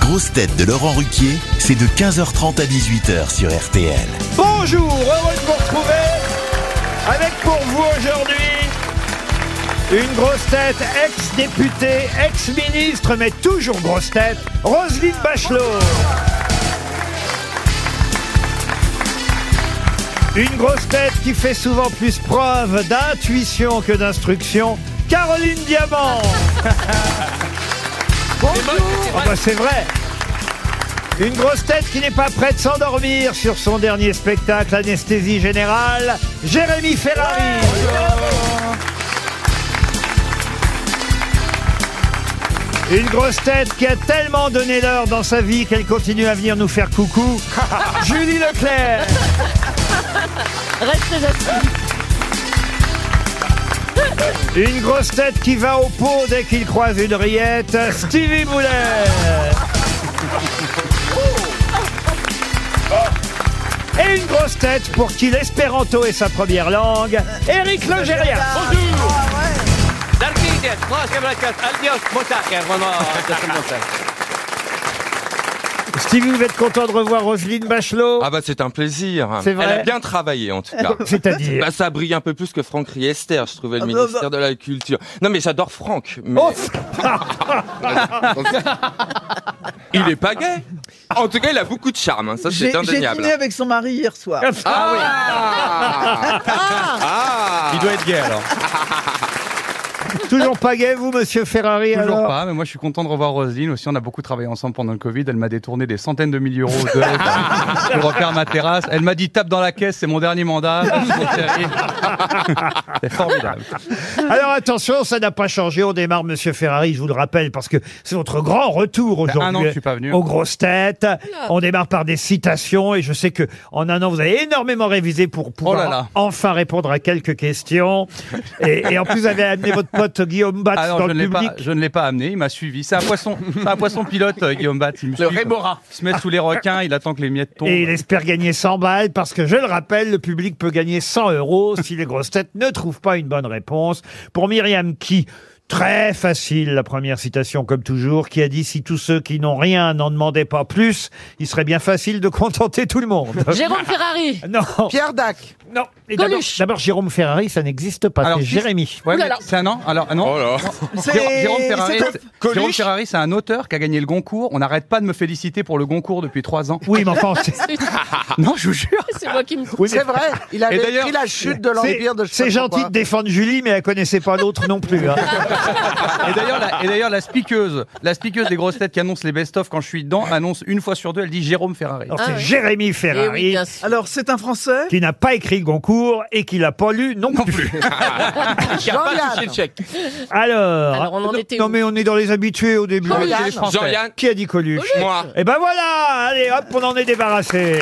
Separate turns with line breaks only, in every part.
grosses têtes de Laurent Ruquier, c'est de 15h30 à 18h sur RTL.
Bonjour, heureux de vous retrouver avec pour vous aujourd'hui une grosse tête ex-députée, ex-ministre, mais toujours grosse tête, Roselyne Bachelot. Une grosse tête qui fait souvent plus preuve d'intuition que d'instruction, Caroline Diamant. Ah bah, c'est vrai. Une grosse tête qui n'est pas prête de s'endormir sur son dernier spectacle, Anesthésie Générale, Jérémy Ferrari. Une grosse tête qui a tellement donné l'heure dans sa vie qu'elle continue à venir nous faire coucou, Julie Leclerc.
Reste
Une grosse tête qui va au pot dès qu'il croise une rillette, Stevie Boulet. Et une grosse tête pour qui l'espéranto est sa première langue, Eric Logérias. Stevie, vous êtes content de revoir Roselyne Bachelot
Ah bah c'est un plaisir.
C'est vrai
Elle a bien travaillé en tout cas.
C'est-à-dire
Bah ça brille un peu plus que Franck Riester, je trouvais le
bah, bah.
ministère de la Culture. Non mais j'adore Franck, mais
Oh
il est pas gay. En tout cas, il a beaucoup de charme, hein, ça
J'ai
c'est
j'ai
indéniable.
dîné avec son mari hier soir.
Ah Ah
doit être gay alors.
Toujours pas gay, vous, monsieur Ferrari
Toujours
alors
pas, mais moi je suis content de revoir Roselyne aussi. On a beaucoup travaillé ensemble pendant le Covid. Elle m'a détourné des centaines de milliers d'euros de l'aide pour refaire ma terrasse. Elle m'a dit tape dans la caisse, c'est mon dernier mandat. C'est formidable.
Alors attention, ça n'a pas changé. On démarre, Monsieur Ferrari, je vous le rappelle, parce que c'est votre grand retour aujourd'hui.
Bah,
hein,
un an que je suis pas venu.
Aux grosses têtes. On démarre par des citations, et je sais que en un an, vous avez énormément révisé pour pouvoir
Oh là là.
enfin répondre à quelques questions. et, et en plus, vous avez amené votre pote Guillaume Batz
Alors je
dans
ne
le
l'ai
public.
pas, je ne l'ai pas amené. Il m'a suivi. C'est un poisson, c'est un poisson pilote, euh, Guillaume Batz. Il me
Le
suit.
Rémora.
Il se met sous les requins. Il attend que les miettes tombent.
Et il espère gagner 100 balles parce que, je le rappelle, le public peut gagner 100 euros si les grosses têtes ne trouvent pas une bonne réponse. Pour Myriam qui Très facile, la première citation, comme toujours, qui a dit si tous ceux qui n'ont rien n'en demandaient pas plus, il serait bien facile de contenter tout le monde.
Jérôme Ferrari.
non,
Pierre Dac.
non. Et d'abord-
Coluche.
D'abord, Jérôme Ferrari, ça n'existe pas.
Alors,
C'est
si-
Jérémy.
Ouais,
Ouh là
mais
là.
c'est un an. Alors ah non.
Oh là
C'est-
Jérôme Ferrari,
c'est un-
c'est- Jérôme Ferrari, c'est un auteur qui a gagné le Goncourt. On n'arrête pas de me féliciter pour le Goncourt depuis trois ans.
Oui, mais enfin, c'est-
Ah.
Non, je vous jure.
C'est moi qui me
oui, mais
C'est vrai, il avait
d'ailleurs,
écrit la chute de l'Empire de
c'est- c'est gentil de défendre Julie, mais elle connaissait pas l'autre non plus. hein.
Et d'ailleurs, la, et d'ailleurs, la speakeuse, la speakeuse des grosses têtes qui annonce les best-of quand je suis dedans, annonce une fois sur deux, elle dit Jérôme Ferrari.
Alors,
Ah
c'est
ouais.
Jérémy
Eh oui,
Ferrari
bien sûr.
Alors, c'est un Français
qui n'a pas écrit le Goncourt et qui l'a pas lu non plus.
Ah. Il a pas
Jean-Yann.
touché le chèque.
Alors,
Alors, on en
non-
était
non
où
mais on est dans les habitués au début.
Jean-Yann.
Jean-Yann.
Les Français.
Jean-Yann,
Qui a dit Coluche
moi.
Et ben voilà, allez hop, on en est débarrassé.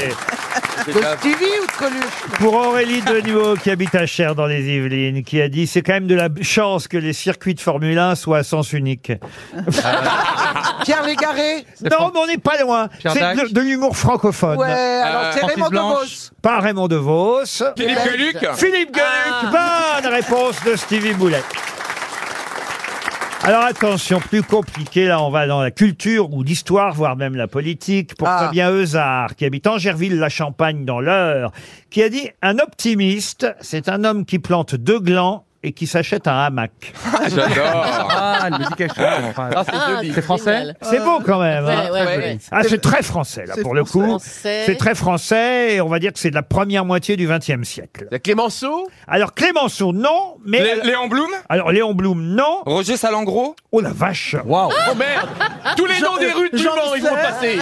De Stevie ou de Coluche
Pour Aurélie Deniveau qui habite à Cher dans les Yvelines, qui a dit c'est quand même de la chance que les circuits de Formule 1 soient à sens unique.
Ah.
Pierre Légaré
Non, mais on n'est pas loin.
Pierre
C'est
Dac.
de, de l'humour francophone.
Ouais, alors c'est
Francis
Raymond
Blanche.
DeVos.
Par Raymond DeVos.
Philippe Gueluc.
Philippe Gueluc,
Ah.
bonne réponse de Stevie Boulet. Alors attention, plus compliqué, là on va dans la culture ou l'histoire, voire même la politique, pour
Ah.
Fabien Eusard, qui habite Angerville-la-Champagne dans l'Eure, qui a dit « Un optimiste, c'est un homme qui plante deux glands et qui s'achète un hamac
Ah, J'adore.
Ah, elle me dit quelque chose. enfin.
Ah, c'est
Ah,
joli.
c'est français
génial. ».
C'est beau quand même hein.
Ouais, ouais, ouais.
Ah, c'est très français, là,
C'est
pour le coup.
Français.
C'est très français, et on va dire que c'est de la première moitié du XXe siècle.
Clémenceau.
Alors, Clémenceau, non, mais...
Léon Blum.
Alors, Léon Blum, non.
Roger Salengro.
Oh la vache
Waouh.
Oh merde Tous les noms des rues de
Jean
Mans, ils vont passer.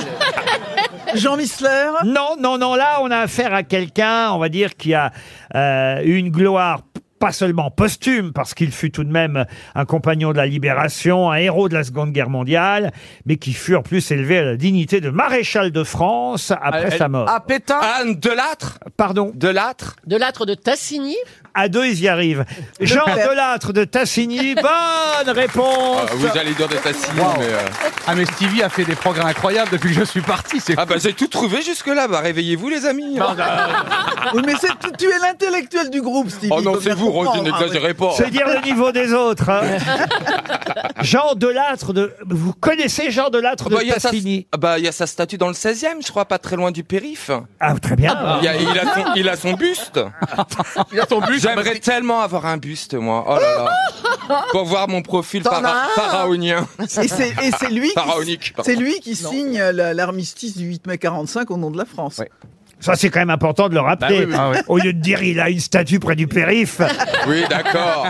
Jean Missler.
Non, non, non, là, on a affaire à quelqu'un, on va dire, qui a euh, une gloire p- pas seulement posthume, parce qu'il fut tout de même un compagnon de la Libération, un héros de la Seconde Guerre mondiale, mais qui fut en plus élevé à la dignité de maréchal de France après
elle-
sa mort.
Ah, Pétain
Anne Delattre.
Pardon
Delattre.
De l'âtre de Tassigny.
À deux, ils y arrivent. Jean
Leclerc.
Delattre de Tassigny, bonne réponse.
Ah, vous allez dire de Tassigny, mais... euh,
Ah, mais Stevie a fait des progrès incroyables depuis que je suis parti. C'est
Ah bah j'ai tout trouvé jusque-là, bah réveillez-vous les amis
Oui, mais c'est- tu es l'intellectuel du groupe, Stevie.
Oh non,
faut
c'est
bien
vous, Rosine,
comprendre. Ah,
n'exagérez pas
C'est dire le niveau des autres. hein. Jean Delattre de... Vous connaissez Jean Delattre
Ah bah,
de
il y a sa-
Tassigny
ah bah, il y a sa statue dans le 16e, je crois, pas très loin du périph. bah.
Ah, très bien.
Il, y a, il, a son, il a son buste. Il a son buste. J'aimerais tellement avoir un buste, moi. Oh là
Ah.
là. Pour voir mon profil
T'en
phara-
as un
pharaonien.
oui. Et c'est et c'est lui, qui-
Pharaonique. pardon.
c'est lui qui signe la- l'armistice du 8 mai 45 au nom de la France.
Ouais.
Ça, c'est quand même important de
Bah
le rappeler.
oui, oui. Ah, oui.
Au lieu de dire il a une statue près du périph.
Oui, d'accord.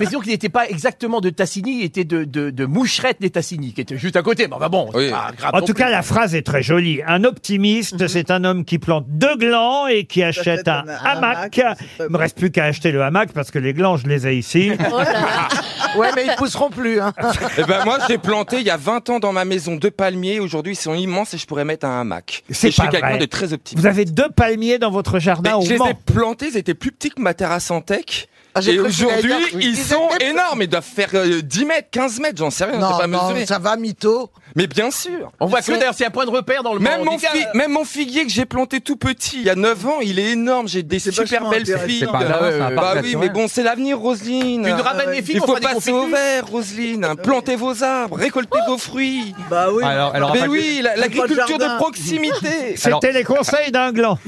Mais disons qu'il n'était pas exactement de Tassigny, il était de, de, de Moucherette des Tassigny, qui était juste à côté. Mais enfin bon, c'est
Oui.
pas grave
En
non
tout
plus.
cas, la phrase est très jolie. Un optimiste, c'est un homme qui plante deux glands et qui achète
J'achète
un
Mhm. un
hamac.
hamac, c'est pas
Il me reste plus qu'à acheter le hamac parce que les glands, je les ai ici.
Oh
Oh
Ouais, mais ils pousseront plus. Hein.
Eh ben moi, j'ai planté il y a 20 ans dans ma maison deux palmiers. Aujourd'hui, ils sont immenses et je pourrais mettre un hamac.
C'est
Et je suis
pas
quelqu'un
vrai.
de très optimiste.
Vous avez deux palmiers dans votre
Mais
jardin
je
au
les ai
Mans.
plantés, ils étaient plus petits que ma terrasse en tech.
Ah, j'ai
et
cru que tu allais
aujourd'hui,
dire- oui.
ils
Ils
sont
étaient-
énormes. Ils doivent faire euh, 10 mètres, 15 mètres, j'en sais rien, je sais
Non,
pas
non,
mesurer.
ça va, mytho.
Mais bien sûr.
On voit
Ils
que
sont-
d'ailleurs, c'est un point de repère dans le
Même
monde.
mon, fi- même mon figuier que j'ai planté tout petit, il y a 9 ans, il est énorme. J'ai des
C'est
super
vachement
belles
intéressant.
filles.
C'est pas
grave, c'est un
bah
parc
oui,
naturel.
mais bon, c'est l'avenir, Roselyne.
Une rame
ouais.
magnifique,
Il
on
faut
fera des
passer au
confitus.
vert, Roselyne. Plantez vos arbres, récoltez vos fruits.
Bah oui.
Alors, elle aura
Mais
pas-
oui, la- l'agriculture de
jardin.
proximité.
C'était
Alors-
les conseils d'un gland.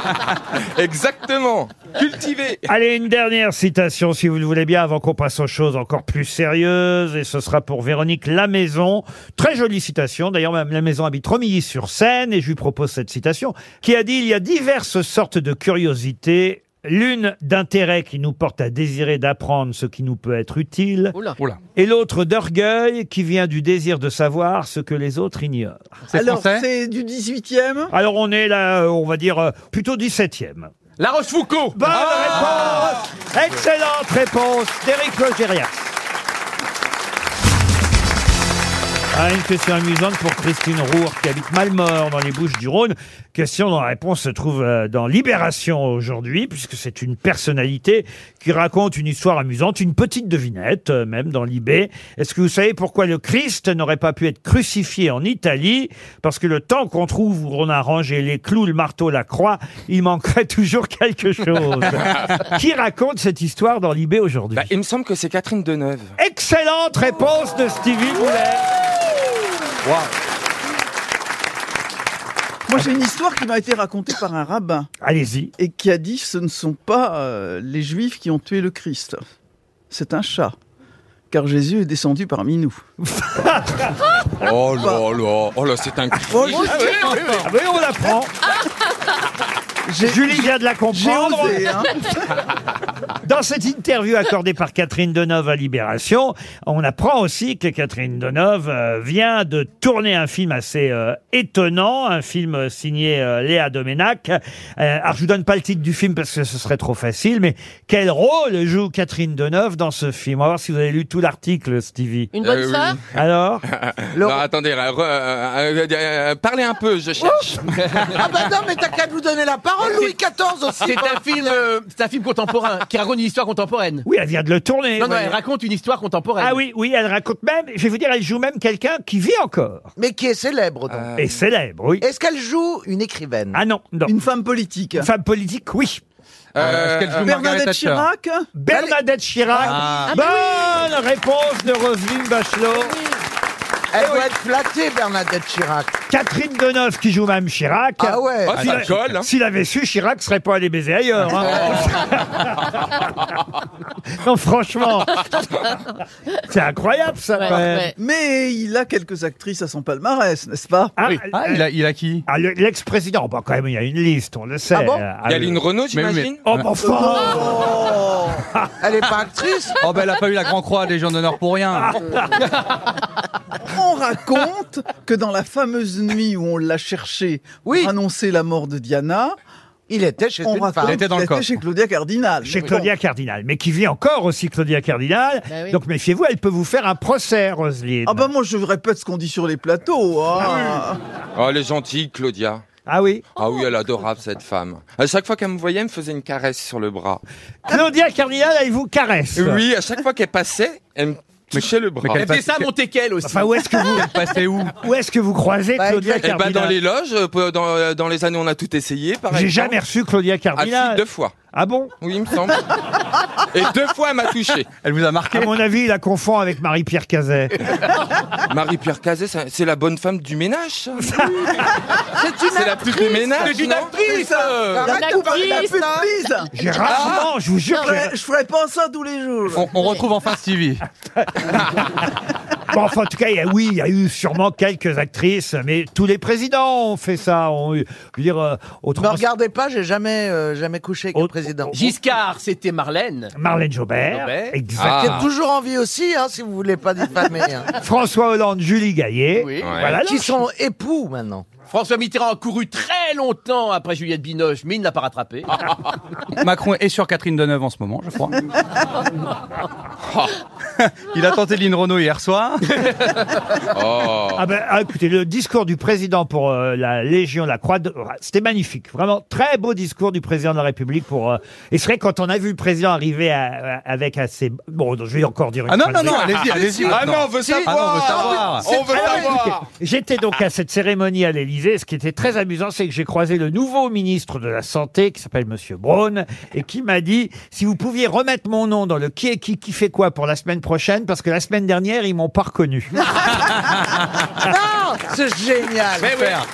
Exactement. Cultiver.
Allez, une dernière citation, si vous le voulez bien, avant qu'on passe aux choses encore plus sérieuses. Et ce sera pour Véronique Lamaison. Très jolie citation. D'ailleurs, Mme Lamaison habite Romilly-sur-Seine. Et je lui propose cette citation qui a dit Il y a diverses sortes de curiosités. L'une d'intérêt qui nous porte à désirer d'apprendre ce qui nous peut être utile,
Oula.
et l'autre d'orgueil qui vient du désir de savoir ce que les autres ignorent.
C'est
Alors,
français
c'est du 18e.
Alors on est là, euh, on va dire, euh, plutôt 17e.
La Rochefoucauld Ah.
Bonne réponse Excellente réponse d'Éric Logérias. Ah, une question amusante pour Christine Roure qui habite Malmort dans les Bouches du Rhône. Question dont la réponse se trouve euh, dans Libération aujourd'hui puisque c'est une personnalité qui raconte une histoire amusante, une petite devinette euh, même dans Libé. Est-ce que vous savez pourquoi le Christ n'aurait pas pu être crucifié en Italie Parce que le temps qu'on trouve où on a rangé les clous, le marteau, la croix, il manquerait toujours quelque chose. qui raconte cette histoire dans Libé aujourd'hui
Bah, il me semble que c'est Catherine Deneuve.
Excellente réponse de Stevie Boulet.
Moi, j'ai une histoire qui m'a été racontée par un rabbin
Allez-y.
et qui a dit ce ne sont pas euh, les Juifs qui ont tué le Christ. C'est un chat. Car Jésus est descendu parmi nous.
Oh là là, oh là, c'est un cri.
Ah oui, on l'apprend.
J'ai-
Julie vient de la
J'ai
comprendre.
osé, hein.
Dans cette interview accordée par Catherine Deneuve à Libération, on apprend aussi que Catherine Deneuve euh, vient de tourner un film assez euh, étonnant, un film euh, signé euh, Léa Domenac. Euh, alors, je vous donne pas le titre du film parce que ce serait trop facile, mais quel rôle joue Catherine Deneuve dans ce film On va voir si vous avez lu tout l'article, Stevie.
Une bonne
Euh, oui.
sœur
Alors
Non, attendez, re- euh, euh, euh, parlez un peu, je cherche.
Ah bah non, mais t'as qu'à nous donner la parole, Louis XIV aussi.
C'est un film, euh, c'est un film contemporain qui raconte une histoire contemporaine.
Oui, elle vient de le tourner.
Non, non,
voyez.
elle raconte une histoire contemporaine.
ah oui, oui, elle raconte même, je vais vous dire, elle joue même quelqu'un qui vit encore. Euh,
Mais qui est célèbre, donc.
Et célèbre, oui.
Est-ce qu'elle joue une écrivaine
Ah non, non.
Une femme politique.
Une femme politique, oui.
Euh,
Euh,
Est-ce qu'elle joue Margaret
Bernadette
Thatcher
Chirac
Bernadette Chirac.
Ah.
Bonne réponse de Roselyne
Ah
Bachelot.
Elle doit être flattée, Bernadette Chirac.
Catherine Deneuve qui joue Mme Chirac.
Ah ouais.
Ah, ça colle, hein.
S'il avait su, Chirac serait pas allé baiser ailleurs.
Ah
hein. non, franchement. C'est incroyable, ça.
Ouais,
quand même.
ouais.
Mais il a quelques actrices à son palmarès, n'est-ce pas
Ah,
Oui. Ah, il a, il a qui
ah, le- L'ex-président, bon, quand même, il y a une liste, on le sait.
Ah bon
Ah, oui.
Galine Renault,
Mais oui, mais-
j'imagine
Oh, mais enfin Oh.
Oh. Elle est pas actrice
Oh, ben elle a pas eu la Grand Croix des gens d'honneur pour rien.
On raconte que dans la fameuse nuit où on l'a cherché pour
Oui.
annoncer la mort de Diana,
Il était chez
on
une
raconte
femme.
était dans
qu'il
le coffre.
chez Claudia Cardinal.
Chez
Bon.
Claudia Cardinal, mais qui vit encore aussi Claudia Cardinal.
Bah oui.
Donc méfiez-vous, elle peut vous faire un procès, Roselyne.
Ah bah moi je répète ce qu'on dit sur les plateaux. hein.
Oh, elle est gentille, Claudia.
Ah oui
Ah oui, elle est adorable cette femme. À chaque fois qu'elle me voyait, elle me faisait une caresse sur le bras.
Claudia Cardinal, elle vous caresse.
Oui, à chaque fois qu'elle passait, elle me touchait le bras.
Mais
Et
Elle fait ça à Montequel aussi.
Ah, Enfin, où est-ce que vous,
Passez où
où est-ce que vous croisez
Bah,
Claudia
ben
Cardinal
dans les loges, euh, pour- dans, euh, dans les années on a tout essayé, par
J'ai
exemple.
jamais reçu Claudia
Ah si,
Cardinal.
deux fois.
Ah bon
Oui, il me semble. Et deux fois, elle m'a touché.
Elle vous a marqué
À mon avis, il la confond avec Marie-Pierre Cazet.
Marie-Pierre Cazet, c'est c'est la bonne femme du ménage. ça. C'est la pute du ménage.
C'est une
non
actrice euh.
Arrête de parler de la pute, please
J'ai rarement, je vous jure.
Je
j'ai-
ferais- Je ferais pas ça tous les jours.
on, on retrouve enfin Stevie.
Bon, enfin, en tout cas, il y a- oui, il y a eu sûrement quelques actrices, mais tous les présidents ont fait ça. Ont eu, je veux dire, euh,
Ne me
autrement,
regardez pas, j'ai jamais, euh, jamais couché avec
Oh,
le président.
Giscard, c'était Marlène.
Marlène Jobert,
Jobert.
exact.
Qui est toujours en vie aussi, hein, si vous voulez pas diffamer. hein.
François Hollande, Julie Gaillet.
Oui.
Ouais.
Voilà,
Qui
non,
sont époux maintenant.
François Mitterrand a couru très longtemps après Juliette Binoche, mais il ne l'a pas rattrapée.
Macron est sur Catherine Deneuve en ce moment, je crois. Il a tenté Lynn Renault hier soir.
Oh.
Ah ben, ah, écoutez, le discours du président pour euh, la Légion, la Croix, de- c'était magnifique. Vraiment, très beau discours du président de la République pour. euh, et c'est vrai, quand on a vu le président arriver à- à- avec assez. Bon, je vais encore dire une
Ah non, non,
phrase.
non, allez-y, allez-y.
Ah
maintenant.
non, on veut
Ah non, on veut savoir.
savoir On veut savoir
J'étais donc à cette cérémonie à l'Élysée. Ce qui était très amusant, c'est que j'ai croisé le nouveau ministre de la Santé, qui s'appelle Monsieur Braun, et qui m'a dit si vous pouviez remettre mon nom dans le qui est qui, qui fait quoi pour la semaine prochaine, parce que la semaine dernière, ils m'ont pas reconnu.
Ah, c'est génial.
Super.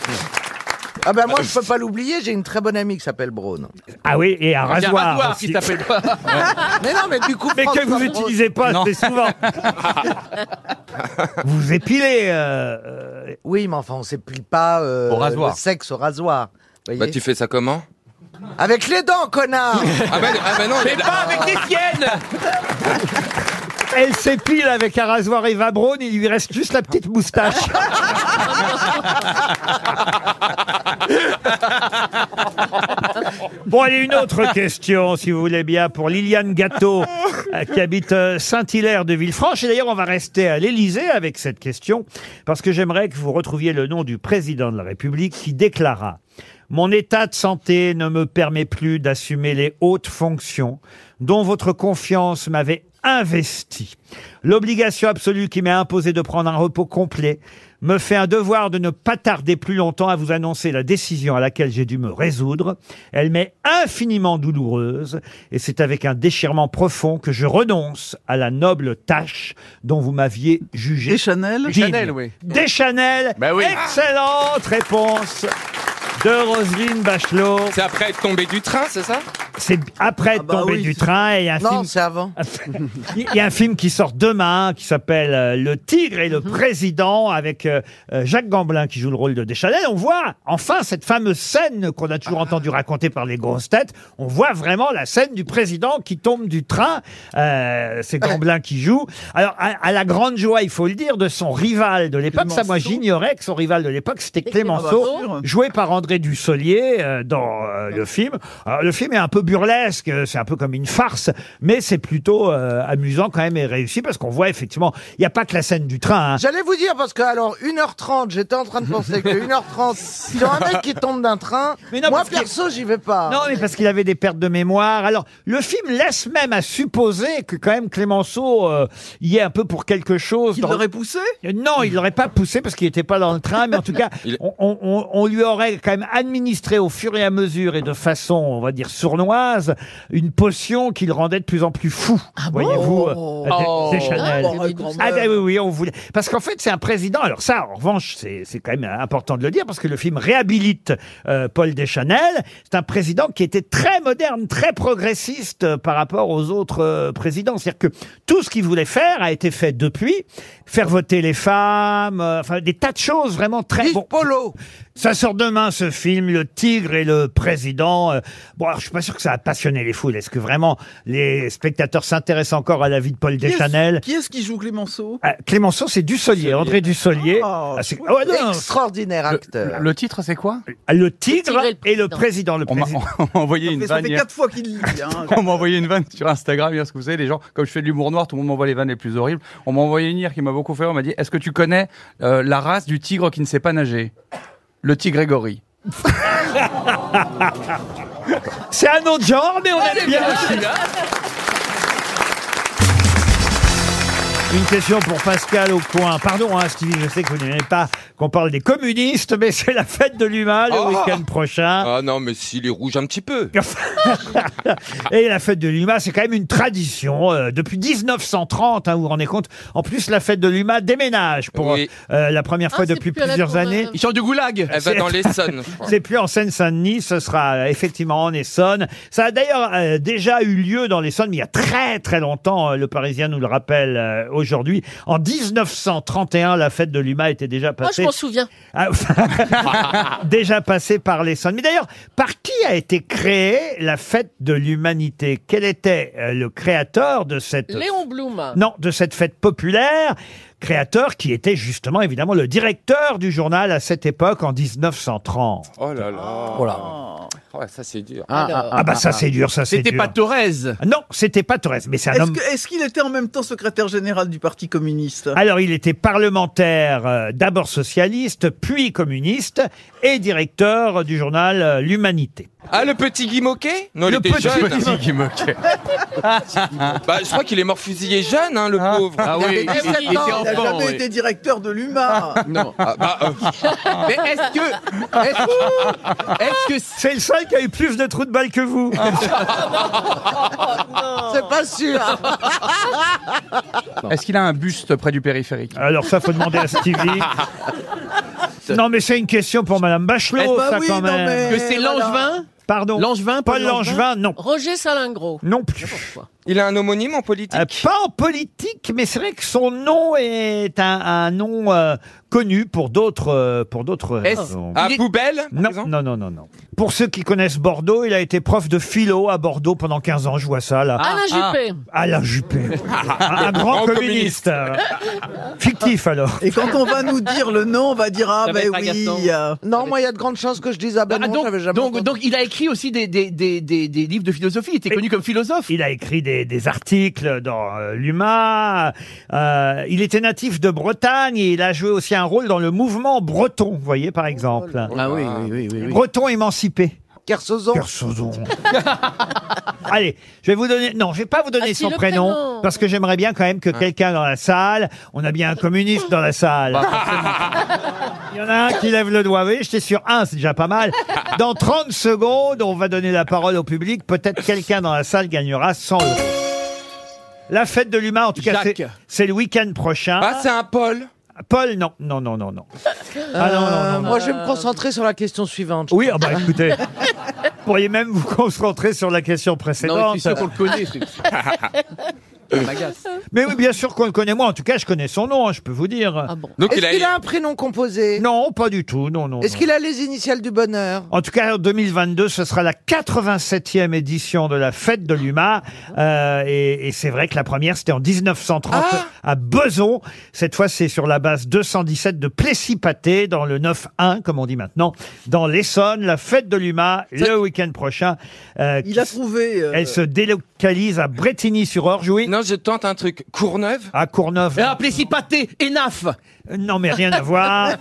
Ah ben moi, je peux pas l'oublier, j'ai une très bonne amie qui s'appelle Braun.
ah oui, et à
Il y a un
rasoir.
rasoir
aussi.
qui s'appelle pas.
Mais non, mais du coup,
Mais que
François
vous
Braun-
utilisez pas
Non.
c'est souvent. vous épilez. euh, euh,
Oui, mais enfin, on s'épile pas euh,
Au rasoir.
le sexe au rasoir. voyez.
Bah tu fais ça comment
Avec les dents, connard
ah ben, ah ben non,
Mais pas avec les siennes
elle s'épile avec un rasoir Eva Braun, il lui reste juste la petite moustache. Bon, allez, une autre question, si vous voulez bien, pour Liliane Gâteau, euh, qui habite euh, Saint-Hilaire de Villefranche. Et d'ailleurs, on va rester à l'Élysée avec cette question, parce que j'aimerais que vous retrouviez le nom du président de la République qui déclara Mon état de santé ne me permet plus d'assumer les hautes fonctions dont votre confiance m'avait investi. L'obligation absolue qui m'est imposée de prendre un repos complet me fait un devoir de ne pas tarder plus longtemps à vous annoncer la décision à laquelle j'ai dû me résoudre. Elle m'est infiniment douloureuse et c'est avec un déchirement profond que je renonce à la noble tâche dont vous m'aviez jugé.
Deschanel
digne.
Deschanel, oui.
Deschanel.
Ben oui.
Excellente réponse de Roselyne Bachelot.
c'est après être tombé du train, c'est ça
C'est après être
Ah bah
tombé
oui.
du train et il y a un
Non,
film
c'est avant.
il y a un film qui sort demain qui s'appelle euh, Le Tigre et le Président avec euh, euh, Jacques Gamblin qui joue le rôle de Deschanel. On voit enfin cette fameuse scène qu'on a toujours entendu raconter par les grosses têtes. On voit vraiment la scène du président qui tombe du train. Euh, C'est Gamblin qui joue. Alors, à, à la grande joie, il faut le dire, de son rival de l'époque. Ça, moi,
Clémenceau.
j'ignorais que son rival de l'époque, c'était Clémenceau
Ah bah, sûr.
joué par André Dussolier euh, dans euh, le film. Alors, le film est un peu burlesque, euh, c'est un peu comme une farce, mais c'est plutôt euh, amusant quand même et réussi parce qu'on voit effectivement, il n'y a pas que la scène du train. hein.
J'allais vous dire, parce que alors, 1h30, j'étais en train de penser que 1h30, sur un mec qui tombe d'un train,
Mais non,
moi,
parce que-
perso, j'y vais pas.
Non, mais parce qu'il avait des pertes de mémoire. Alors, le film laisse même à supposer que quand même Clémenceau euh, y est un peu pour quelque chose.
Qui
dans-
l'aurait poussé
Non, il l'aurait pas poussé parce qu'il n'était pas dans le train, mais en tout cas,
Il-
on, on- on- on lui aurait quand même administré au fur et à mesure et de façon, on va dire, sournoise, une potion qui le rendait de plus en plus fou. voyez-vous, euh, des-
Oh.
des Chanel.
Oh, elle est grande.
Ah ben oui, oui, on voulait. Parce qu'en fait, c'est un président. Alors ça, en revanche, c'est c'est quand même important de le dire parce que le film réhabilite euh, Paul Deschanel. C'est un président qui était très moderne, très progressiste euh, par rapport aux autres euh, présidents. C'est-à-dire que tout ce qu'il voulait faire a été fait depuis. Faire voter les femmes, euh, enfin des tas de choses vraiment très...
Vive
Bon,
Polo
ça sort demain ce film, Le Tigre et le Président. Euh, Bon, alors, je suis pas sûr que ça a passionné les foules. Est-ce que vraiment les spectateurs s'intéressent encore à la vie de Paul
Qui est-ce-
Deschanel
Qui est-ce qui joue Clémenceau
ah, Clémenceau, c'est Dussolier, André Dussolier.
Oh,
Ah, c'est- ah ouais, non, Ah,
Extraordinaire acteur.
Le titre, c'est quoi
le tigre
Le Tigre et le
et le
Président.
président. Le
On m'a
président.
on m'a envoyé une
Mais Ça
vanne.
fait
hier.
quatre fois qu'il le dit. hein.
On m'a envoyé une vanne sur Instagram hier, parce que vous savez, les gens, comme je fais de l'humour noir, tout le monde m'envoie les vannes les plus horribles. On m'a envoyé une hier qui m'a beaucoup fait. rire. On m'a dit Est-ce que tu connais euh, la race du tigre qui ne sait pas nager Le tigre Grégory.
C'est un autre genre, mais on aime bien aussi. hein. Une question pour Pascal au coin. Pardon, hein, Stevie, je sais que vous n'aimez pas qu'on parle des communistes, mais c'est la fête de l'UMA le
Oh
week-end prochain.
Ah non, mais s'il est rouge un petit peu.
Et la fête de l'UMA, c'est quand même une tradition. euh, depuis 1930, hein, vous vous rendez compte. En plus, la fête de l'UMA déménage pour
Oui.
euh, la première
Ah,
fois
c'est
depuis
plus à la
plusieurs
tour de-
années.
Ils chantent du goulag.
Elle va
C'est-
dans l'Essonne, je crois.
C'est plus en Seine-Saint-Denis, ce sera euh, effectivement en Essonne. Ça a d'ailleurs euh, déjà eu lieu dans l'Essonne, mais il y a très très longtemps, euh, le Parisien nous le rappelle euh, aujourd'hui. En 1931, la fête de l'UMA était déjà
Moi, je
passée.
m'en souviens.
Ah, déjà passée par l'Essonne. Mais d'ailleurs, par qui a été créée la fête de l'humanité Quel était euh, le créateur de cette
Léon Blum.
non, de cette fête populaire, créateur qui était justement évidemment le directeur du journal à cette époque en 1930.
Oh là là.
Voilà.
Oh, ça c'est dur.
Alors,
Ah, bah ça c'est dur, ça c'est
C'était
dur. Ah,
pas Thorez.
Non, c'était pas Torres, mais c'est un
Est-ce
homme.
que- est-ce qu'il était en même temps secrétaire général du Parti communiste
Alors il était parlementaire, euh, d'abord socialiste, puis communiste, et directeur du journal euh, L'Humanité.
Ah, le petit Guy Moquet Non, il
Le
était
petit
jeune.
Petit qui moquait.
Bah, je crois qu'il est mort fusillé jeune, hein, le pauvre.
Ah oui, il, il était
Il n'a
enfant.
jamais
oui.
été directeur de l'UMA.
Ah, bah, euh,
hein.
Mais est-ce que. Est-ce est-ce que. Ah.
C'est le seul qui a eu plus de trous de balles que vous.
C'est pas sûr.
Est-ce qu'il a un buste près du périphérique
Alors ça faut demander à Stevie. Non mais c'est une question pour Madame
Eh
Bachelot,
Eh ben
ben
Bah
ça
oui,
quand
non,
même.
mais
que c'est
voilà.
Langevin
Pardon.
Langevin,
Paul Langevin, non.
Roger Salingro.
Non plus.
il a un homonyme en politique.
Euh, pas en politique, mais c'est vrai que son nom est un, un nom euh, connu pour d'autres euh, pour d'autres
Est-ce-
raisons.
Ah,
il est-
poubelle par
Non,
exemple
non, non, non, non. Pour ceux qui connaissent Bordeaux, il a été prof de philo à Bordeaux pendant 15 ans, je vois ça là.
Alain
ah.
Juppé.
Alain Juppé. un
Grand
grand communiste. Fictif alors.
Et quand on va nous dire le nom, on va dire ah
Ça va
ben
être
oui.
agaçant.
euh,
Non, moi, il y a de grandes chances que je dise ah ben
Ah,
non, j'avais
donc,
jamais
donc,
entendu.
donc il a écrit aussi des, des, des, des, des livres de philosophie. Il était
Et-
connu comme philosophe.
Il a écrit des, des articles dans euh, l'UMA. Euh, il était natif de Bretagne et il a joué aussi un rôle dans le mouvement breton, vous voyez par exemple.
Ah oui, oui, oui. oui,
Breton émancipé.
Kersozon.
Kersozon. Allez, je vais vous donner. Non, je vais pas vous donner
Ah, si,
son
le
prénom,
prénom.
parce que j'aimerais bien quand même que
Hein.
quelqu'un dans la salle. On a bien un communiste dans la
Bah,
salle. Il y en a un qui lève le doigt. Vous voyez, j'étais sur un, c'est déjà pas mal. Dans 30 secondes, on va donner la parole au public. Peut-être quelqu'un dans la salle gagnera 100 euros. La fête de l'humain, en tout cas,
Jacques.
c'est- c'est le week-end prochain.
Ah, c'est un Paul.
Paul, non, non, non, non, non. Ah non, non, non, non.
Euh, Moi, je vais me concentrer sur la question suivante.
Oui, ah bah écoutez, vous pourriez même vous concentrer sur la question précédente.
Non, je suis sûr qu'on le connaît. c'est- Ça m'agace.
Mais oui, bien sûr qu'on le connaît. Moi, en tout cas, je connais son nom, hein, je peux vous dire.
Ah bon.
Donc il
Est-ce
a,
qu'il a un prénom composé
Non, pas du tout. Non, non.
Est-ce
non.
qu'il a les initiales du bonheur
En tout cas, en 2022, ce sera la 87e édition de la fête de l'UMA. Euh, et et c'est vrai que la première, c'était en 1930
Ah
à Beson. Cette fois, c'est sur la base 217 de Plessis-Pâté, dans le 9-1, comme on dit maintenant, dans l'Essonne. La fête de l'UMA, le week-end prochain. euh,
Il a trouvé. euh,
Elle se délocalise à Bretigny-sur-Orge, oui.
Non, je tente un truc. Courneuve
À Courneuve. Euh,
Et appelez si pâté, Enaf.
Non, mais rien à voir.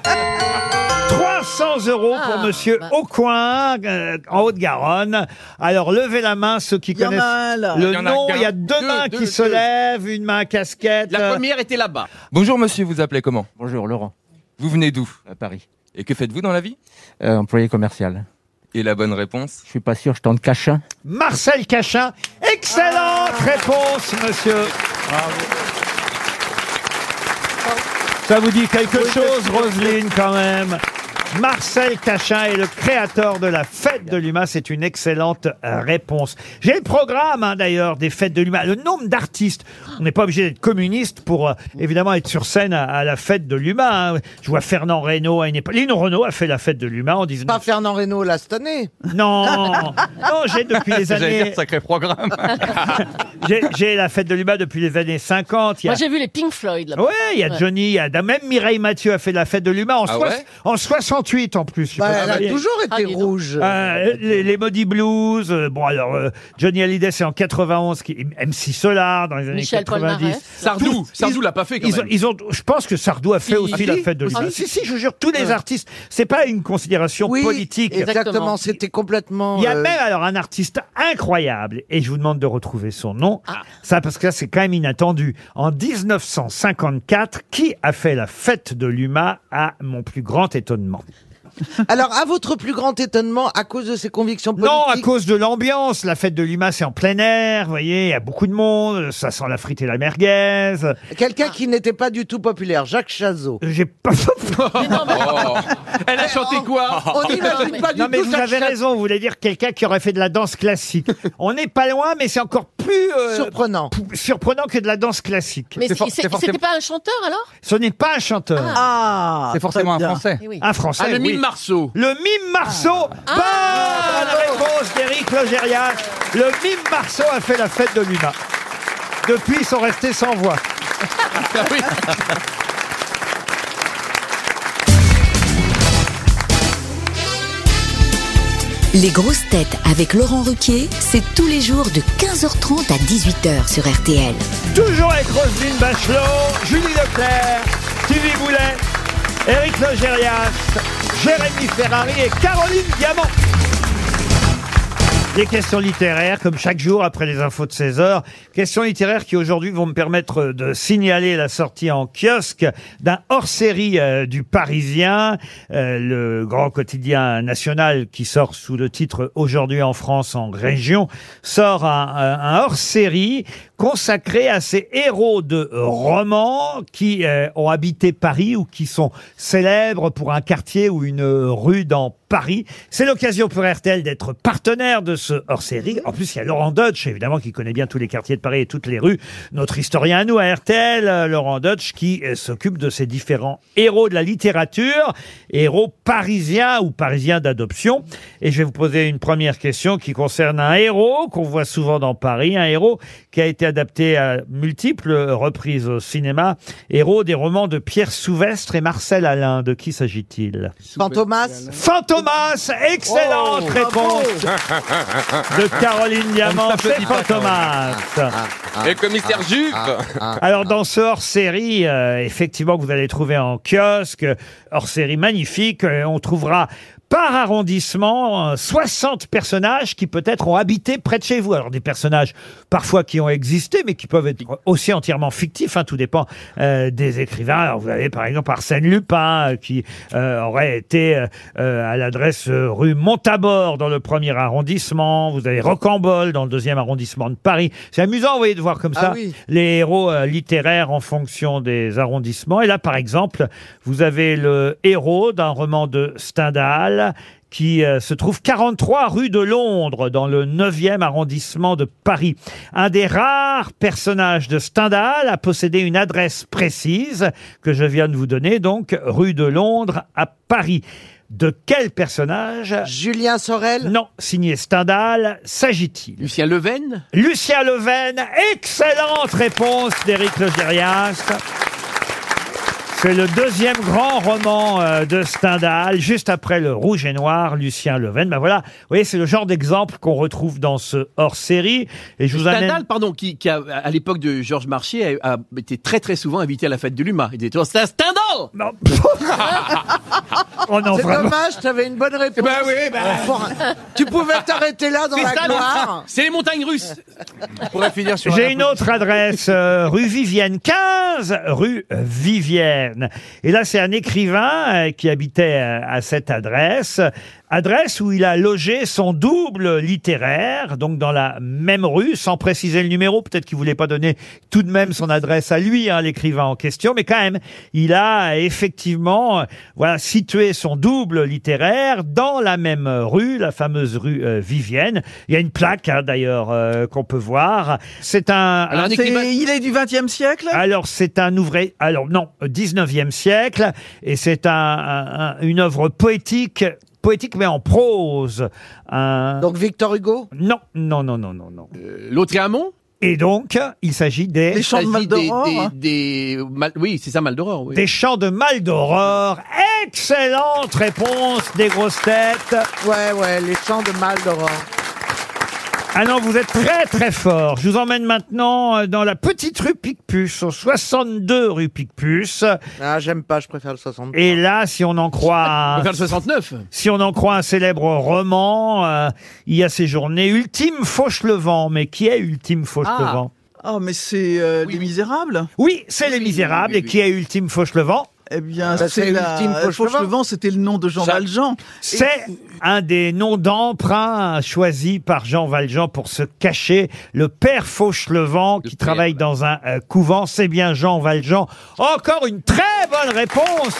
300 euros pour
Ah,
Monsieur
bah.
Aucoin, euh, en Haute-Garonne. Alors, levez la main ceux qui
Il y en
connaissent
a un là.
le
Il y en a
nom.
qu'un.
Il y a deux,
Deux,
mains
deux,
qui se
deux.
lèvent, une main à casquette.
La
Euh,
première était là-bas.
Bonjour monsieur, vous appelez comment
Bonjour Laurent,
Vous venez d'où
à Paris.
Et que faites-vous dans la vie
Euh, employé commercial.
Et la bonne réponse
Je suis pas sûr, je tente Cachin.
Oh.
Marcel Cachin. Excellente
Ah.
réponse, monsieur. Ça vous dit quelque chose, Roselyne, quand même Marcel Cachin est le créateur de la fête de l'humain. C'est une excellente euh, réponse. J'ai le programme, hein, d'ailleurs, des fêtes de l'humain. Le nombre d'artistes. On n'est pas obligé d'être communiste pour, euh, évidemment, être sur scène à, à la fête de l'humain. hein. Je vois Fernand Reynaud à une époque. Lino Renault a fait la fête de l'humain en
Pas
19...
Fernand Reynaud là cette année.
Non Non, j'ai depuis les
J'allais
années...
dire sacré programme.
J'ai- J'ai la fête de l'humain depuis les années 50. Il y a...
Moi, j'ai vu les Pink Floyd là-bas.
Ouais, il y a Johnny, il y a même Mireille Mathieu a fait la fête de l'humain en,
Ah
soi-
ouais
en 70 68 en plus. je sais
Bah,
pas si
elle a
vous voyez.
toujours
Ah,
été
dis donc.
rouge.
Euh, les, les Muddy Blues, euh, bon alors euh, Johnny Hallyday c'est en 91 qui MC Solar dans les années
Michel
90.
Polnareff.
Sardou,
Tous,
Sardou l'a pas fait quand
Ils ont,
même.
ils ont- je pense que Sardou a fait
Si,
aussi
si,
la fête de
aussi.
l'humanité. Si, si, je vous jure, tous les artistes, c'est pas une considération
oui,
politique.
Exactement,
Exactement.
c'était complètement.
Il y a
euh,
même alors un artiste incroyable, et je vous demande de retrouver son nom.
Ah.
Ça, parce que là, c'est quand même inattendu. En 1954, qui a fait la fête de l'UMA à mon plus grand étonnement
Alors, à votre plus grand étonnement, à cause de ses convictions politiques.
Non, à cause de l'ambiance. La fête de l'UMA, c'est en plein air, vous voyez, il y a beaucoup de monde, ça sent la frite et la merguez.
Quelqu'un qui n'était pas du tout populaire, Jacques Chazot.
J'ai pas.
Mais non, mais-
Elle a chanté quoi Oh.
On n'imagine Oh. pas du
Non, mais
tout
vous
Jacques
avez
Chazot.
raison, vous voulez dire quelqu'un qui aurait fait de la danse classique. On n'est pas loin, mais c'est encore plus euh,
Surprenant.
p- surprenant que de la danse classique.
Mais
C'est
c'est-
for-
c'est-
c'est forcément-
c'était pas un chanteur alors
Ce n'est pas un chanteur.
Ah
C'est forcément un
très bien.
Français.
Eh oui.
Un français.
Ah, le
oui.
mime Marceau.
Le mime Marceau. Bonne réponse d'Éric Logérias. Le mime Marceau a fait la fête de l'UMA. Depuis, ils sont restés sans voix.
Ah oui.
Les grosses têtes avec Laurent Ruquier, c'est tous les jours de 15h30 à 18h sur RTL.
Toujours avec Roselyne Bachelot, Julie Leclerc, Sylvie Boulet, Éric Logérias, Jérémy Ferrari et Caroline Diamant. Des questions littéraires, comme chaque jour après les infos de 16 heures. Questions littéraires qui aujourd'hui vont me permettre de signaler la sortie en kiosque d'un hors-série euh, du Parisien, euh, le grand quotidien national qui sort sous le titre Aujourd'hui en France en région, sort un, un- un hors-série consacré à ces héros de romans qui euh, ont habité Paris ou qui sont célèbres pour un quartier ou une rue dans Paris. C'est l'occasion pour RTL d'être partenaire de ce hors-série. En plus, il y a Laurent Deutsch, évidemment, qui connaît bien tous les quartiers de Paris et toutes les rues. Notre historien à nous, à RTL, euh, Laurent Deutsch, qui euh, s'occupe de ces différents héros de la littérature, héros parisiens ou parisiens d'adoption. Et je vais vous poser une première question qui concerne un héros qu'on voit souvent dans Paris, un héros qui a été adapté à multiples reprises au cinéma, héros des romans de Pierre Souvestre et Marcel Alain. De qui s'agit-il
Fantomas
Fantomas, excellente
Oh, bravo.
réponse de Caroline Diamant, c'est
s'applaudit pas quand
Fantomas.
Et commissaire Jupe Ah.
Alors dans ce hors-série, euh, effectivement, que vous allez trouver en kiosque, euh, hors-série magnifique, euh, on trouvera par arrondissement euh, 60 personnages qui peut-être ont habité près de chez vous. Alors des personnages parfois qui ont existé, mais qui peuvent être aussi entièrement fictifs, hein, tout dépend euh, des écrivains. Alors vous avez par exemple Arsène Lupin euh, qui euh, aurait été euh, euh, à l'adresse euh, rue Montabor dans le premier arrondissement, vous avez Rocambole dans le deuxième arrondissement de Paris. C'est amusant, vous voyez, de voir comme
Ah
ça
oui.
les héros euh, littéraires en fonction des arrondissements. Et là, par exemple, vous avez le héros d'un roman de Stendhal qui euh, se trouve 43 rue de Londres, dans le 9e arrondissement de Paris. Un des rares personnages de Stendhal a possédé une adresse précise que je viens de vous donner, donc rue de Londres à Paris. De quel personnage
Julien Sorel
Non, signé Stendhal, s'agit-il
Lucien Leven
Lucien Leven, excellente réponse d'Éric Logérias. C'est le deuxième grand roman euh, de Stendhal, juste après Le Rouge et Noir, Lucien Leven. Ben voilà, vous voyez, c'est le genre d'exemple qu'on retrouve dans ce hors-série. Et je vous amène...
Stendhal, pardon, qui, qui a, à l'époque de Georges Marchais, a, a été très très souvent invité à la fête de l'UMA. Il disait toujours, c'est un Stendhal
Non. oh non,
C'est
vraiment.
dommage, t'avais une bonne
Eh
réponse.
Bah oui, bah.
Enfin, tu pouvais t'arrêter là dans
ben C'est
la
ça,
gloire.
C'est les montagnes russes
On pourrait finir sur
J'ai une autre adresse, euh, rue Vivienne, 15 rue Vivienne. Et là, c'est un écrivain euh, qui habitait euh, à cette adresse, adresse où il a logé son double littéraire, donc dans la même rue, sans préciser le numéro, peut-être qu'il voulait pas donner tout de même son adresse à lui, hein, l'écrivain en question, mais quand même, il a effectivement euh, voilà, situé son double littéraire dans la même rue, la fameuse rue euh, Vivienne. Il y a une plaque, hein, d'ailleurs, euh, qu'on peut voir. C'est un...
Alors, un
C'est-
écrivain-
Il est du 20e siècle
Alors, c'est un ouvrage, alors non, 19e siècle, et c'est un, un- un- une œuvre poétique, poétique mais en prose. Un-
Donc Victor Hugo
Non, non, non, non, non, non.
Euh, L'autre est Hamon
Et donc, il s'agit des...
Il s'agit des-
hein.
des- des mal- Oui, c'est ça, mal d'aurore. oui.
Des chants de mal d'aurore. Excellente réponse des grosses têtes.
Ouais, ouais, les chants de mal d'aurore.
Ah non, vous êtes très très fort. Je vous emmène maintenant euh, dans la petite rue Picpus, au 62 rue Picpus.
Ah, j'aime pas, je préfère le 60.
Et là, si on en croit,
On va
un,
faire le 69.
si on en croit un célèbre roman, euh, il y a ces journées Ultime Fauchelevent. Mais qui est Ultime Fauchelevent
Ah, mais c'est euh,
Oui,
Les
oui.
Misérables
Oui, c'est Les Misérables.
oui, oui.
Et qui est Ultime Fauchelevent
Eh bien,
Bah,
c'est
c'est
la...
Ultime Fauchelevent.
Fauchelevent, c'était le nom de Jean
Ça-
Valjean.
C'est un des noms d'emprunt choisis par Jean Valjean pour se cacher. Le père Fauchelevent qui travaille dans un euh, couvent, c'est bien Jean Valjean. Encore une très bonne réponse.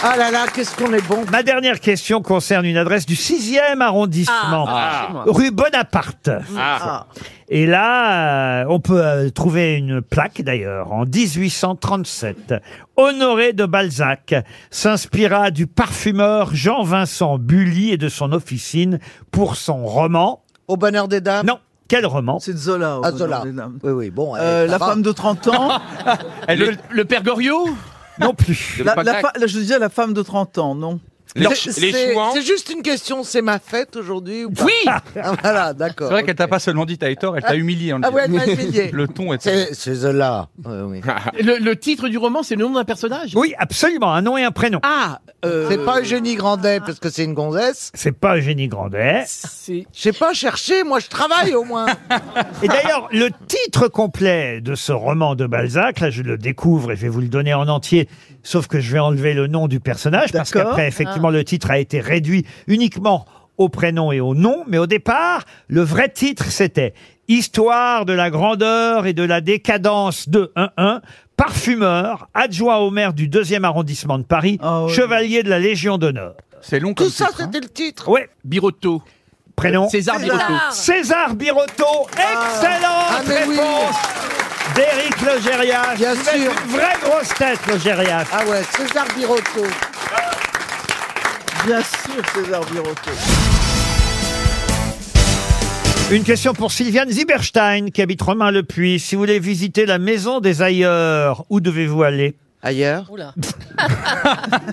Ah là là, qu'est-ce qu'on est bon.
Ma dernière question concerne une adresse du 6e arrondissement,
Ah.
rue Bonaparte.
Ah.
Et là, euh, on peut euh, trouver une plaque d'ailleurs. En 1837, Honoré de Balzac s'inspira du parfumeur Jean-Vincent Bully et de son officine pour son roman.
Au bonheur des dames.
Non, quel roman
C'est de Zola. au
Ah,
nom
Zola.
des dames.
Oui, oui, bon.
Euh, la femme de 30 ans.
Le, le père Goriot
Non plus.
la, la fa- la- je disais la femme de 30 ans, non
Les, ch- les chouans.
C'est juste une question, c'est ma fête aujourd'hui ou pas
Oui
Ah, Voilà, d'accord.
C'est vrai qu'elle t'a pas seulement dit t'as eu tort, elle t'a humilié. en le
Ah ouais, elle
disant.
m'a humilié.
Le ton est. Ah,
C'est c'est Zola. Oui, oui.
le, le titre du roman, c'est le nom d'un personnage
Oui, absolument, un nom et un prénom.
Ah euh,
C'est pas Eugénie Grandet parce que c'est une gonzesse.
C'est pas Eugénie Grandet.
C'est
Je sais pas chercher, moi je travaille au moins.
Et d'ailleurs, le titre complet de ce roman de Balzac, là je le découvre et je vais vous le donner en entier, sauf que je vais enlever le nom du personnage, parce
D'accord.
qu'après, effectivement, le titre a été réduit uniquement au prénom et au nom, mais au départ, le vrai titre c'était Histoire de la grandeur et de la décadence de 1-1, parfumeur, adjoint au maire du 2e arrondissement de Paris,
Ah ouais.
chevalier de la Légion d'honneur.
C'est long comme
Tout ça,
titre, hein.
c'était le titre.
Ouais,
Birotteau.
prénom
César Birotteau.
César Birotteau,
Ah,
excellente
mais oui.
réponse d'Éric Logérias.
Bien
Vous êtes
sûr.
une vraie grosse tête, Logérias.
Ah ouais, César Birotteau.
Bien sûr, César Birotteau.
Une question pour Sylviane Zieberstein, qui habite Romain-le-Puy. Si vous voulez visiter la maison des ailleurs, où devez-vous aller
Ailleurs
Oula.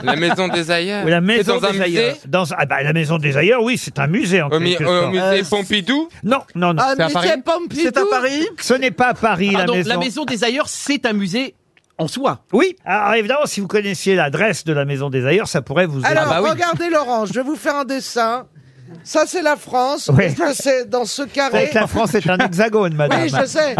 La maison des ailleurs.
Ou la maison
C'est dans un
des
musée
ailleurs. Dans, ah bah, la maison des ailleurs, oui, c'est un musée, en
Au, mi-
quelque
au
sorte.
musée
Euh,
Pompidou
Non, non, non.
Ah,
C'est à Paris
mais Pompidou.
C'est à Paris
Ce n'est pas à Paris,
Ah, Pardon,
la maison.
la maison des ailleurs, c'est un musée en soi.
Oui, alors Ah, évidemment, si vous connaissiez l'adresse de la maison des ailleurs, ça pourrait vous aider.
Alors,
bah oui.
regardez Laurent, je vais vous faire un dessin. Ça, c'est la France.
Ouais.
Je sais, dans ce
Vous savez
carré.
que la France est un hexagone, madame.
Oui, je sais.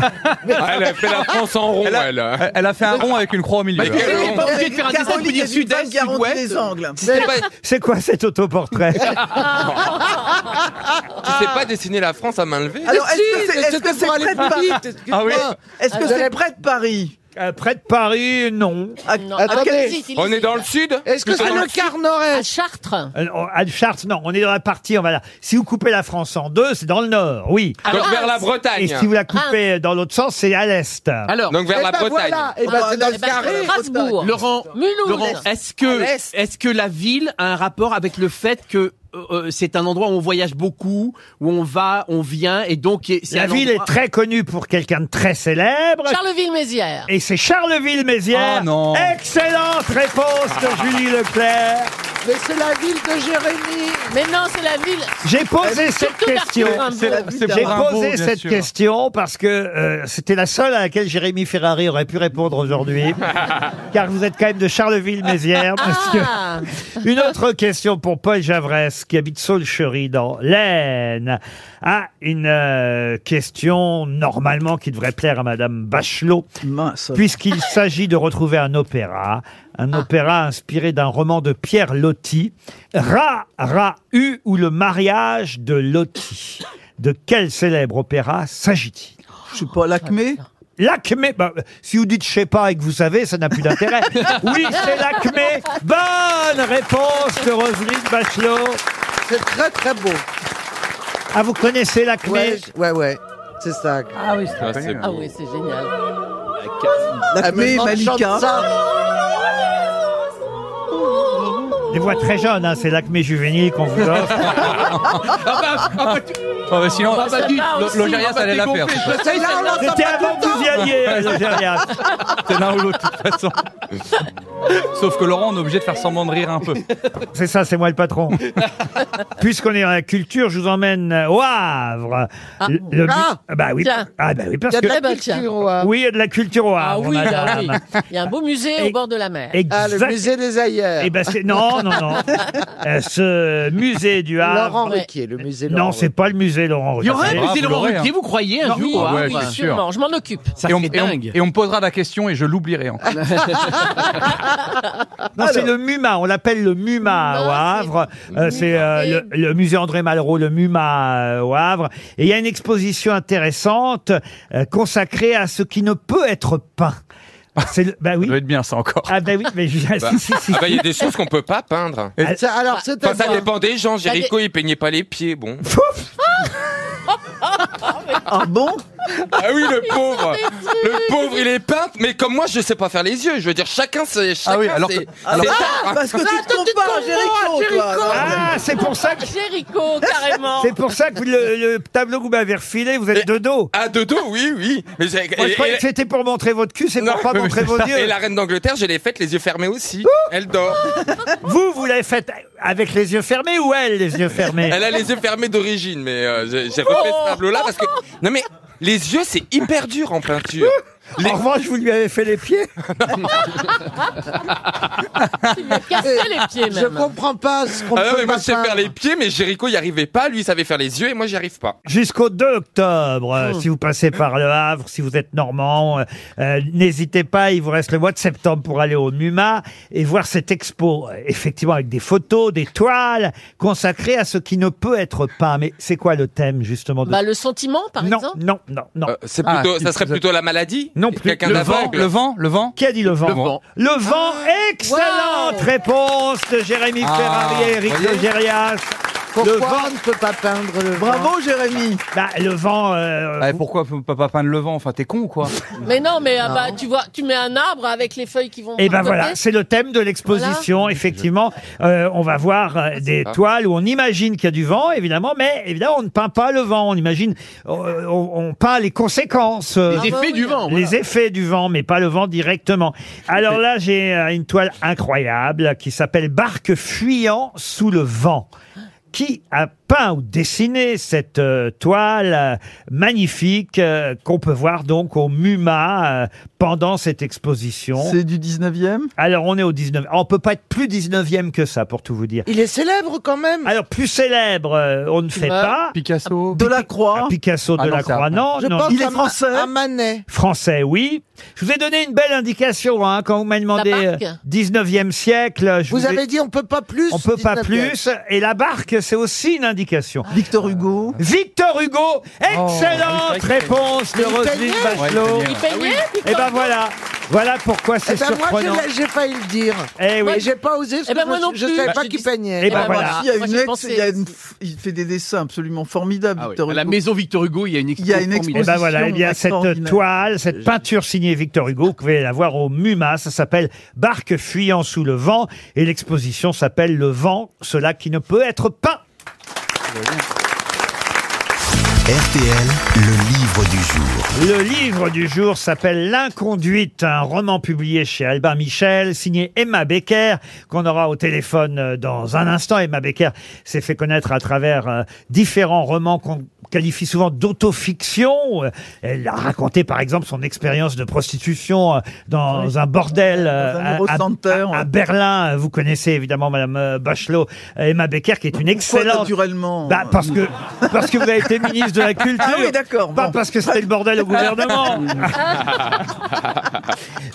Mais-
Ah, Elle a fait la France en rond, elle.
Elle- Elle a fait un rond avec une croix au milieu.
Avec
là.
le
Elle est
rond.
pas obligée de faire un dessin pour
Caroline
dire
et Duval
sud-est,
garantit
sud-ouest.
les angles.
Tu sais
Eh ben,
pas,
C'est quoi cet autoportrait
Ah, tu sais pas dessiner la France à main levée
Ah,
Alors, est-ce que
Si,
c'est- est-ce
c'était
que c'est
pour aller
près de Paris
plus vite, excuse-moi.
Ah oui.
Est-ce que
Vous
c'est
allez-
près de Paris Ah,
Euh, Près de Paris, non.
À-
Non,
à
attendez.
quel-
si, si,
On
si.
est dans le sud Ah,
Est-ce que c'est
Alors,
le quart
À
nord-est
Chartres.
Euh, on- À Chartres, non. On est dans la partie, on va là. Si vous coupez la France en deux, c'est dans le nord, oui.
Donc vers la
Et
Bretagne.
si vous la coupez dans l'autre sens, c'est à l'est.
Alors,
Ah. Donc vers
Eh
la
ben
Bretagne.
voilà, eh ben
Ah,
c'est dans
non,
le
eh ben,
carré.
Strasbourg.
Laurent,
Mulhouse.
Laurent, est-ce que, est-ce que la ville a un rapport avec le fait que euh, euh, c'est un endroit où on voyage beaucoup, où on va, on vient, et donc et- c'est
La
un
ville
endroit-
est très connue pour quelqu'un de très célèbre.
Charleville-Mézières.
Et c'est Charleville-Mézières.
Ah, non.
Excellente réponse de Julie Leclerc.
Mais c'est la ville de Jérémy.
Mais non, c'est la ville.
J'ai posé cette
Surtout Ah,
question.
d'Arthur Rimbaud.
C'est
J'ai
pour Rimbaud,
posé
bien
cette
sûr.
question parce que euh, c'était la seule à laquelle Jérémy Ferrari aurait pu répondre aujourd'hui. car vous êtes quand même de Charleville-Mézières, monsieur.
Ah,
Une autre question pour Paul Javresse, qui habite Saulchery dans l'Aisne. Ah, une euh, question normalement qui devrait plaire à Madame Bachelot,
Mince. Ah.
puisqu'il s'agit de retrouver un opéra, un opéra inspiré d'un roman de Pierre Loti, Ra, Ra, U ou le mariage de Loti. De quel célèbre opéra s'agit-il
Je suis pas l'acmé.
L'acmé, bah, si vous dites je sais pas et que vous savez, ça n'a plus d'intérêt. Oui, c'est l'acmé. Bonne réponse de Roselyne Bachelot.
C'est très très beau.
Ah, vous connaissez l'acmé
Ouais, je- ouais, ouais. C'est ça.
Ah oui,
Ah, c'est
ah oui, c'est génial.
L'acmé,
Elle me demande, chante
Malika.
ça.
Des voix très jeunes, hein, c'est l'acmé juvénile qu'on vous offre. bah,
Oh, mais sinon,
Ah, bah, dis,
l'O- l'Algérienne, ça allait la faire.
C'était
avant que vous y alliez, à l'Algérienne.
C'est l'un ou l'autre, de toute façon. Sauf que Laurent, on est obligé de faire semblant de rire un peu.
C'est ça, c'est moi le patron. Puisqu'on est à la culture, je vous emmène au Havre. Le- le-
Ah.
bah oui,
Tiens.
ah bah oui, parce
Il y a de la
que
culture
au Havre.
oui, il y a de la culture au
Ah
Havre.
oui, là, oui.
madame.
Il y a un beau musée
Et-
au bord de la mer.
Ah, le
Exact-
musée des ailleurs.
Eh ben c'est non, non, non. Euh, ce musée du Havre.
Laurent
Ouais.
Ruquier, le musée
Non,
Laurent
c'est pas le musée Laurent.
Il y aura
Ruquier.
un musée
vous
Laurent
l'aurez, hein.
Ruquier, vous croyez un jour hein,
oui,
au
ah ouais,
oui,
bien
Havre
sûr.
sûrement. Je m'en occupe.
Ça
et, on,
serait
et on-
dingue.
et on me posera la question et je l'oublierai encore.
Non, c'est le MUMA, on l'appelle le MUMA
Non,
au
c'est-
Havre. Euh, c'est euh, le, le musée André Malraux, le MUMA euh, au Havre. Et il y a une exposition intéressante euh, consacrée à ce qui ne peut être peint. C'est le- bah
Ça
oui.
doit être bien, ça encore.
Ah bah oui, mais je-
Bah.
si, si, si.
Ah bah, il y a des choses qu'on peut pas peindre.
Ruquier. Ça, alors, c'est
Enfin, ça dépend des gens. Géricault, il peignait pas les pieds, bon.
Ah bon
Ah oui, le pauvre Le pauvre, il est peintre, mais comme moi, je sais pas faire les yeux. Je veux dire, chacun, c'est...
Ah oui, alors que- alors-
Ah, bah,
Parce que tu te compares à Jericho, toi.
Ah, c'est pour ça que
Jéricho, carrément.
c'est pour ça que le, le tableau que vous m'avez refilé, vous êtes
Et-
de dos.
Ah, de dos, oui, oui. Mais j'ai-
Moi, je
et-
croyais que
et-
c'était pour montrer votre cul, c'est
Non,
pour pas
mais
montrer
c'est
vos
ça.
yeux.
Et la reine d'Angleterre, je l'ai faite les yeux fermés aussi. Elle dort.
Vous, vous l'avez fait avec les yeux fermés ou elle, les yeux fermés
Elle a les yeux fermés d'origine, mais euh, j'ai j'ai refait ce tableau-là parce que. Non, mais les yeux, c'est hyper dur en peinture. Les-
En revanche, vous lui avez fait les pieds.
Il me cassait les pieds,
Je
même.
comprends pas ce qu'on
Ah non,
peut
mais moi,
pas
je sais faire
peindre.
les pieds, mais Jéricho, il arrivait pas. Lui, il savait faire les yeux et moi, j'y arrive pas.
Jusqu'au 2 octobre, euh, si vous passez par Le Havre, si vous êtes normand, euh, euh, n'hésitez pas, il vous reste le mois de septembre pour aller au MUMA et voir cette expo, euh, effectivement avec des photos, des toiles consacrées à ce qui ne peut être peint. Mais c'est quoi le thème justement de...
Bah, le sentiment, par
Non,
exemple.
non, non, non.
Euh, c'est
Ah,
plutôt,
il-
ça serait
vous-
plutôt la maladie
Non plus.
Quelqu'un
Le vent,
d'aveugle
le vent, le vent.
Qui a dit le vent
Le vent.
Le vent, excellente
wow.
réponse de Jérémy
Ah,
Ferrari et Eric
voyez.
Logérias.
Pourquoi
Le vent,
on ne peut pas peindre le vent
Bravo, Jérémy.
bah, le vent, euh,
Ah, et pourquoi faut pas pas peindre le vent Enfin, t'es con ou quoi
Mais non, mais ah bah, tu vois, tu mets un arbre avec les feuilles qui vont.
Et ben
par
voilà,
côté.
c'est le thème de l'exposition. Effectivement, Euh, on va voir
Ah,
euh, des toiles où on imagine qu'il y a du vent, évidemment, mais évidemment, on ne peint pas le vent. On imagine, euh, on, on peint les conséquences. euh,
Les effets du vent. voilà.
les effets du vent, mais pas le vent directement. Alors là, j'ai euh, une toile incroyable qui s'appelle Barque fuyant sous le vent. Qui a peint ou dessiné cette euh, toile euh, magnifique euh, qu'on peut voir donc au MUMA euh, pendant cette exposition
C'est du 19e
alors, on est au 19e. On peut pas être plus 19e que ça, pour tout vous dire.
Il est célèbre quand même.
Alors, plus célèbre, euh, on ne fait
Bah,
pas. Ah,
Picasso.
De la Croix.
Picasso de
Ah non,
la
ça,
Croix, non,
Je
non.
pense
Il est
à Ma-
français.
À Manet.
Français, oui. Je vous ai donné une belle indication hein, quand vous m'avez demandé
barque
euh, 19e siècle. Je
Vous
ai-
avez dit on peut pas plus.
On peut pas
19e.
plus. Et la barque, c'est aussi une indication.
Ah.
Victor Hugo.
Victor Hugo, excellente réponse de
Il peignait
Roselyne
Ouais,
Bachelot.
il
Il peignait
Et ben voilà, voilà pourquoi
Eh
Ah, c'est
ben moi,
surprenant.
j'ai- j'ai failli le dire.
Eh oui.
Mais j'ai pas osé parce
Eh ben
que
moi
je-
non
je
plus.
savais
Bah,
pas
je
qu'il
dis-
peignait.
Eh ben
Eh ben
voilà.
Ah, Il y a
Moi,
une
j'ai
ex,
pensé
il, y a une
aussi.
f- il fait des dessins absolument formidables,
Ah oui,
Victor
à la
Hugo.
maison Victor Hugo, il y a une
Il y a une
exposition formidable.
Et ben voilà, eh bien cette
extraordinaire.
toile, cette peinture signée Victor Hugo, vous pouvez la voir au MUMA, ça s'appelle Barque fuyant sous le vent et l'exposition s'appelle Le vent, cela qui ne peut être peint.
RTL, le livre du jour.
Le livre du jour s'appelle L'inconduite, un roman publié chez Albin Michel, signé Emma Becker, qu'on aura au téléphone euh, dans un instant. Emma Becker s'est fait connaître à travers euh, différents romans qu'on qualifie souvent d'autofiction. Euh, Elle a raconté par exemple son expérience de prostitution euh, dans un bordel euh,
Dans un
à-
Eurocenter.
à, à Berlin. Vous connaissez évidemment Madame euh, Bachelot, euh, Emma Becker, qui est une
Pourquoi
excellente
naturellement
bah, parce que parce que vous avez été ministre de la culture.
Ah oui, d'accord,
Pas
bon.
parce que c'était le bordel au gouvernement.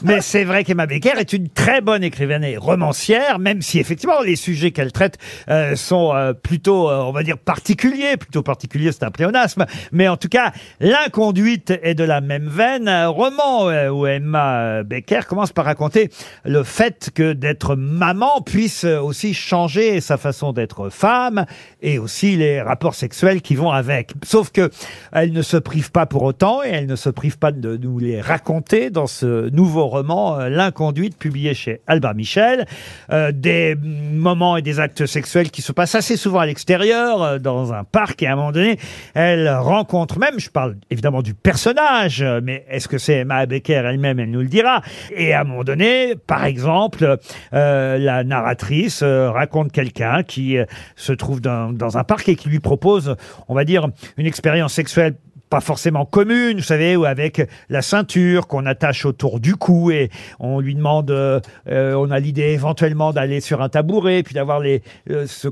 Mais c'est vrai qu'Emma Becker est une très bonne écrivaine et romancière, même si effectivement les sujets qu'elle traite euh, sont euh, plutôt, euh, on va dire, particuliers. Plutôt particuliers, c'est un pléonasme. Mais en tout cas, l'inconduite est de la même veine. Un roman euh, où Emma euh, Becker commence par raconter le fait que d'être maman puisse euh, aussi changer sa façon d'être femme et aussi les rapports sexuels qui vont avec. Sauf Sauf que elle ne se prive pas pour autant et elle ne se prive pas de nous les raconter dans ce nouveau roman euh, L'inconduite publié chez Albin Michel. Euh, des moments et des actes sexuels qui se passent assez souvent à l'extérieur, euh, dans un parc. Et à un moment donné, elle rencontre même, je parle évidemment du personnage, euh, mais est-ce que c'est Emma Becker elle-même Elle nous le dira. Et à un moment donné, par exemple, euh, la narratrice euh, raconte quelqu'un qui euh, se trouve dans, dans un parc et qui lui propose, on va dire, une expérience sexuelle pas forcément commune, vous savez, ou avec la ceinture qu'on attache autour du cou et on lui demande, euh, euh, on a l'idée éventuellement d'aller sur un tabouret, puis d'avoir les euh, ce-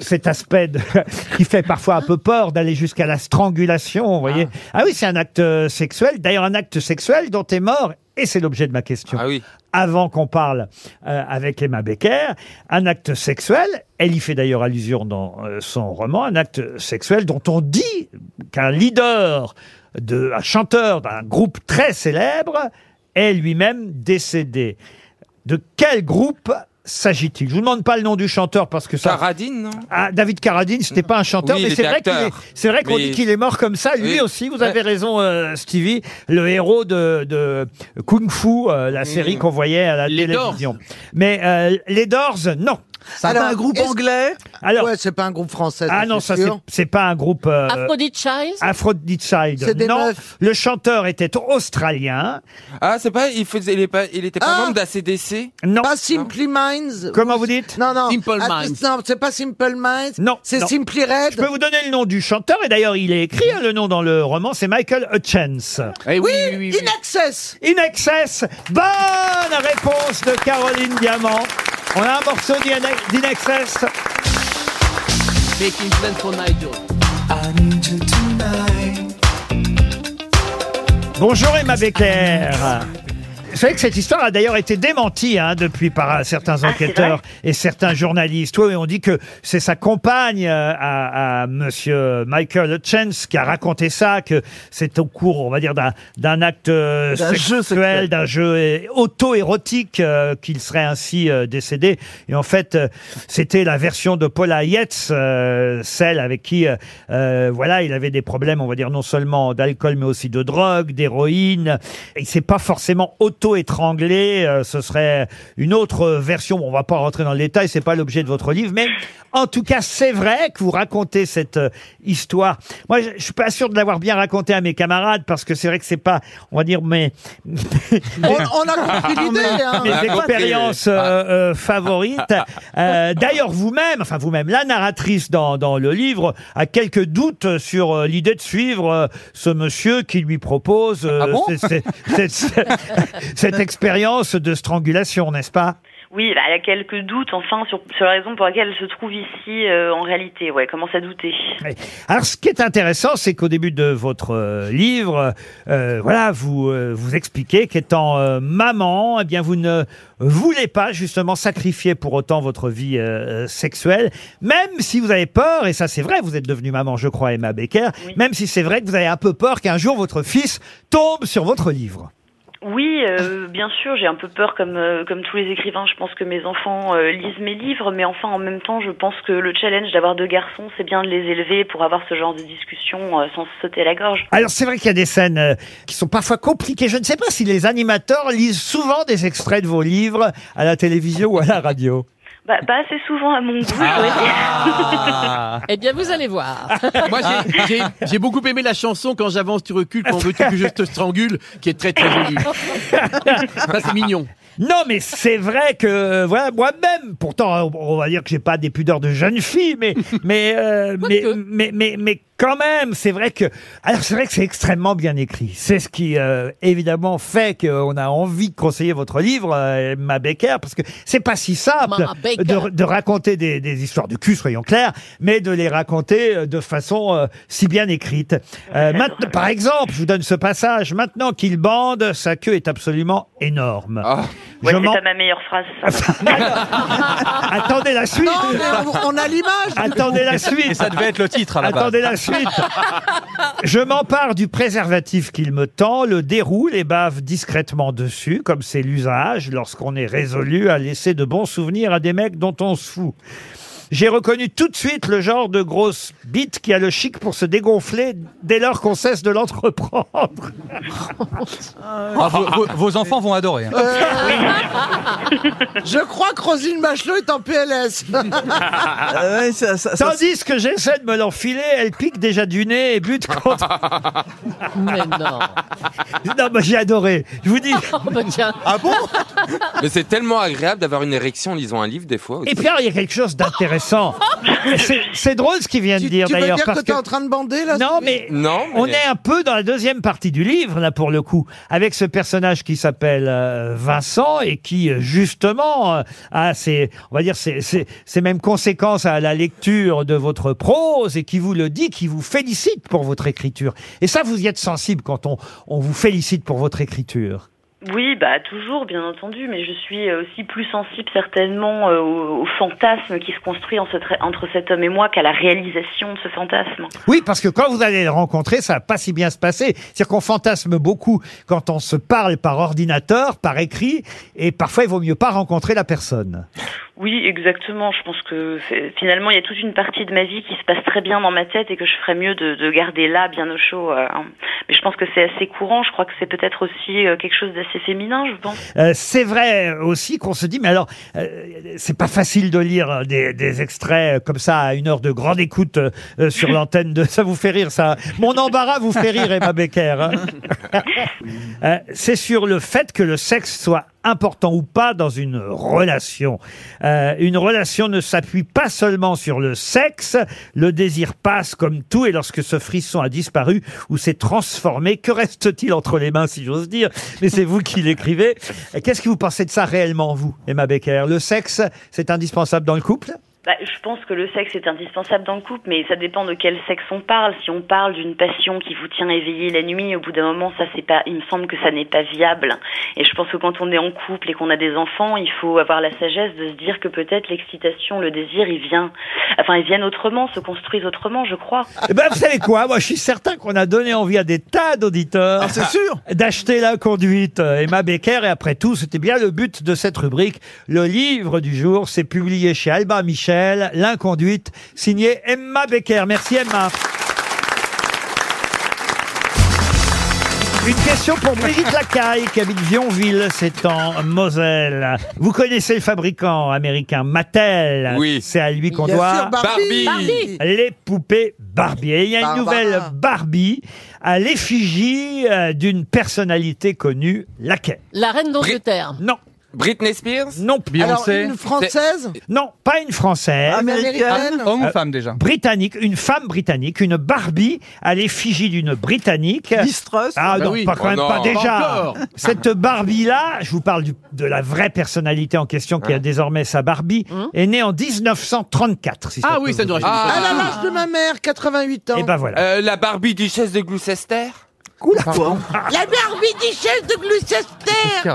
cet aspect de- qui fait parfois un peu peur, d'aller jusqu'à la strangulation, vous voyez. Ah oui, c'est un acte sexuel, d'ailleurs un acte sexuel dont est mort, et c'est l'objet de ma question,
Ah
avant qu'on parle euh, avec Emma Becker, un acte sexuel, elle y fait d'ailleurs allusion dans euh, son roman, un acte sexuel dont on dit qu'un leader, de, un chanteur d'un groupe très célèbre est lui-même décédé. De quel groupe s'agit-il Je vous demande pas le nom du chanteur parce que ça...
Paradine, non
Ah, David Carradine, c'était pas un chanteur,
Oui, il
mais c'est
était
vrai qu'il
acteur.
est- c'est vrai qu'on
Mais-
dit qu'il est mort comme ça. Lui
Oui.
aussi, vous avez raison, euh, Stevie, le héros de, de Kung Fu, euh, la série qu'on voyait à la
Les
télévision. Mais euh, les Doors, non.
C'est un groupe anglais
Alors,
Ouais, c'est pas un groupe français.
ah non, ça c'est- c'est pas un groupe. euh,
Aphrodite Child
Aphrodite Child.
C'est des
non,
meufs.
le chanteur était australien.
Ah, c'est pas, il, faisait, il, est pas, il était pas
Ah
membre d'ACDC
Non.
Pas Simply Minds.
Comment vous dites
Non, non.
Simple
Ah,
Minds.
Non, c'est pas Simple Minds.
Non,
C'est
non.
Simply Red.
Je peux vous donner le nom du chanteur et d'ailleurs il est écrit hein, le nom dans le roman, c'est Michael Hutchence.
Eh
Oui,
oui, oui, oui.
In Access.
In Excess. Bonne réponse de Caroline Diamant. On a un morceau d'In- d'In Excess.
Making plans for Nigel.
Bonjour Emma Becker. Vous savez que cette histoire a d'ailleurs été démentie hein, depuis par euh,
Ah,
certains enquêteurs et certains journalistes. Oui, oui, on dit que c'est sa compagne euh, à, à Monsieur Michael Hutchence qui a raconté ça, que c'est au cours, on va dire, d'un- d'un acte euh,
D'un jeu
sexuel,
sexuel.
d'un jeu euh, auto-érotique, euh, qu'il serait ainsi euh, décédé. Et en fait, euh, c'était la version de Paula Yates, euh, celle avec qui, euh, euh, voilà, il avait des problèmes, on va dire, non seulement d'alcool, mais aussi de drogue, d'héroïne. Il s'est pas forcément auto-étranglé. euh, ce serait une autre version. Bon, on va pas rentrer dans le détail, c'est pas l'objet de votre livre, mais en tout cas, c'est vrai que vous racontez cette euh, histoire. Moi, je, je suis pas sûr de l'avoir bien raconté à mes camarades parce que c'est vrai que c'est pas, on va dire, mais
On, on a compris l'idée. Hein.
mes
Ah, compris,
expériences euh, euh, favorites. Euh, D'ailleurs, vous-même, enfin vous-même, la narratrice dans, dans le livre a quelques doutes sur euh, l'idée de suivre euh, ce monsieur qui lui propose euh,
Ah bon
c'est- c'est- c'est- c'est- cette expérience de strangulation, n'est-ce pas
Oui, bah, elle a quelques doutes, enfin, sur, sur la raison pour laquelle elle se trouve ici euh, en réalité. Ouais, elle commence à douter.
Ouais. Alors, ce qui est intéressant, c'est qu'au début de votre euh, livre, euh, voilà, vous euh, vous expliquez qu'étant euh, maman, eh bien, vous ne voulez pas justement sacrifier pour autant votre vie euh, sexuelle, même si vous avez peur. Et ça, c'est vrai, vous êtes devenue maman, je crois, Emma Becker.
Oui.
Même si c'est vrai que vous avez un peu peur qu'un jour votre fils tombe sur votre livre.
Oui, euh, bien sûr, j'ai un peu peur comme, euh, comme tous les écrivains. Je pense que mes enfants euh, lisent mes livres, mais enfin, en même temps, je pense que le challenge d'avoir deux garçons, c'est bien de les élever pour avoir ce genre de discussion euh, sans se sauter à la gorge.
Alors, c'est vrai qu'il y a des scènes euh, qui sont parfois compliquées. Je ne sais pas si les animateurs lisent souvent des extraits de vos livres à la télévision ou à la radio.
Bah, pas assez souvent à mon goût.
Ah.
Eh bien, vous allez voir.
Moi,
Ah.
j'ai- j'ai j'ai beaucoup aimé la chanson Quand j'avance, tu recules, quand veux-tu que je te strangule, qui est très très jolie. Ça, c'est mignon.
Non, mais c'est vrai que euh, voilà, moi-même, pourtant, euh, on va dire que j'ai pas des pudeurs de jeune fille, mais mais euh, mais,
Quoique.
mais mais mais quand même, c'est vrai que alors c'est vrai que c'est extrêmement bien écrit. C'est ce qui euh, évidemment fait qu'on a envie de conseiller votre livre, euh, Emma Becker, parce que c'est pas si simple
Emma Becker.
de, de raconter des, des histoires de cul, soyons clairs, mais de les raconter euh, de façon euh, si bien écrite. Euh, maintenant, par exemple, je vous donne ce passage. Maintenant qu'il bande, sa queue est absolument énorme.
Ah.
Ouais,
Je
c'est
m'en-
pas ma meilleure phrase. ça.
Attendez la suite.
Non, mais on, on a l'image.
Attendez la
Et
suite.
ça devait être le titre à la base.
Attendez la suite. Je m'empare du préservatif qu'il me tend, le déroule et bave discrètement dessus, comme c'est l'usage lorsqu'on est résolu à laisser de bons souvenirs à des mecs dont on se fout. J'ai reconnu tout de suite le genre de grosse bite qui a le chic pour se dégonfler dès lors qu'on cesse de l'entreprendre.
Ah, vos, vos- vos enfants vont adorer. hein.
Je crois que Rosine Bachelot est en PLS.
Ah
Ah
Tandis que j'essaie de me l'enfiler, elle pique déjà du nez et bute contre.
Mais non.
Non, mais j'ai adoré. Je vous dis.
Ah bon Mais c'est tellement agréable d'avoir une érection en lisant un livre des fois. aussi.
Et Pierre, il y a quelque chose d'intéressant. C'est- C'est drôle ce qu'il vient de dire
tu veux
d'ailleurs.
dire
parce
que t'es en train de bander là
Non, mais, on est un peu dans la deuxième partie du livre, là, pour le coup, avec ce personnage qui s'appelle euh, Vincent et qui, euh, justement, euh, a ses, on va dire, ses, ses- ses mêmes conséquences à la lecture de votre prose et qui vous le dit, qui vous félicite pour votre écriture. Et ça, vous y êtes sensible quand on, on vous félicite pour votre écriture.
Oui, bah toujours, bien entendu, mais je suis euh, aussi plus sensible certainement euh, au, au fantasme qui se construit en ce tra- entre cet homme et moi qu'à la réalisation de ce fantasme.
Oui, parce que quand vous allez le rencontrer, ça va pas si bien se passer. C'est-à-dire qu'on fantasme beaucoup quand on se parle par ordinateur, par écrit, et parfois il vaut mieux pas rencontrer la personne.
Oui, exactement. Je pense que f- finalement, il y a toute une partie de ma vie qui se passe très bien dans ma tête et que je ferais mieux de, de garder là, bien au chaud. euh, hein. Mais je pense que c'est assez courant. Je crois que c'est peut-être aussi euh, quelque chose d'assez féminin, je pense.
Euh, c'est vrai aussi qu'on se dit, mais alors, euh, c'est pas facile de lire des, des extraits euh, comme ça à une heure de grande écoute euh, euh, sur l'antenne de. Ça vous fait rire, ça. Mon embarras vous fait rire, Emma Becker. hein. Euh, c'est sur le fait que le sexe soit important ou pas dans une relation. Euh, une relation ne s'appuie pas seulement sur le sexe, le désir passe comme tout et lorsque ce frisson a disparu ou s'est transformé, que reste-t-il entre les mains si j'ose dire Mais c'est vous qui l'écrivez. Euh, Qu'est-ce que vous pensez de ça réellement, vous, Emma Becker Le sexe, c'est indispensable dans le couple
Bah, je pense que le sexe est indispensable dans le couple, mais ça dépend de quel sexe on parle. Si on parle d'une passion qui vous tient éveillé la nuit, au bout d'un moment, ça c'est pas. Il me semble que ça n'est pas viable. Et je pense que quand on est en couple et qu'on a des enfants, il faut avoir la sagesse de se dire que peut-être l'excitation, le désir, il vient. Enfin, ils viennent autrement, se construisent autrement, je crois.
Eh ben, vous savez quoi Moi, je suis certain qu'on a donné envie à des tas d'auditeurs
Ah,
c'est sûr.
d'acheter la conduite euh, Emma Becker. Et après tout, c'était bien le but de cette rubrique. Le livre du jour, c'est publié chez Albin Michel, L'inconduite, signé Emma Becker. Merci Emma. Une question pour Brigitte Lacaille, qui habite Vionville, c'est en Moselle. Vous connaissez le fabricant américain Mattel.
Oui.
C'est à lui qu'on
Bien
doit.
sûr, Barbie. Barbie.
Les poupées Barbie. Et il y a une
Barbara.
nouvelle Barbie à l'effigie euh, d'une personnalité connue, laquelle
La reine d'Angleterre.
Non.
Britney Spears
Non.
Beyoncé. Alors, une Française
Non, pas une Française.
Américaine Homme ou
Euh,
femme, déjà
Britannique, une femme britannique, une Barbie à l'effigie d'une Britannique. Ah
Bah
non,
oui.
pas quand
Oh
même
non.
pas
Pas
déjà.
encore.
Cette Barbie-là, je vous parle du- de la vraie personnalité en question qui a désormais sa Barbie,
Hum.
est née en 1934.
Ah
si peut vous aider.
Ah, À la l'âge de ma mère, 88 ans.
Et ben voilà.
Euh, la Barbie duchesse de Gloucester
La Barbie duchesse de Gloucester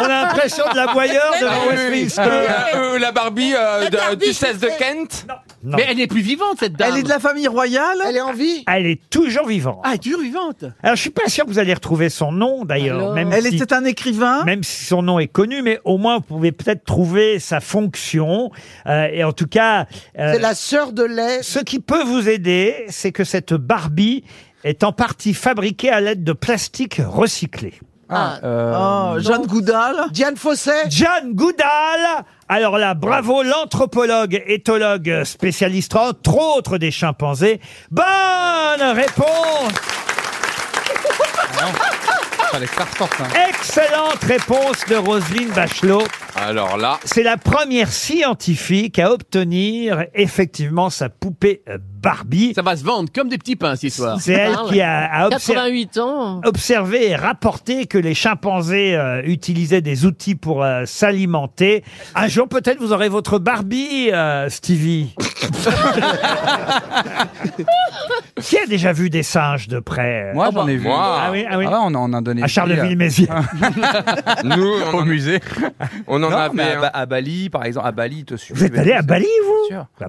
On a l'impression de la voyeur de
Ah oui, oui.
Westminster.
Euh, euh, la Barbie, euh, de- duchesse de Kent
Mais elle
est plus vivante, cette
dame. Elle est de la
famille royale Elle est en vie
Elle est toujours vivante.
Ah, elle est toujours vivante
Alors, je suis pas sûr que vous allez retrouver son nom, d'ailleurs.
Alors
même
Elle
si-
était
un écrivain
Même si son nom est connu, mais au moins, vous pouvez peut-être trouver sa fonction. Euh, et en tout cas... euh,
C'est la sœur de lait.
Ce qui peut vous aider, c'est que cette Barbie est en partie fabriquée à l'aide de plastique recyclé.
Ah,
Euh,
Euh,
Ah, Jeanne Goudal
Diane Fosset
Jeanne Goudal Alors là, bravo l'anthropologue, éthologue, spécialiste entre autres des chimpanzés. Bonne réponse
Ah Fallait que ça ressorte, hein.
Excellente réponse de Roselyne Bachelot.
Alors là.
C'est la première scientifique à obtenir effectivement sa poupée euh, Barbie.
Ça va se vendre comme des petits pains, cette histoire. Ah,
C'est elle qui a, a obser-
88 ans.
observé et rapporté que les chimpanzés euh, utilisaient des outils pour euh, s'alimenter. Un jour, peut-être, vous aurez votre Barbie, euh, Stevie. qui a déjà vu des singes de près
Moi, j'en ai vu.
Ah oui, ah oui.
Ah, on en a donné. Ah.
À Charleville-Mézières.
Nous, on
au musée.
On en
non,
a
mais
fait,
à,
hein.
Ba- à Bali, par exemple. À Bali, te
Vous êtes allé à Bali, vous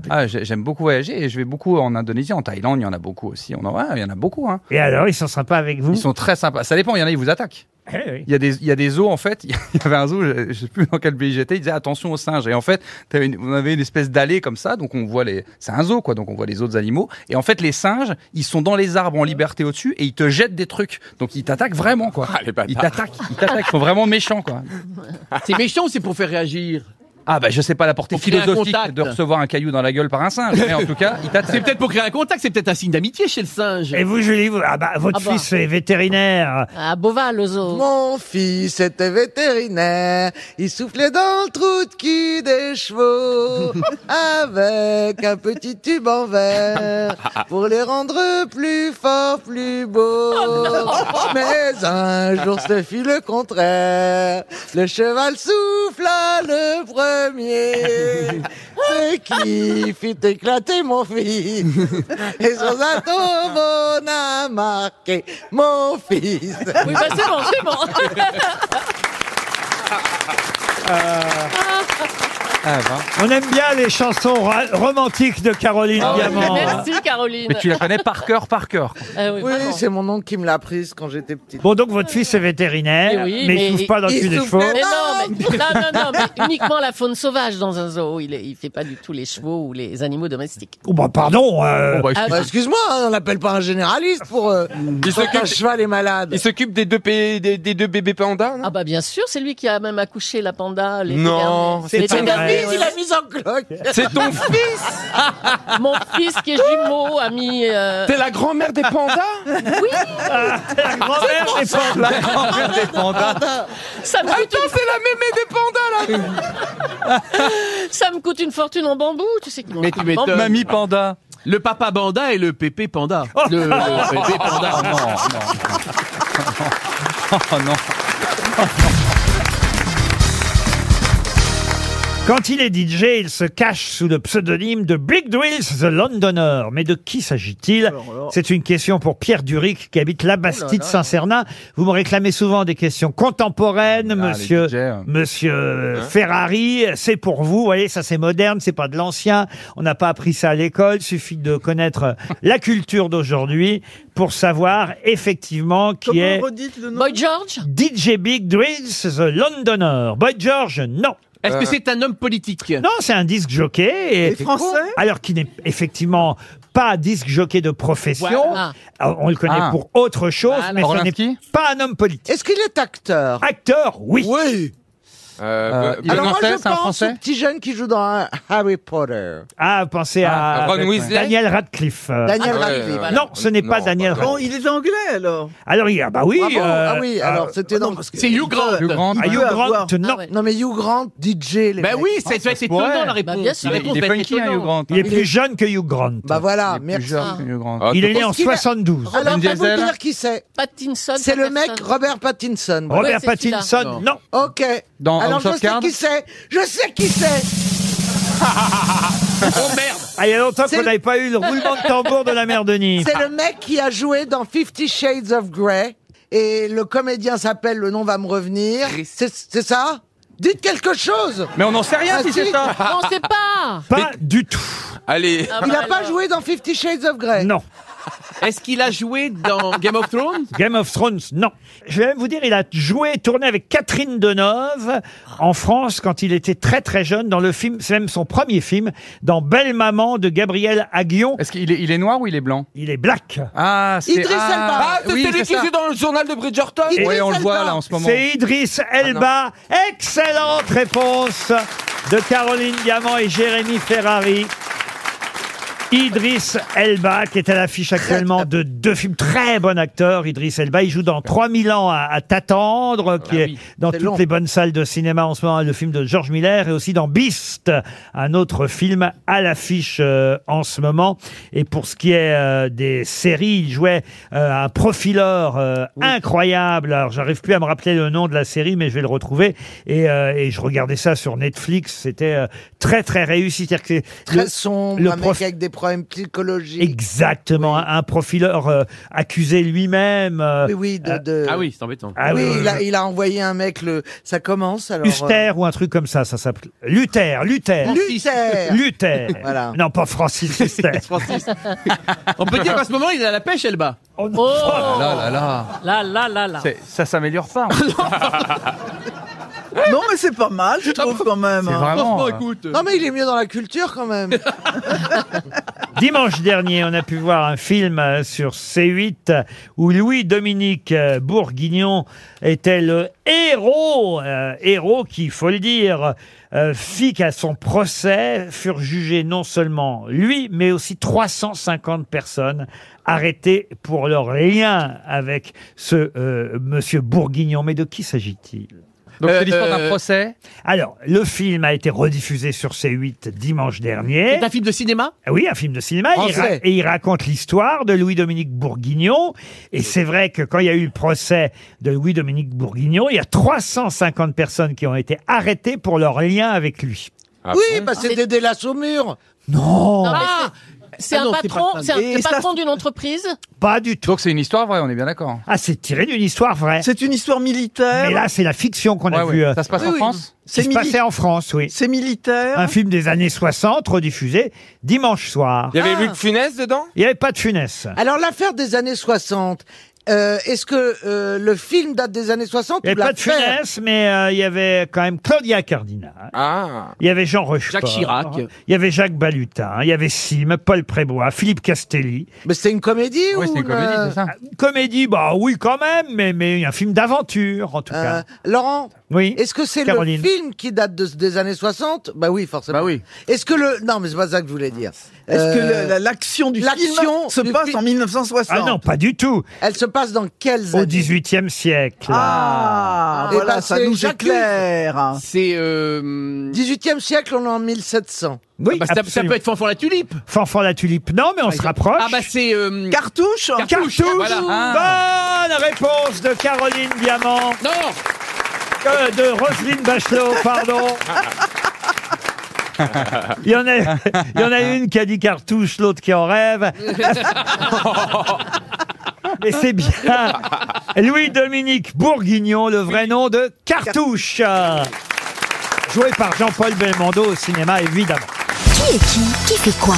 ah, j'ai- J'aime beaucoup voyager et je vais beaucoup en Indonésie, en Thaïlande, il y en a beaucoup aussi. On en... ouais, il y en a beaucoup. Hein.
Et alors, ils sont sympas avec vous
Ils sont très sympas. Ça dépend, il y en a, ils vous attaquent.
Eh
Il y, a des, il y a des zoos, en fait. Il y avait un zoo, je ne sais plus dans quel pays j'étais, il disait attention aux singes. Et en fait, t'avais une- on avait une espèce d'allée comme ça, donc on voit les. C'est un zoo, quoi, donc on voit les autres animaux. Et en fait, les singes, ils sont dans les arbres en liberté au-dessus et ils te jettent des trucs. Donc ils t'attaquent vraiment, quoi. ils t'attaquent, ils t'attaquent, ils sont vraiment méchants, quoi.
C'est méchant ou c'est pour faire réagir
Ah, bah je sais pas la portée
Pour créer un
philosophique
contact.
de recevoir un caillou dans la gueule par un singe, mais en tout cas, il t'attaque.
C'est peut-être pour créer un contact, c'est peut-être un signe d'amitié chez le singe.
Et vous, Julie, vous- ah bah, votre
Ah bah.
fils est vétérinaire.
À Beauval, le zoo. Mon fils était vétérinaire. Il soufflait dans le trou de cul des chevaux avec un petit tube en verre pour les rendre plus forts, plus
Oh,
beaux. Mais un jour, ce fut le contraire. Le cheval souffla le premier. Ce qui fit éclater mon fils. Et son atome, on a marqué mon fils.
Oui, bah c'est bon, c'est bon.
Euh,
Ah,
On aime bien les chansons ra- romantiques de Caroline
Ah ouais,
Diamant.
Merci, Caroline.
par cœur, par cœur.
Eh oui,
oui,
pardon.
c'est mon oncle qui me l'a prise quand j'étais petite.
Bon, donc votre fils est
Eh
vétérinaire, Eh, mais, il ne souffle pas dans le cul des chevaux.
Eh Mais non, mais, non, non, non, mais uniquement la faune sauvage dans un zoo. Il est- il fait pas du tout les chevaux ou les animaux domestiques.
Oh, bah, pardon. euh,
Ah, bah, Excuse-moi, hein, on l'appelle pas un généraliste pour euh, quand un cheval est malade.
Il s'occupe des deux, pé- des, des deux bébés pandas, non
Ah bah bien sûr, c'est lui qui a même accouché la panda. Les
Non,
derniers.
c'est
L'été
pas
dernier,
vrai.
ouais.
Il l'a
mise en cloque.
C'est ton fils
Mon fils qui est jumeau a mis. euh,
T'es la grand-mère des pandas
Oui.
Ah, la grand-mère des pandas.
La grand-mère des pandas. Ah,
Ça me
Attends,
coûte
c'est la mémé des pandas, là
une... ça me coûte une fortune en bambou. Tu sais qu'ils mangent
Mais
tout
tu
le bambou.
m'étonnes.
panda.
Le papa panda et le pépé panda. Le, le pépé panda.
Oh, non, Oh non.
Quand il est DJ, il se cache sous le pseudonyme de Big Drills The Londoner. Mais de qui s'agit-il C'est une question pour Pierre Duric qui habite
Oh
la Bastide Saint-Cernin. Vous me réclamez souvent des questions contemporaines,
les
monsieur,
DJ, hein.
monsieur Ferrari. C'est pour vous. Vous voyez, ça c'est moderne, c'est pas de l'ancien. On n'a pas appris ça à l'école. Suffit de connaître la culture d'aujourd'hui pour savoir effectivement qui est
redites le nom
Boy George.
DJ Big Drills The Londoner. Boy George, non.
Est-ce que c'est un homme politique
Non, c'est un disque jockey. Et,
Et français
Alors qu'il n'est effectivement pas disque jockey de profession.
Voilà.
Alors, On le connaît
Ah.
pour autre chose,
Voilà.
mais ce n'est
Orlinski
pas un homme politique.
Est-ce qu'il est acteur
Acteur, oui.
Oui.
Euh,
Euh,
Bo-
il-
Alors moi
Français,
je
c'est un
pense
Français
au petit jeune qui joue dans Harry Potter.
Ah, pensez
Ah,
à
Ron Weasley
Daniel Radcliffe. Euh,
Daniel
ouais,
Ah,
Radcliffe.
ouais.
Non, ce n'est pas Daniel
Ah, Bon,
Radcliffe.
il est anglais alors.
Alors, il y a, bah oui.
Ah, bon
euh,
ah oui, alors c'était dans...
C'est Hugh Grant.
Le grand.
ah,
il
Hugh
peut
Grant,
avoir.
non.
Ah ouais.
Non mais Hugh Grant, DJ les
Ben
mecs.
oui, ça doit être
pourrait.
étonnant la réponse.
Bah, bien sûr.
La
Il est,
réponse
il est
va être
punky, hein, Hugh
étonnante.
Grant.
Il est plus jeune que Hugh Grant.
Bah voilà,
Il est plus
merci.
jeune que Hugh Grant.
Ah,
il est
t'es
né en
Est-ce qu'il a-
72.
Alors
Vin
va vous
Diesel.
dire qui c'est
Pattinson.
C'est le mec
Patterson.
Robert Pattinson.
Ouais,
Robert
c'est
Pattinson,
celui-là.
non.
Ok.
Dans
alors
House of
je sais
Cards
qui c'est. Je sais qui c'est.
Oh merde
Ah, il y a longtemps
C'est
qu'on
le-
n'avait pas eu le roulement de tambour de la mère de Nice.
C'est le mec qui a joué dans Fifty Shades of Grey. Et le comédien s'appelle, le nom va me revenir. C'est c'est ça Dites quelque chose
Mais on n'en sait rien
Ah,
si
si.
c'est ça.
Non, c'est pas.
Pas du tout.
Allez,
Ah,
Il
bah
n'a pas
alors.
joué dans Fifty Shades of Grey.
Non.
Est-ce qu'il a joué dans Game of Thrones
Game of Thrones, non. Je vais même vous dire, il a joué, tourné avec Catherine Deneuve en France quand il était très très jeune dans le film, c'est même son premier film, dans Belle Maman de Gabriel Aguillon.
Est-ce qu'il est, il est noir ou il est blanc
Il est black.
Ah, c'est
Idriss Elba.
Ah, c'est
oui,
celui
c'est
qui
ça.
joue dans le journal de Bridgerton
Il-
Oui, on
Idriss
le voit
Elba.
là en ce moment. Ah,
C'est Idriss Elba. Excellente réponse de Caroline Diamant et Jérémy Ferrari. Idriss Elba, qui est à l'affiche actuellement de deux films. Très bon acteur, Idriss Elba. Il joue dans 3000 ans à, à t'attendre, qui est dans
Ah C'est
toutes
long.
les bonnes salles de cinéma en ce moment, le film de George Miller, et aussi dans Beast, un autre film à l'affiche euh, en ce moment. Et pour ce qui est euh, des séries, il jouait euh, un profileur euh, incroyable. Alors, j'arrive plus à me rappeler le nom de la série, mais je vais le retrouver. Et, euh, et je regardais ça sur Netflix. C'était euh, très, très réussi. C'est-à-dire que c'est
Très
le-
sombre,
le
un
prof-
mec avec des problème psychologique.
Exactement, un, un profileur euh, accusé lui-même. euh,
Oui, oui, de-
euh,
de-
Ah oui, c'est embêtant.
Ah
oui,
oui, oui,
il, a,
oui.
il a envoyé un mec, le... ça commence alors. euh,
Huster ou un truc comme ça, ça s'appelle. Luther, Luther.
Luther.
Luther.
Voilà.
Non, pas Francis Huster.
On peut dire qu'en ce moment, il est à la pêche, Elba.
Oh,
Ah,
Ah, là là là.
Là, là, là, là.
C'est- Ça s'améliore pas.
Non, mais c'est pas mal,
Ah
je trouve quand même. hein.
C'est vraiment,
hein.
Franchement, euh,
écoute.
Non, mais il est mieux dans la culture quand même.
Dimanche dernier, on a pu voir un film euh, sur C8 euh, où Louis-Dominique euh, Bourguignon était le héros, euh, héros qui, il faut le dire, euh, fit qu'à son procès furent jugés non seulement lui, mais aussi 350 personnes arrêtées pour leur lien avec ce euh, monsieur Bourguignon. Mais de qui s'agit-il
Donc c'est l'histoire d'un procès.
alors, le film a été rediffusé sur C8 dimanche dernier.
C'est un film de cinéma
Ah Oui, un film de cinéma. Il
Français.
ra- et il raconte l'histoire de Louis-Dominique Bourguignon. Et c'est vrai que quand il y a eu le procès de Louis-Dominique Bourguignon, il y a 350 personnes qui ont été arrêtées pour leur lien avec lui.
Ah
oui, bah, c'est des délasses au mur.
Non,
Ah, c'est
Ah
un
non, c'est
patron,
pas-
c'est un
Et
le
ça-
patron d'une entreprise.
pas du tout.
Donc c'est une histoire vraie, on est bien d'accord.
Ah, c'est tiré d'une histoire vraie.
C'est une histoire militaire.
Mais là, c'est la fiction qu'on a
Ouais,
vue.
ouais.
euh,
Ça se passe
Oui,
en
oui.
France
qui
c'est
se
mili-
passait en France, oui.
c'est militaire.
Un film des années 60, rediffusé dimanche soir.
Il y avait
Ah.
Luc Funès dedans
Il n'y avait pas de funès.
Alors, l'affaire des années 60, euh, est-ce que euh, le film date des années 60
Il n'y
ou
avait pas de
l'affaire
funès, mais euh, il y avait quand même Claudia Cardinal.
Ah.
Il y avait Jean Rochefort.
Jacques Chirac.
Il y avait Jacques Balutin. Il y avait Sim, Paul Prébois, Philippe Castelli.
Mais c'est une comédie
Oui,
ou
c'est une comédie,
euh,
c'est ça.
Une Comédie, bah oui, quand même, mais, mais un film d'aventure, en tout
euh,
cas.
Laurent,
Oui.
Est-ce que c'est le
Caroline.
film qui date de- des années 60 Bah oui, forcément.
Bah oui.
Est-ce que le Non, mais c'est pas ça que je voulais dire.
Est-ce
Euh,
que la- la- l'action du
l'action
film se
du
passe
film-
en 1960
Ah non, pas du tout.
elle se passe dans quelles
Au
années
18e siècle.
Ah,
Ah. Eh
voilà,
ben,
ça
c'est
nous
Jacques Luz.
éclaire.
C'est. euh,
18e siècle, on est en 1700.
Oui,
bah, ça- ça,
absolument.
peut être Fanfan la Tulipe.
Fanfan la tulipe. Non, mais on se rapproche.
Ah bah c'est. euh, ah,
Cartouche
Cartouche.
Voilà.
Ah.
Bonne réponse de Caroline Diamant,
Non
euh, de Roselyne Bachelot, pardon. Il y, en a, il y en a une qui a dit cartouche, l'autre qui en rêve. Mais c'est bien. Louis-Dominique Bourguignon, le vrai nom de Cartouche. Joué par Jean-Paul Belmondo au cinéma, évidemment.
Qui est qui Qui fait quoi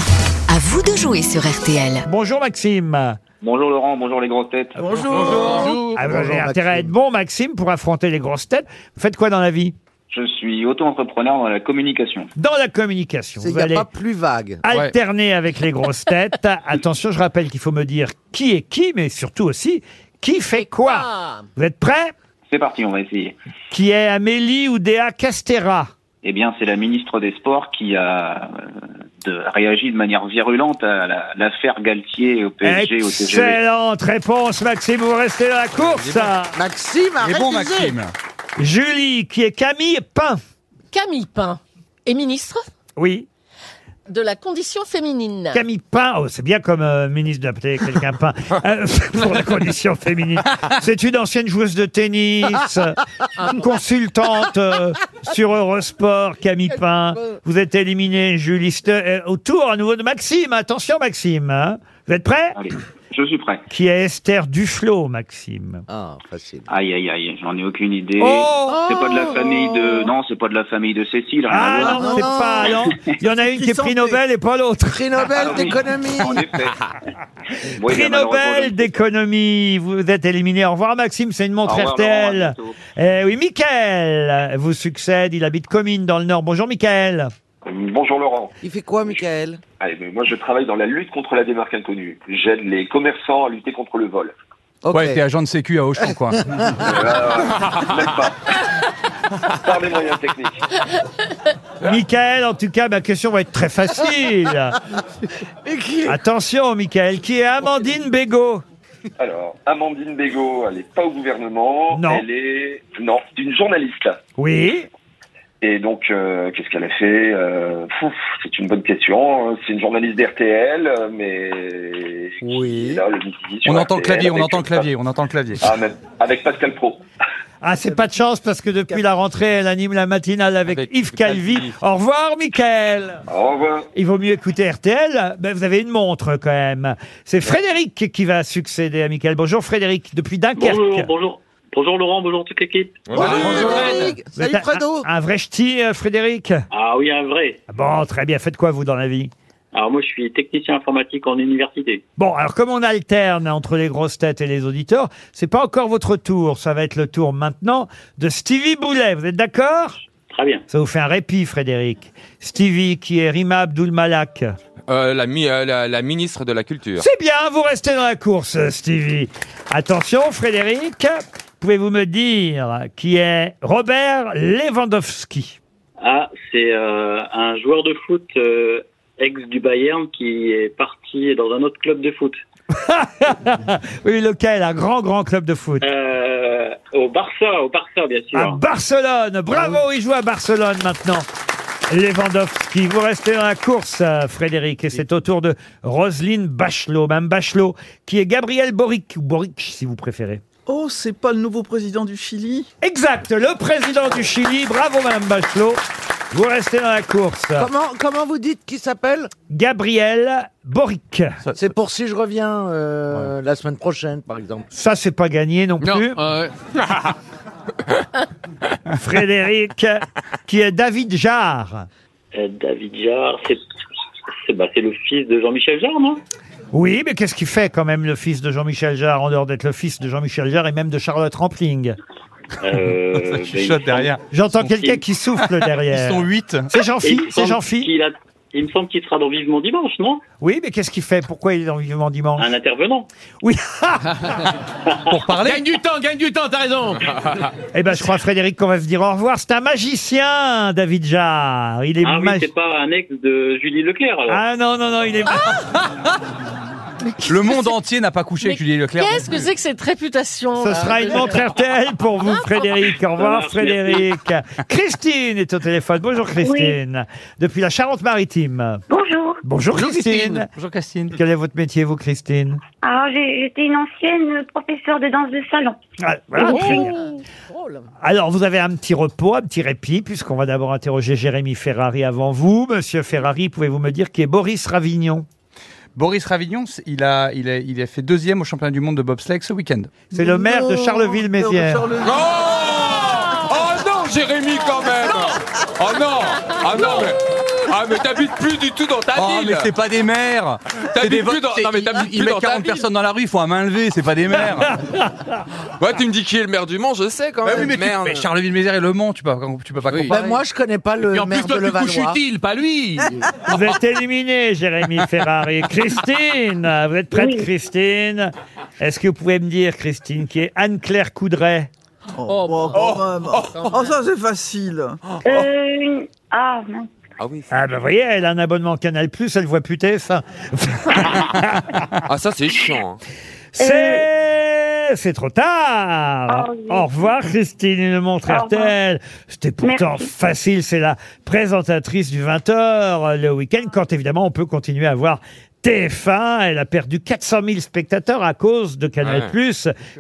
À vous de jouer sur RTL.
Bonjour Maxime.
Bonjour Laurent, bonjour les grosses têtes.
Bonjour.
Ah, vous avez
Bonjour,
intérêt à
Maxime.
être bon, Maxime, pour affronter les grosses têtes. Vous faites quoi dans la vie
Je suis auto-entrepreneur dans la communication.
Dans la communication.
Il
Vous
n'y a
allez
pas plus vague.
alterner avec les grosses têtes. Attention, je rappelle qu'il faut me dire qui est qui, mais surtout aussi qui fait quoi.
Ah,
Vous êtes prêts
C'est parti, on va essayer.
Qui est Amélie ou Déa Castera
Eh bien, c'est la ministre des Sports qui a euh, de- réagi de manière virulente à la- l'affaire Galtier au PSG, au TGV.
Excellente réponse, Maxime. Vous restez dans la course.
Maxime,
Et
arrête
bon,
d'user.
Maxime.
Julie, qui est Camille Pain.
Camille Pain est ministre
Oui,
de la condition féminine.
Camille Pain. Oh, c'est bien comme euh, ministre d'appeler quelqu'un Pain Euh, pour la condition féminine. C'est une ancienne joueuse de tennis,
Ah
euh, une consultante euh, sur Eurosport, Camille Pain. Vous êtes éliminé, Julie. Ste- euh, au tour à nouveau de Maxime. Attention, Maxime. hein. Vous êtes prêts
Allez, je suis prêt.
Qui est Esther Duflo, Maxime
Ah, facile.
Aïe, aïe, aïe, j'en ai aucune idée.
Oh
C'est pas de la famille de... Non, c'est pas de la famille de Cécile. rien à
Ah
voir.
non,
non,
c'est
non.
pas. Non. Il y en a une qui est prix
Santé.
Nobel et pas l'autre.
Prix
Ah
Nobel
oui,
d'économie.
En effet. Oui,
Prix
bah, malheureusement, je-
Nobel d'économie, vous êtes éliminé. Au revoir Maxime, c'est une
Au
montre
revoir, Laurent, à
RTL.
bientôt.
Eh oui, Michael vous succède, il habite Comines dans le Nord. Bonjour Michael.
Bonjour Laurent.
Il fait quoi, Michael
Allez, mais moi je travaille dans la lutte contre la démarque inconnue. J'aide les commerçants à lutter contre le vol.
Ok.
Ouais, t'es agent de sécu à Auchan, quoi.
Ah.
Euh, Même pas. Par les moyens techniques.
Michael, en tout cas, ma question va être très facile.
Et qui-
Attention Michael, qui est Amandine Bégaud
Alors, Amandine Bégaud, elle n'est pas au gouvernement.
Non.
Elle est. Non, c'est une journaliste.
Oui,
Et donc, euh, qu'est-ce qu'elle a fait Euh, pouf, C'est une bonne question. hein. C'est une journaliste d'RTL, mais. qui
Oui.
est Là, le midi sur
On entend le
RTL,
clavier, on
avec-
entend le clavier, on entend le clavier.
Ah, même. Avec Pascal Pro.
Ah, c'est pas de chance parce que depuis la rentrée, elle anime la matinale avec, Yves Calvi. Au revoir, Michael.
Au revoir.
Il vaut mieux écouter RTL. Ben, vous avez une montre quand même. C'est Frédéric qui va succéder à Michael. Bonjour Frédéric, depuis Dunkerque.
Bonjour, bonjour. Bonjour Laurent, bonjour toute l'équipe.
Vous êtes un- Un, un vrai ch'ti, euh, Frédéric
Ah oui, un vrai.
Bon, très bien. Faites quoi, vous, dans la vie
Alors moi, je suis technicien informatique en université.
Bon, alors comme on alterne entre les grosses têtes et les auditeurs, c'est pas encore votre tour. Ça va être le tour maintenant de Stevie Boulet. Vous êtes d'accord
Très bien.
Ça vous fait un répit, Frédéric. Stevie, qui est Rima Abdul-Malak.
Euh, la, mi- euh, la, la ministre de la Culture.
C'est bien, vous restez dans la course, Stevie. Attention, Frédéric. Pouvez-vous me dire qui est Robert Lewandowski
Ah, c'est euh, un joueur de foot euh, ex du Bayern qui est parti dans un autre club de foot.
Oui, lequel Un grand, grand club de foot.
Euh, au Barça, au Barça, bien sûr.
À Barcelone. Bravo, il joue à Barcelone maintenant. Lewandowski, vous restez dans la course, euh, Frédéric, et c'est au tour de Roselyne Bachelot, Mme Bachelot, qui est Gabriel Boric, ou Boric si vous préférez.
Oh, c'est pas le nouveau président du Chili
Exact, le président du Chili, bravo Mme Bachelot, vous restez dans la course.
Comment, comment vous dites qui s'appelle
Gabriel Boric.
C'est pour si je reviens euh, la semaine prochaine, par exemple.
Ça, c'est pas gagné non plus. Frédéric, qui est David Jarre.
Euh, David Jarre, c'est c'est- bah, c'est le fils de Jean-Michel Jarre, non
Oui, mais qu'est-ce qu'il fait quand même le fils de Jean-Michel Jarre, en dehors d'être le fils de Jean-Michel Jarre et même de Charlotte Rampling
Euh,
Ça
ben,
chuchote
il me semble-
derrière.
J'entends
Son
quelqu'un
fils.
qui souffle derrière.
Ils sont huit.
C'est Jean-Phi,
Et il me
c'est
semble
Jean-Phi.
qu'il a- Il me semble qu'il sera dans Vivement Dimanche, non
Oui, mais qu'est-ce qu'il fait Pourquoi il est dans Vivement Dimanche
Un intervenant.
Oui.
Pour parler. Gagne du temps, gagne du temps, t'as raison.
eh ben, je crois, Frédéric, qu'on va se dire au revoir. C'est un magicien, David Jarre. Il est
Ah oui,
magi-
c'est pas un ex de Julie Leclerc, alors.
Ah non, non, non, il est.
Le monde entier n'a pas couché avec Julie Leclerc.
Qu'est-ce que c'est que cette réputation
Ce sera une montre RTL pour
Ah.
vous, Frédéric. Au revoir,
Merci.
Frédéric. Christine est au téléphone. Bonjour, Christine. Depuis la Charente-Maritime.
Bonjour.
Bonjour, Christine.
Bonjour Christine.
Quel est votre métier, vous, Christine
Alors, j'ai- j'étais une ancienne professeure de danse de salon.
Ah, voilà,
Oh,
très bien. Alors, vous avez un petit repos, un petit répit, puisqu'on va d'abord interroger Jérémy Ferrari avant vous. Monsieur Ferrari, pouvez-vous me dire qui est Boris Ravignon
Boris Ravignon, c'est- il a, il, a, il a fait deuxième au championnat du monde de bobsleigh ce week-end.
C'est le maire
Oh,
de Charleville-Mézières.
Oh non, Jérémy, quand même Oh non Ah non, mais... Ah mais t'habites plus du tout dans ta
Oh,
ville
mais c'est pas des maires C'est des
T'habites plus
votes-
dans... Non mais
il-
t'habites
Il
plus
met
dans ta
40
ville.
personnes dans la rue, il faut un Ah, main levée, c'est pas des maires
Ouais, tu me dis qui est le maire du Mans, je sais
Bah
Bah
quand même.
oui, mais, tu-
Merde.
mais Charleville-Mézières et Le Mans, tu peux, tu peux pas comparer.
Ben, moi, je connais pas le maire de Levallois.
pas lui
Vous êtes éliminé, Jérémy Ferrari. Christine, vous êtes prête,
Oui.
Christine Est-ce que vous pouvez me dire, Christine, qui est Anne-Claire Coudray
Oh, quand même. Oh, ça, c'est facile. Oh.
Eh,
Euh, une- Ah, mince.
Ah oui.
Ah ben voyez, elle a un abonnement Canal+, elle voit plus TF1.
Ah ça c'est chiant. hein.
C'est... C'est trop tard
Euh, Ah oui.
Au revoir Christine, une montre
Au revoir.
RTL C'était pourtant
Merci.
facile, c'est la présentatrice du 20h le week-end, quand évidemment on peut continuer à voir TF1, elle a perdu 400 000 spectateurs à cause de Canal+,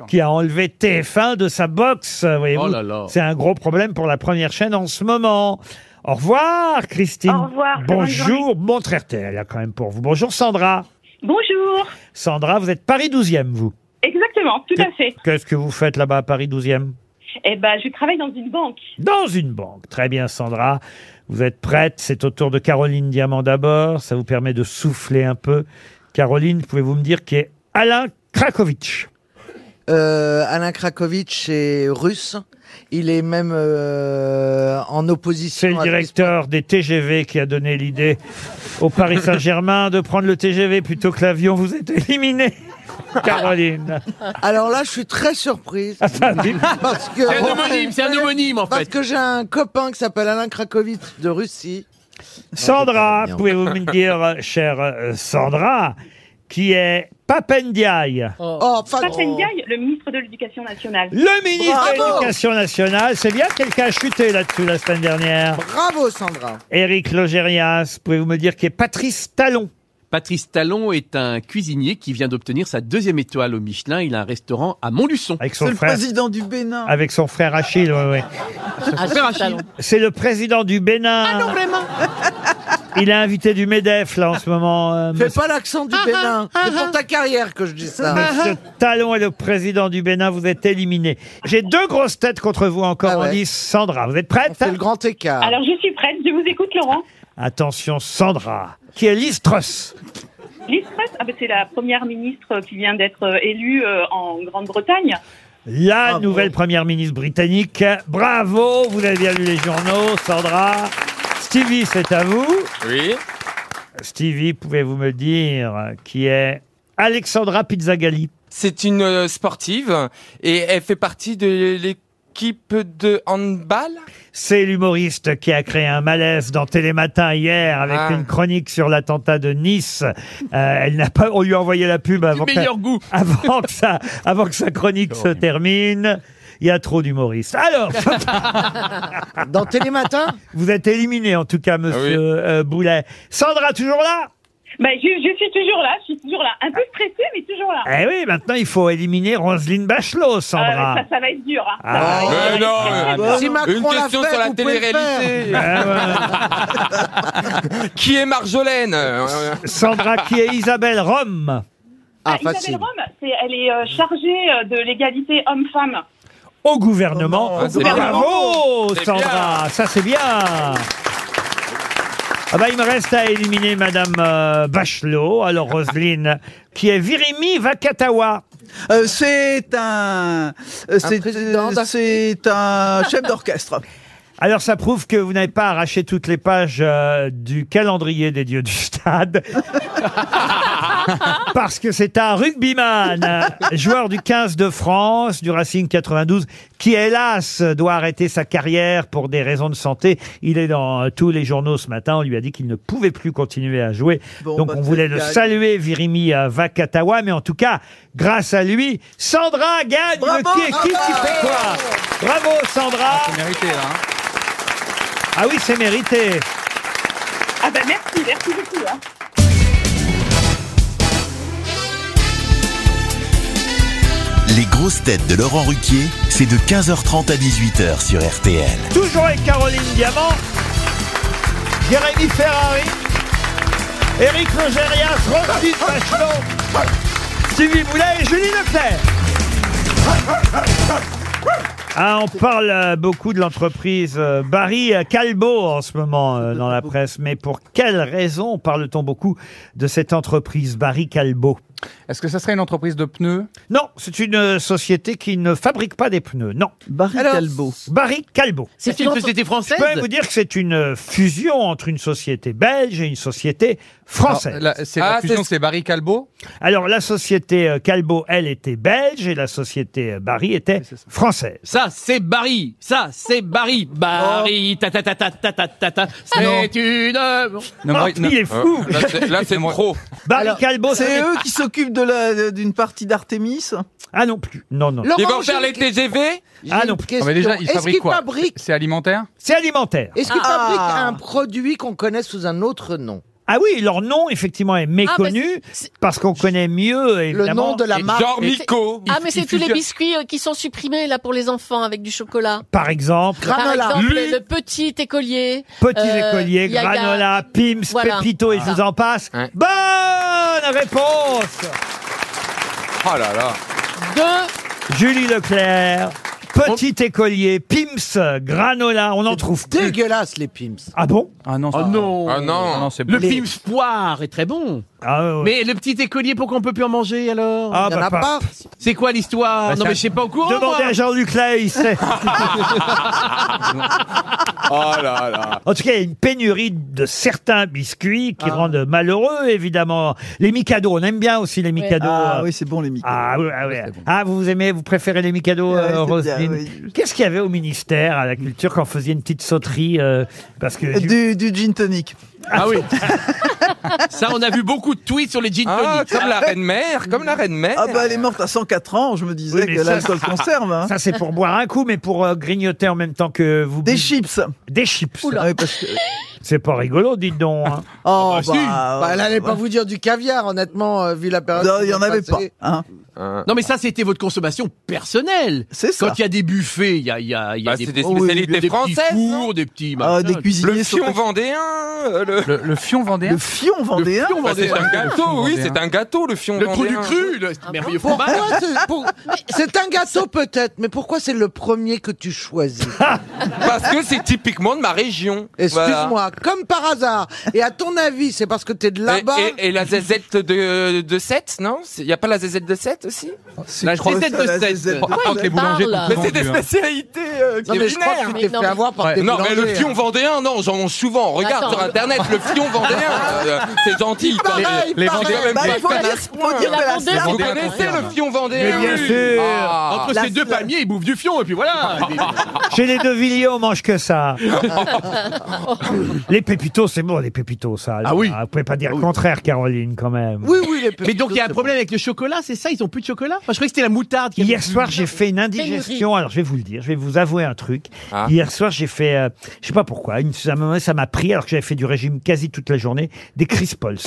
qui a enlevé TF1 de sa box, euh, voyez-vous.
Oh là là.
C'est un gros problème pour la première chaîne en ce moment. Au revoir Christine
Au revoir, très bonne
Bonjour, montre RTL là, quand même pour vous. Bonjour Sandra
Bonjour.
Sandra, vous êtes Paris 12e vous
Exactement, tout à fait.
Qu'est-ce que vous faites là-bas à Paris 12e
Eh ben, je travaille dans une banque.
Dans une banque. Très bien, Sandra. Vous êtes prête. C'est au tour de Caroline Diamant d'abord. Ça vous permet de souffler un peu. Caroline, pouvez-vous me dire qui est Alain Krakowicz
Euh, Alain Krakowicz est russe. Il est même euh, en opposition.
C'est le
à-
directeur des TGV qui a donné l'idée au Paris Saint-Germain de prendre le TGV plutôt que l'avion. Vous êtes éliminé, Caroline.
Alors là, je suis très surprise. parce que
Ah, C'est un homonyme, c'est un homonyme, en
Parce
fait.
que j'ai un copain qui s'appelle Alain Krakowicz de Russie.
Sandra, pouvez-vous me dire, euh, chère euh, Sandra, qui est Papendiaï
Oh,
Papa Ndiaye, le ministre de l'Éducation nationale.
Le ministre de l'Éducation nationale, c'est bien quelqu'un a chuté là-dessus la semaine dernière.
Bravo Sandra.
Éric Logérias, pouvez-vous me dire qui est Patrice Talon
Patrice Talon est un cuisinier qui vient d'obtenir sa deuxième étoile au Michelin. Il a un restaurant à Montluçon.
Avec
C'est le président du Bénin.
Avec son frère Achille, ouais, ouais.
Ah, frère Achille. Talon.
C'est le président du Bénin.
Ah, non, vraiment
Il a invité du MEDEF, là, en ce moment. euh,
Fais
monsieur-
pas l'accent du Bénin. C'est pour ta carrière que je dis ça.
Ah,
Ah,
Monsieur Talon est le président du Bénin, vous êtes éliminé. J'ai deux grosses têtes contre vous encore,
Ah
on dit Sandra. Vous êtes prête C'est le
grand écart.
Alors je suis prête, je vous écoute Laurent.
Attention, Sandra, qui est Listros.
Liz Truss, ah ben, c'est la première ministre qui vient d'être euh, élue euh, en Grande-Bretagne.
La nouvelle première ministre britannique. Bravo, vous avez bien lu les journaux, Sandra. Stevie, c'est à vous.
Oui.
Stevie, pouvez-vous me dire euh, qui est Alexandra Pizzagalli
C'est une euh, sportive et elle fait partie de l'équipe de handball.
C'est l'humoriste qui a créé un malaise dans Télématin hier avec
Ah.
une chronique sur l'attentat de Nice. Euh, elle n'a pas, on lui a envoyé la pub avant
meilleur
que, avant que ça, avant que sa chronique se termine. Il y a trop d'humoristes. Alors,
dans Télématin,
vous êtes éliminé en tout
Ah
cas, Monsieur euh, Boulet. Sandra, toujours là
Ben, je, je suis toujours là, je suis toujours là. Un peu stressée, mais toujours là.
Eh oui, maintenant il faut éliminer Roselyne Bachelot,
Ah,
Sandra.
ça, ça va être dur. Hein. Ça
Ah.
va être-
Mais
ça va être dur.
Si Macron Une l'a question
Eh,
fait, sur la vous pouvez le télé-réalité. faire.
Ah,
Qui est Marjolaine Euh,
Sandra, qui est Isabelle Rome.
Ah, Isabelle Rome, c'est- elle est euh, chargée euh, de l'égalité homme-femme.
Au gouvernement.
Ah, c'est
Bravo,
bien. C'est
Sandra. Ça, c'est bien. Ah bah, il me reste à éliminer Madame euh, Bachelot, alors Roselyne, qui est Virimi Vakatawa.
Euh, c'est un, euh, c'est euh, c'est un chef d'orchestre.
Alors ça prouve que vous n'avez pas arraché toutes les pages euh, du calendrier des dieux du stade. Parce que c'est un rugbyman, euh, joueur du 15 de France, du Racing 92, qui hélas doit arrêter sa carrière pour des raisons de santé. Il est dans euh, tous les journaux ce matin, on lui a dit qu'il ne pouvait plus continuer à jouer.
Bon,
Donc
bah,
on voulait
c'est
le
bien.
saluer, Virimi euh, Vakatawa, mais en tout cas, grâce à lui, Sandra gagne le qui qui qui fait quoi Bravo Sandra
C'est mérité, là. hein.
Ah oui, c'est mérité.
Ah ben merci, merci beaucoup. hein.
Les grosses têtes de Laurent Ruquier, c'est de 15h30 à 18h sur RTL.
Toujours avec Caroline Diamant, Jérémy Ferrari, Éric Logérias, Roselyne Bachelot, Stevie Boulet et Julie Leclerc. Ah, on parle euh, beaucoup de l'entreprise euh, Barry Calbo en ce moment euh, dans la presse, mais pour quelle raison parle-t-on beaucoup de cette entreprise Barry Calbo
Est-ce que ça serait une entreprise de pneus
Non, c'est une euh, société qui ne fabrique pas des pneus, non.
Barry Calbo.
Barry Calbo.
C'est une société française
Je peux même vous dire que c'est une euh, fusion entre une société belge et une société française.
Alors, la- c'est la fusion, c'est Barry Calbo
Alors la société euh, Calbo, elle était belge et la société euh, Barry était française.
Ça, c'est Barry. Ça, c'est Barry. Barry, ta ta ta ta ta ta ta ta. C'est une.
Non, Barry- non. Il est fou.
Là, c'est- là, c'est trop.
Barry
Alors,
Calbo,
c'est
c'est-
eux qui s'occupent de la- d'une partie d'Artémis.
Ah non plus. Non non.
Laurent, Ils vont faire j'ai- les
TGV
Ah non.
mais déjà, ils
Est-ce
fabriquent
qu'ils
quoi
fabriquent-
C'est alimentaire
C'est alimentaire.
est-ce qu'ils
Ah.
fabriquent un produit qu'on connaît sous un autre nom
Ah oui, leur nom effectivement
Ah,
est méconnu parce qu'on connaît mieux évidemment
nom de la Et marque. genre
Mico.
Ah, mais c'est tous les biscuits euh, qui sont supprimés là pour les enfants avec du chocolat.
Par exemple,
Par exemple,
Lu-
le petit écolier.
Petit
euh,
écolier,
Yaga. Ah,
granola, Pims,
Voilà.
Pépito et je vous en passe. Bonne réponse
Oh là là.
Julie Leclerc, Petit écolier, Pims, granola, on en trouve plus.
Dégueulasse les Pims.
Ah bon
Ah non.
Oh non.
Ah non.
c'est
Le
bon.
Pims poire est très bon.
Ah, ouais.
Mais le petit écolier, pourquoi on peut plus en manger alors
Ah, Il y en bah, a pas- pas.
C'est quoi l'histoire
Bah,
Non
ça-
mais je sais pas au courant.
Demandez
moi.
à Jean-Luc Lay, il sait.
Oh là là.
En tout cas, il y a une pénurie de certains biscuits
Ah.
qui rendent malheureux, évidemment. Les Mikado, on aime bien aussi les Mikado.
Ah
euh,
oui, c'est bon les Mikado.
Ah, oui, ah, oui. Ah, vous vous aimez, vous préférez les Mikado, euh,
Ouais, c'est bien,
Roselyne
oui.
Qu'est-ce qu'il y avait au ministère à la culture quand on faisait une petite sauterie euh, parce que du-
Du, du gin tonic.
Ah oui. Ça, on a vu beaucoup de tweets sur les gin
Ah,
tonic.
comme la reine mère, comme la reine mère.
Ah bah elle est morte à 104 ans, je me disais
mais
que
ça-
l'alcool conserve. hein.
Ça, c'est pour boire un coup, mais pour euh, grignoter en même temps que vous.
Des
buvez-
chips.
Des chips.
Ah oui, parce que
C'est pas rigolo, dites donc. hein.
Oh,
Ah bah
bah,
si.
bah, elle allait pas vous dire du caviar, honnêtement, euh, vu la période.
Non,
qu'on
il y en
a
avait
passée.
Non, mais ça, c'était votre consommation personnelle.
C'est
ça. Quand il y a des buffets, il y a, il y a, il y a
Bah,
des,
c'est des
oh, oui,
spécialités
des petits
françaises,
fours, des petits.
Ah,
machins.
des cuisiniers Le fion sont- vendéen, euh, le...
Le, fion vendéen.
Le fion
Bah,
vendéen.
c'est un gâteau, oui, c'est un gâteau, le fion
Le trou du
vendéen.
cru, le
Ah
merveilleux
Pourquoi
fromage.
c'est pour- C'est un gâteau peut-être, mais pourquoi c'est le premier que tu choisis
Parce que c'est typiquement de ma région.
Excuse-moi,
Voilà.
comme par hasard. Et à ton avis, c'est parce que t'es de
Bah. Et,
là-bas
et- et la ZZ de, de 7, non Il n'y a pas la ZZ de 7 aussi La
crois-
ZZ de
la
7.
ZZ. Pourquoi il parle, là
Mais c'est des
Vendu, hein.
spécialités euh,
Non, mais je crois que tu
culinaires.
t'es Mais non, fait mais- avoir par tes
Non, mais le
boulangers,
fion
hein.
vendéen, non, j'en mange souvent. Regarde
Attends.
sur Internet, le fion vendéen. euh, C'est gentil.
Ah,
Pareil,
les
pareil.
Vendéens,
Bah,
même pas
il faut
connaissent
dire- faut
point.
dire que la
Vous
Vendée, c'est
connaissez
pas
le fion vendéen
Mais bien
oui.
sûr.
Ah.
Entre ces deux palmiers, ils bouffent du fion, et puis voilà.
Chez les deux Villiers, on mange que ça. les pépitos, c'est bon, les pépitos, ça. Ah oui. Vous pouvez pas dire le contraire, Caroline, quand même.
Oui, oui, les
Mais donc il y a un problème avec le chocolat, c'est ça Ils ont plus de chocolat Moi, Je croyais que c'était la moutarde. qui avait
Hier
plus de
soir,
chocolat.
j'ai fait une indigestion. Alors, je vais vous le dire, je vais vous avouer un truc. Hier soir, j'ai fait, euh, je sais pas pourquoi, une, à un moment, ça m'a pris, alors que j'avais fait du régime quasi toute la journée, des crispols.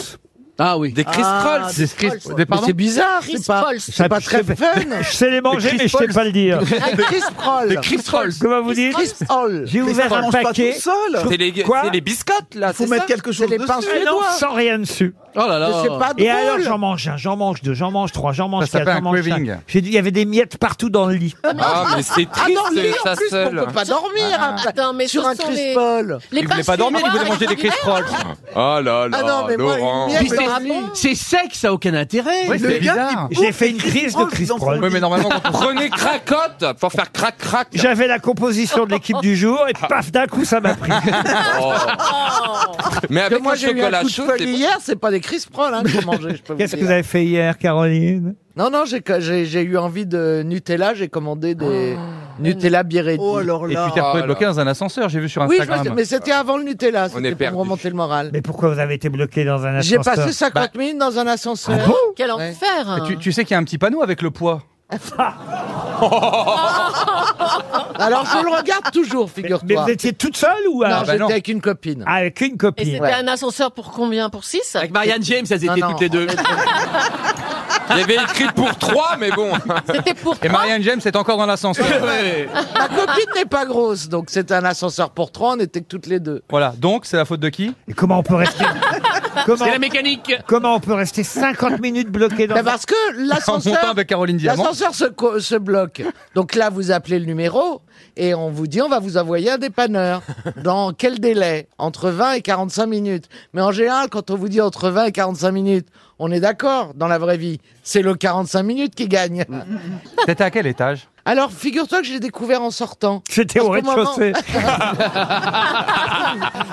Ah oui.
Des
Crisp Ah, Rolls. des Des Crisp- Rolls. des- pardon Mais c'est bizarre, c'est pas- Crispols. c'est pas très fun.
Je sais les manger,
Des
mais je sais
Crispols.
pas le dire.
Des Crisprols. Des Crisprols.
Comment vous dites
Crisprols.
J'ai ouvert
Crisprols,
un
on mange pas
paquet.
tout seul.
C'est les-
Quoi
c'est les biscottes, là, Faut Ah, c'est mettre ça quelque
chose
dessus.
Ah non, sans rien dessus.
Oh là là. Mais c'est pas
Et
drôle.
alors j'en mange un, j'en mange deux, j'en mange trois, j'en mange
Ça
quatre,
s'appelle
j'en
un
mange
craving.
cinq. J'ai dit, il y avait des miettes partout dans le lit.
Ah, mais c'est triste,
Ah non, lui, en
ça
plus,
seul.
on peut pas dormir après,
Attends, mais
sur
ce
un
sont les-
Crispol.
les Il voulait pas dormir, il voulait manger des Crisp
Rolls.
Ah là là,
Ah non, mais moi, une
Laurent.
miette
Puis c'est-
dans la nuit.
C'est sec, ça a aucun intérêt.
Ouais, c'est
Le gars
bizarre.
qui
J'ai
bouffe
fait
des
une crise de
Crisp
crisprol.
Oui, mais normalement, quand on- prenez cracotte pour faire crac crac. Ah.
J'avais la composition de l'équipe du jour et paf, d'un coup, ça m'a pris.
Oh. Mais
Parce que
avec
moi,
le
j'ai eu un
chocolat
coup de
chaud,
folie
c'est-
hier, c'est pas des Crisprols hein, que j'ai mangé, je peux vous
Qu'est-ce que
dire.
vous avez fait hier, Caroline
Non, non, j'ai j'ai- j'ai eu envie de Nutella, j'ai commandé des
Oh.
Nutella Biretti. Oh alors
Et tu t'es retrouvé bloqué dans un ascenseur, j'ai vu sur
Oui, je
Instagram.
me- mais c'était avant le Nutella, c'était pour remonter le moral.
Mais pourquoi vous avez été bloqué dans un
J'ai
ascenseur Ah
passé 50
Bah-
minutes dans un ascenseur.
Quel
Ouais.
enfer hein.
Tu, tu sais qu'il y a un petit panneau avec le poids.
Alors je le regarde toujours, figure-toi.
Mais vous étiez toute seule ou euh,
Non, j'étais avec une copine.
Ah, Avec une
Et
copine.
c'était un ascenseur pour combien Pour 6 Avec
Marianne James, elles étaient toutes les deux.
Il y avait écrit pour trois, mais bon.
C'était pour
Et Marianne James est encore dans l'ascenseur.
Ma copine n'est pas grosse, donc c'était un ascenseur pour trois, on était que toutes les deux.
Voilà, donc c'est la faute de qui
Et comment on peut rester Comment-
C'est la mécanique.
Comment on peut rester 50 minutes bloqué dans
Mais Ben, parce que
montant
l'ascenseur
avec Caroline Diamant.
l'ascenseur se, co- se bloque. Donc là, vous appelez le numéro et on vous dit on va vous envoyer un dépanneur. Dans quel délai Entre 20 et 45 minutes. Mais en général, quand on vous dit entre 20 et 45 minutes, on est d'accord dans la vraie vie. C'est le 45 minutes qui gagne.
T'étais à quel étage
Alors, figure-toi que je l'ai découvert en sortant.
C'était au
Parce qu'au
rez-de-chaussée.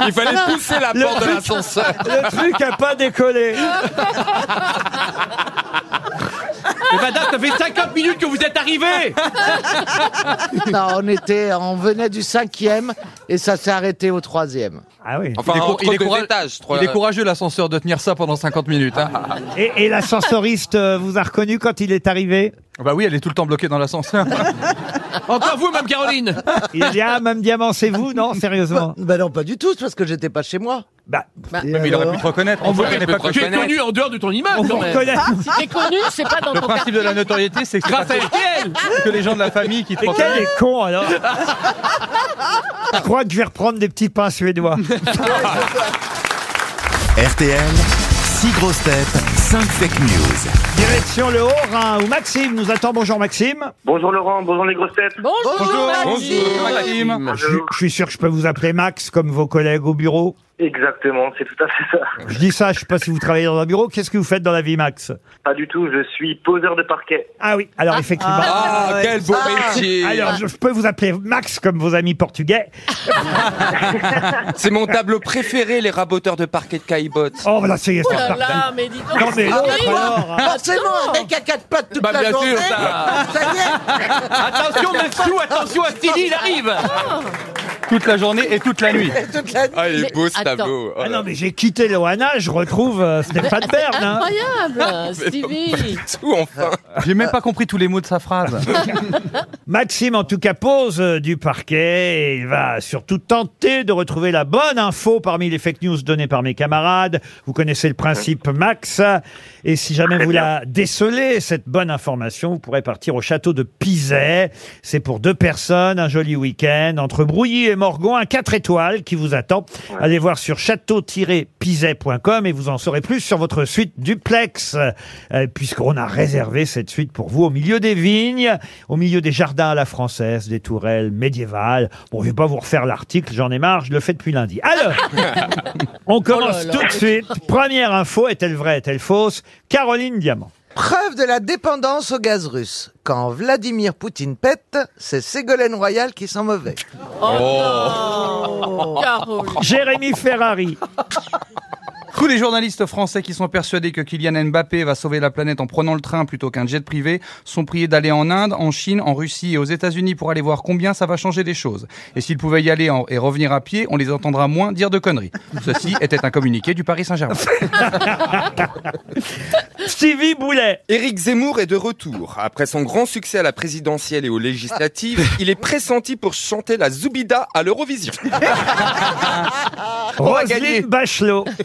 Il fallait
Alors,
pousser la
le
porte de
truc-
l'ascenseur.
Le truc a pas décollé.
Mais madame, ça fait 50 minutes que vous êtes arrivée.
non, on était, on venait du cinquième et ça s'est arrêté au troisième.
Ah oui.
Enfin,
il est, cour-
entre
il est
deux
courage-
étages, trois-
il est courageux l'ascenseur de tenir ça pendant 50 minutes. hein.
Et, et l'ascensoriste euh, vous a reconnu quand il est arrivé
bah oui, elle est tout le temps bloquée dans l'ascenseur.
Encore vous, même Caroline.
Il a dit Ah, Mme Diamant, c'est vous Non, sérieusement
Bah non, pas du tout, c'est parce que j'étais pas chez moi.
Bah,
Mais il aurait pu te reconnaître. On
On
ne
vous
reconnaît pas que
Tu es connu en dehors de ton
on
immeuble,
vous
quand même.
reconnaît.
Si t'es connu, c'est pas dans
Le
ton quartier.
principe de la notoriété, c'est que, c'est
Grâce
pas
à elle.
que les gens de la famille qui te
Mais quel
reconnaissent.
est con alors Je crois que je vais reprendre des petits pains suédois.
RTL, 6 grosses têtes, 5 fake news.
Direction le Haut-Rhin où Maxime nous attend. Bonjour Maxime.
Bonjour Laurent, bonjour les grosses têtes.
Bonjour, Maxime.
Ah, Je, je suis sûr que je peux vous appeler Max comme vos collègues au bureau.
Exactement, c'est tout à fait ça.
Je dis ça, je sais pas si vous travaillez dans un bureau. Qu'est-ce que vous faites dans la vie Max
Pas du tout, je suis poseur de parquet.
Ah oui, alors effectivement.
Ah, quel beau métier.
Alors je, je peux vous appeler Max comme vos amis portugais.
C'est mon tableau préféré, les raboteurs de parquet de Caillebotte.
Oh voilà, c'est
Oh
c'est
là
certain.
là, mais dis donc.
Non, mais hein.
Ah oui.
alors,
Forcément, Bah, un mec à quatre pattes toute
Bah,
la
bien
journée.
sûr, ça.
ça y est.
Oh.
Attention, Maxou, attention à Stevie, il arrive.
Toute la journée et toute la nuit.
Ah, il est beau ce tableau. Oh
Ah
là
non, mais j'ai quitté Loana, je retrouve euh, Stéphane Bern.
C'est
hein.
incroyable, Stevie.
J'ai même pas compris tous les mots de sa phrase.
Maxime, en tout cas, pose euh, du parquet. et Il va surtout tenter de retrouver la bonne info parmi les fake news données par mes camarades. Vous connaissez le principe, Max. Et si jamais vous la décelez, cette bonne information, vous pourrez partir au château de Pizet. C'est pour deux personnes, un joli week-end entre Brouilly et Morgon, un 4 étoiles qui vous attend. Allez voir sur château-pizet.com et vous en saurez plus sur votre suite duplex, euh, puisqu'on a réservé cette suite pour vous au milieu des vignes, au milieu des jardins à la française, des tourelles médiévales. Bon, je vais pas vous refaire l'article, j'en ai marre, je le fais depuis lundi. Alors, on commence
Oh là là.
tout de suite. Première info, est-elle vraie, est-elle fausse Caroline Diamant.
Preuve de la dépendance au gaz russe. Quand Vladimir Poutine pète, c'est Ségolène Royal qui sent mauvais.
Oh
Oh.
Jérémy Ferrari.
Tous les journalistes français qui sont persuadés que Kylian Mbappé va sauver la planète en prenant le train plutôt qu'un jet privé sont priés d'aller en Inde, en Chine, en Russie et aux États-Unis pour aller voir combien ça va changer les choses. Et s'ils pouvaient y aller en- et revenir à pied, on les entendra moins dire de conneries. Ceci était un communiqué du Paris Saint-Germain.
Stevie Boulet.
Éric Zemmour est de retour. Après son grand succès à la présidentielle et aux législatives,
Ah.
il est pressenti pour chanter la Zoubida à l'Eurovision. On va gagner.
Roselyne Bachelot.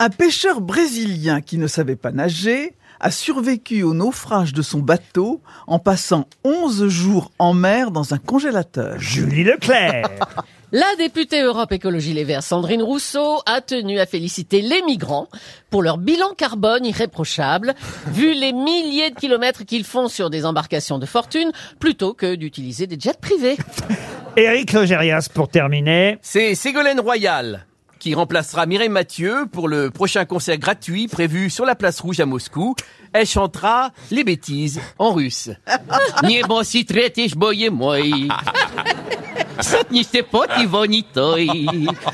Un pêcheur brésilien qui ne savait pas nager a survécu au naufrage de son bateau en passant 11 jours en mer dans un congélateur.
Julie Leclerc
La députée Europe Écologie Les Verts, Sandrine Rousseau, a tenu à féliciter les migrants pour leur bilan carbone irréprochable, vu les milliers de kilomètres qu'ils font sur des embarcations de fortune, plutôt que d'utiliser des jets privés.
Éric Logérias pour terminer.
C'est Ségolène Royal qui remplacera Mireille Mathieu pour le prochain concert gratuit prévu sur la place rouge à Moscou. Elle chantera les bêtises en russe. Не боси третиш бое мой. Сотниште пот его не той.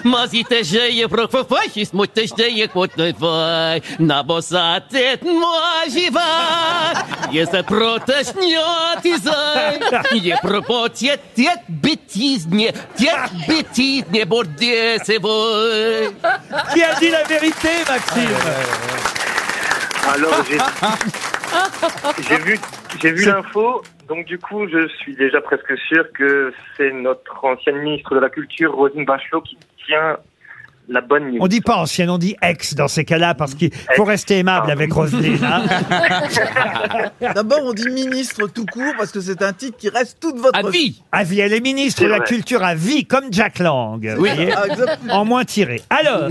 Мазите же е проквафаши, смутте же е котной вой. На боса тет мажива. Если протошнет и зай. Не пропотет тет бетиз не, тет бетиз не борде севой.
Qui a dit la vérité, Maxime
Alors, j'ai j'ai vu, j'ai vu l'info, donc du coup, je suis déjà presque sûr que c'est notre ancienne ministre de la Culture, Rosine Bachelot, qui tient la bonne news.
On dit pas ancienne, on dit ex dans ces cas-là parce qu'il faut rester aimable avec Roselyne. hein.
D'abord, on dit ministre tout court parce que c'est un titre qui reste toute votre vie.
À vie, elle est ministre de la
vrai.
culture à vie, comme Jack Lang. vous
Oui.
voyez.
Ah, exactement.
en moins tiré. Alors,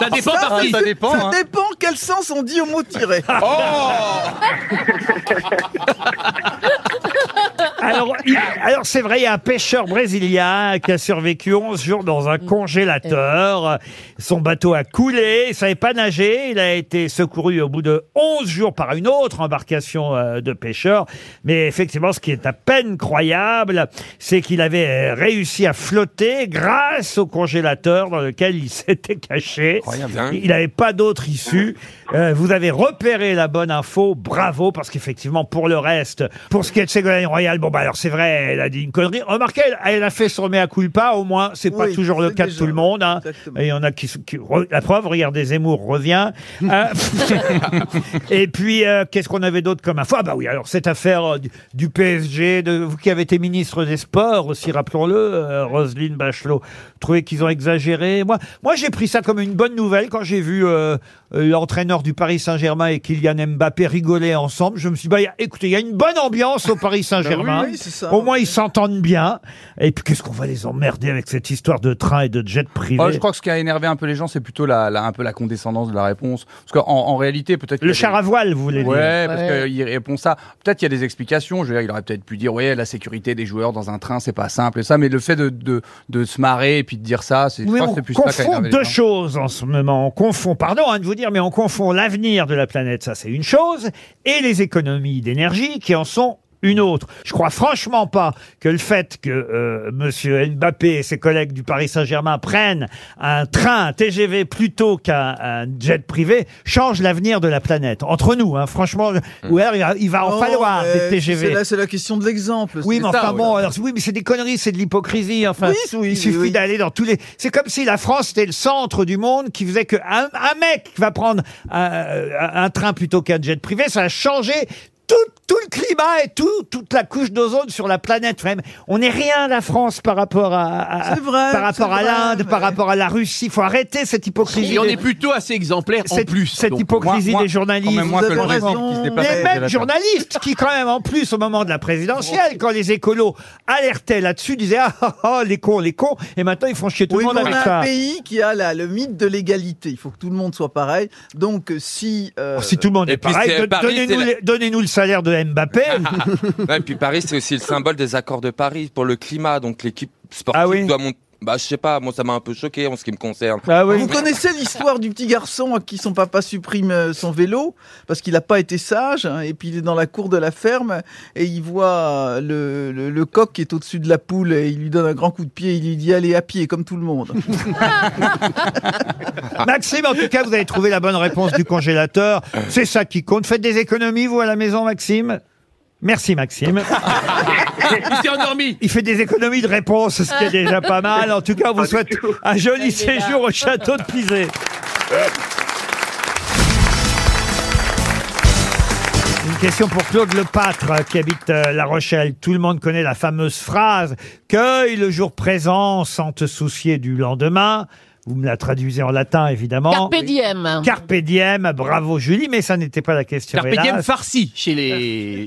Ça dépend parti.
Ça dépend,
hein.
quel sens on dit au mot tiré.
Oh. alors, il- alors c'est vrai, il y a un pêcheur brésilien qui a survécu 11 jours dans un congélateur. Son bateau a coulé, il savait pas nager. Il a été secouru au bout de 11 jours par une autre embarcation euh, de pêcheurs. Mais effectivement, ce qui est à peine croyable, c'est qu'il avait euh, réussi à flotter grâce au congélateur dans lequel il s'était caché. Il n'avait pas d'autre issue. Euh, vous avez repéré la bonne info, bravo, parce qu'effectivement, pour le reste, pour ce qui est de Ségolène Royal, bon, bah alors c'est vrai, elle a dit une connerie. Remarquez, elle, elle a fait son mea culpa, au moins, c'est pas
Oui,
toujours le
c'est
cas de
déjà-
tout le monde. hein.
Exactement.
Et il y en a qui, qui- re- la preuve, regardez, Zemmour revient. Euh, et puis, euh, qu'est-ce qu'on avait d'autre comme info Ah bah oui, alors cette affaire euh, du, du PSG, de, vous qui avez été ministre des Sports aussi, rappelons-le, euh, Roselyne Bachelot, vous trouvez qu'ils ont exagéré. Moi, moi j'ai pris ça comme une bonne nouvelle quand j'ai vu euh, euh, l'entraîneur du Paris Saint-Germain et Kylian Mbappé rigoler ensemble. Je me suis dit, bah, y a- écoutez, il y a une bonne ambiance au Paris Saint-Germain.
oui, c'est ça.
Au moins, ils s'entendent bien. Et puis, qu'est-ce qu'on va les emmerder avec cette histoire de train et de jet privé
Oh, je crois que ce qui a énervé un peu les gens, c'est plutôt la, la- un peu la condescendance de la réponse. Parce qu'en en réalité, peut-être.
Le char à voile, vous voulez dire.
Ouais, parce
Ouais.
qu'il répond ça. Peut-être il y a des explications. Je veux dire, il aurait peut-être pu dire, ouais, la sécurité des joueurs dans un train, c'est pas simple et ça. Mais le fait de, de, de se marrer et puis de dire ça, c'est je
Oui,
crois que
on
c'est plus hein, ça qui a
confond
énervé les
deux
gens.
choses en ce moment. On confond, pardon hein, de vous dire, mais on confond l'avenir de la planète, ça c'est une chose, et les économies d'énergie qui en sont une autre. Je crois franchement pas que le fait que euh, Monsieur Mbappé et ses collègues du Paris Saint-Germain prennent un train, un TGV plutôt qu'un un jet privé change l'avenir de la planète. Entre nous, hein, franchement,
Hmm.
ou alors il va, il va en
Non,
falloir
mais
des
Oh,
TGV.
c'est la- C'est la, question de l'exemple.
Oui,
c'est
mais
ça,
enfin
oui.
bon, alors, oui, mais c'est des conneries, c'est de l'hypocrisie. Enfin,
Oui, oui,
il suffit
oui.
d'aller dans tous les. C'est comme si la France était le centre du monde qui faisait que un, un mec va prendre un, un train plutôt qu'un jet privé, ça a changé. Tout, tout le climat et tout, toute la couche d'ozone sur la planète. Enfin, on n'est rien, la France, par rapport à, à- à-
C'est vrai,
par
c'est
rapport à
vrai,
l'Inde, par rapport à la Russie. Il faut arrêter cette hypocrisie.
Et on
des-
est plutôt assez exemplaire en
cette,
plus.
cette
donc. Moins-
hypocrisie
moins-
des journalistes.
quand même moins
Vous
que
avez
le reste
raison.
qui se déplace
Les
de
mêmes
la
journalistes qui, quand même, en plus, au moment de la présidentielle, quand les écolos alertaient là-dessus, disaient ah, ah, ah, les cons, les cons, et maintenant ils font chier tout
Oui,
le monde
mais on
avec
a
ça.
un pays qui a la- le mythe de l'égalité. Il faut que tout le monde soit pareil. Donc, euh, si. euh,
Oh, Si tout le monde
Et
est
puis
pareil,
c'est
don-
Paris,
donnez-nous
c'est la-
les- donnez-nous le salaire de Mbappé.
Ouais, et puis Paris, c'est aussi le symbole des accords de Paris pour le climat. Donc l'équipe sportive
Ah
doit monter. Bah, je sais pas, moi ça m'a un peu choqué en ce qui me concerne.
Ah
Vous connaissez l'histoire du petit garçon à qui son papa supprime euh, son vélo parce qu'il n'a pas été sage hein, et puis il est dans la cour de la ferme et il voit euh, le, le- le coq qui est au-dessus de la poule et il lui donne un grand coup de pied, il lui dit allez à pied comme tout le monde.
Maxime, en tout cas, vous avez trouvé la bonne réponse du congélateur. C'est ça qui compte. Faites des économies, vous, à la maison, Maxime. Merci, Maxime.
Il s'est endormi.
Il fait des économies de réponse, ce qui est déjà pas mal. En tout cas, on vous souhaite un joli
Il est là.
séjour au château de Pizet. Une question pour Claude Lepâtre euh, qui habite euh, La Rochelle. Tout le monde connaît la fameuse phrase « Cueille le jour présent sans te soucier du lendemain ». Vous me la traduisez en latin, évidemment.
Carpe diem.
Carpe diem, bravo Julie, mais ça n'était pas la question.
Carpe diem
hélas.
farci chez les... les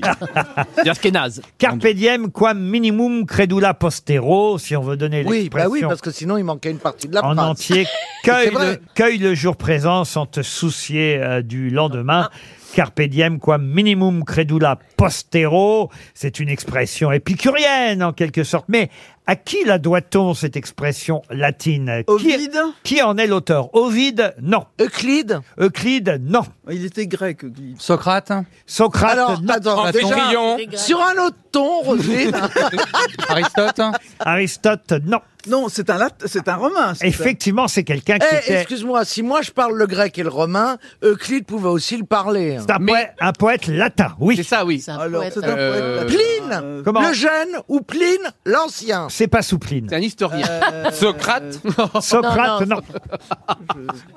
Ashkénazes.
Carpe diem quam minimum credula postero, si on veut donner
Oui, bah
l'expression
oui, parce que sinon il manquait une partie de la
en
phrase.
entier.
C'est
Cueille
vrai.
le, cueille le jour présent sans te soucier euh, du lendemain. Carpe diem quam minimum credula postero. C'est une expression épicurienne en quelque sorte. Mais à qui la doit-on cette expression latine Ovide qui, qui en est l'auteur Ovide, non.
Euclide
Euclide, non.
Il était grec, Euclide.
Socrate
Socrate,
Alors,
non.
attends, déjà, sur un autre ton, Roger.
Aristote
Aristote, non.
Non, c'est un, lat- c'est un romain. c'est un-
Effectivement, c'est quelqu'un qui
Eh,
était...
Excuse-moi, si moi je parle le grec et le romain, Euclide pouvait aussi le parler. hein.
C'est un, poète, un poète latin, oui. C'est
ça, oui.
Alors, c'est un
Euh,
poète.
Pline
Comment
Le jeune ou Pline l'ancien Euh,
C'est pas Soupline.
C'est un historien.
Socrate
Oh. Socrate, non.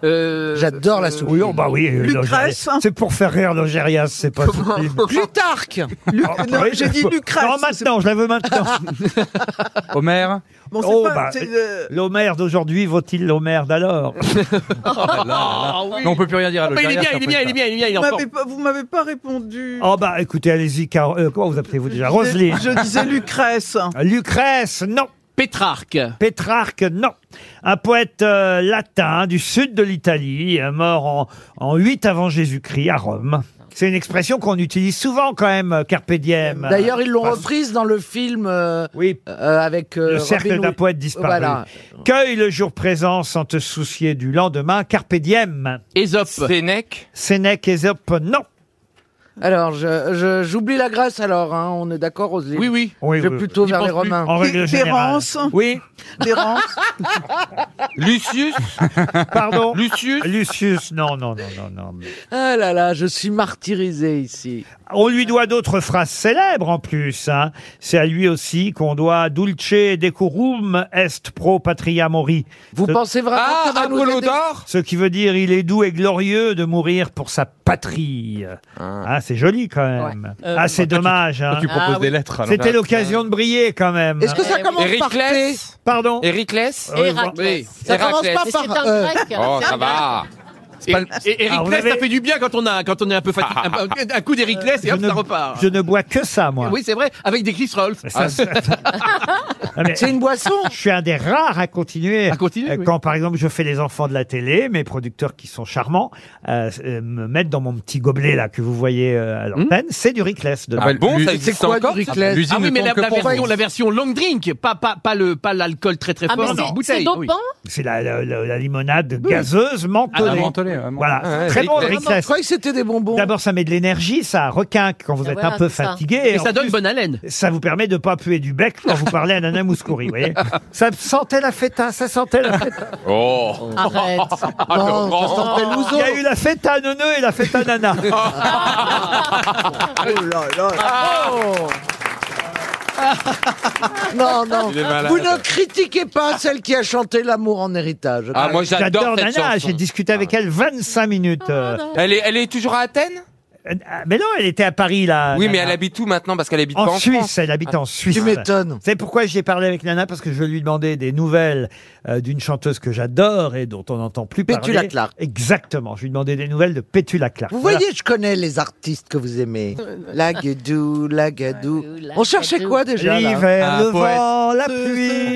Euh,
J'adore la soupe.
Oui, oh, bah oui. euh,
Lucrèce, hein.
Logérias. C'est pour faire rire Logérias, c'est pas Soupline.
Plutarque
Ah,
non,
oui,
j'ai
je
dit
peux-
Lucrèce,
Non, maintenant, je la veux maintenant.
Homère
Bon, c'est
Oh,
pas-
bah,
c'est, euh,
L'Homère d'aujourd'hui vaut-il l'Homère d'alors
Ah oui.
Oh Non, on peut plus rien dire à
Ah, bah, il est bien,
Logérias, c'est un
il est
peu
bien,
ça.
il est bien, il est bien, il est
vous
en forme.
m'avez pas- vous m'avez pas répondu.
Oh, bah écoutez, allez-y, car... euh, comment vous appelez-vous déjà Roselyne.
Je disais Lucrèce.
Lucrèce, non.
Pétrarque.
Pétrarque, non. Un poète euh, latin du sud de l'Italie, euh, mort en, en 8 avant Jésus-Christ à Rome. C'est une expression qu'on utilise souvent quand même, euh, carpe diem.
D'ailleurs, ils l'ont
Enfin,
reprise dans le film euh,
Oui.
euh, avec euh,
Le cercle
Robin
d'un
Hood.
poète disparu.
Voilà.
Cueille le jour présent sans te soucier du lendemain, carpe diem.
Ésope.
Sénèque
Sénèque, Ésope, non.
Alors, je- je- j'oublie la Grèce, alors, hein, on est d'accord, Roselyne
Oui, oui.
Oui,
Je vais
oui,
plutôt
J'y
vers
pense
les
plus.
Romains.
En règle générale.
Terence.
Oui,
Terence.
Lucius
pardon.
Lucius
Lucius, non, non, non, non, non.
Ah là là, je suis martyrisé ici.
On lui doit d'autres phrases célèbres en plus. hein. C'est à lui aussi qu'on doit Dulce decorum est pro patria mori.
Vous
Ce-
pensez vraiment
Ah,
que ça va nous aider
Apollodore
Ce qui veut dire il est doux et glorieux de mourir pour sa patrie. Ah, c'est joli quand même.
Euh,
ah, c'est dommage. hein.
Tu
Ah,
proposes
oui.
des lettres. alors.
C'était l'occasion de briller quand même.
Est-ce que
Eh
ça
oui.
commence par T
Héraclès
Pardon
Héraclès
oui,
Héraclès.
Ça commence
Héraclès.
pas
Mais
par...
c'est un
euh,
grec.
Oh, ça va
Et, et Eric
Ah, vous
Less, ça
avez-
fait du bien quand on, a, quand on est un peu fatigué. un, un coup d'Eric Less et
je
hop,
ne-
ça repart.
Je ne bois que ça, moi.
Oui, c'est vrai, avec des Chris Rolls.
Ça, ça- Ah, mais
C'est une boisson
Je suis un des rares à continuer.
À continuer,
Euh,
oui.
Quand, par exemple, je fais les enfants de la télé, mes producteurs qui sont charmants euh, euh, me mettent dans mon petit gobelet là que vous voyez euh, à l'antenne, c'est du Ricless dedans.
Ah bon, ça
C'est
existe
quoi du
encore
Riclès
ça
L'usine
Ah oui,
ne
mais la,
tourne que
la
pour
version,
vous.
la version long drink, pas, pas, pas le- pas l'alcool très très
Ah, mais
fort.
c'est-
non.
c'est
Bouteille,
dopant
oui.
C'est la, la- la- la limonade gazeuse mentholée.
Ah, la mentholée, aimé. vraiment.
Voilà.
Ouais, ouais,
Très bon,
Rick
Rick
Less.
Je croyais que c'était des bonbons. D'abord, ça met de l'énergie, ça requinque quand vous
Ah,
êtes
voilà,
un peu
c'est ça.
fatigué.
Et
en
ça donne
plus,
bonne haleine.
Ça vous permet de pas puer du bec quand vous parlez à Nana Mouskouri, vous voyez. Ça sentait la feta, ça sentait la feta.
Oh
Arrête.
Non, Laurent. ça sentait l'ouzo.
Il y a eu la feta neuneu et la feta nana.
Non, non.
Il est malade.
Vous ne critiquez pas celle qui a chanté l'amour en héritage.
Ah, Nana. J'ai discuté avec elle 25 minutes. euh.
Elle est, elle est toujours à Athènes
Ah, Mais non, elle était à Paris là.
Oui, mais
Nana.
elle habite où maintenant Parce qu'elle habite
en
pas en
Suisse,
France.
elle habite en
Ah.
Suisse. C'est pourquoi j'ai parlé avec Nana parce que je lui demandais des nouvelles euh, d'une chanteuse que j'adore et dont on n'entend plus parler.
Pétula Clark.
Exactement. Je lui demandais des nouvelles de Pétula Clark.
Vous
Voilà.
voyez, je connais les artistes que vous aimez.
Euh,
La Guédou, la Gadou. On cherchait quoi déjà là
L'hiver, le vent, la pluie.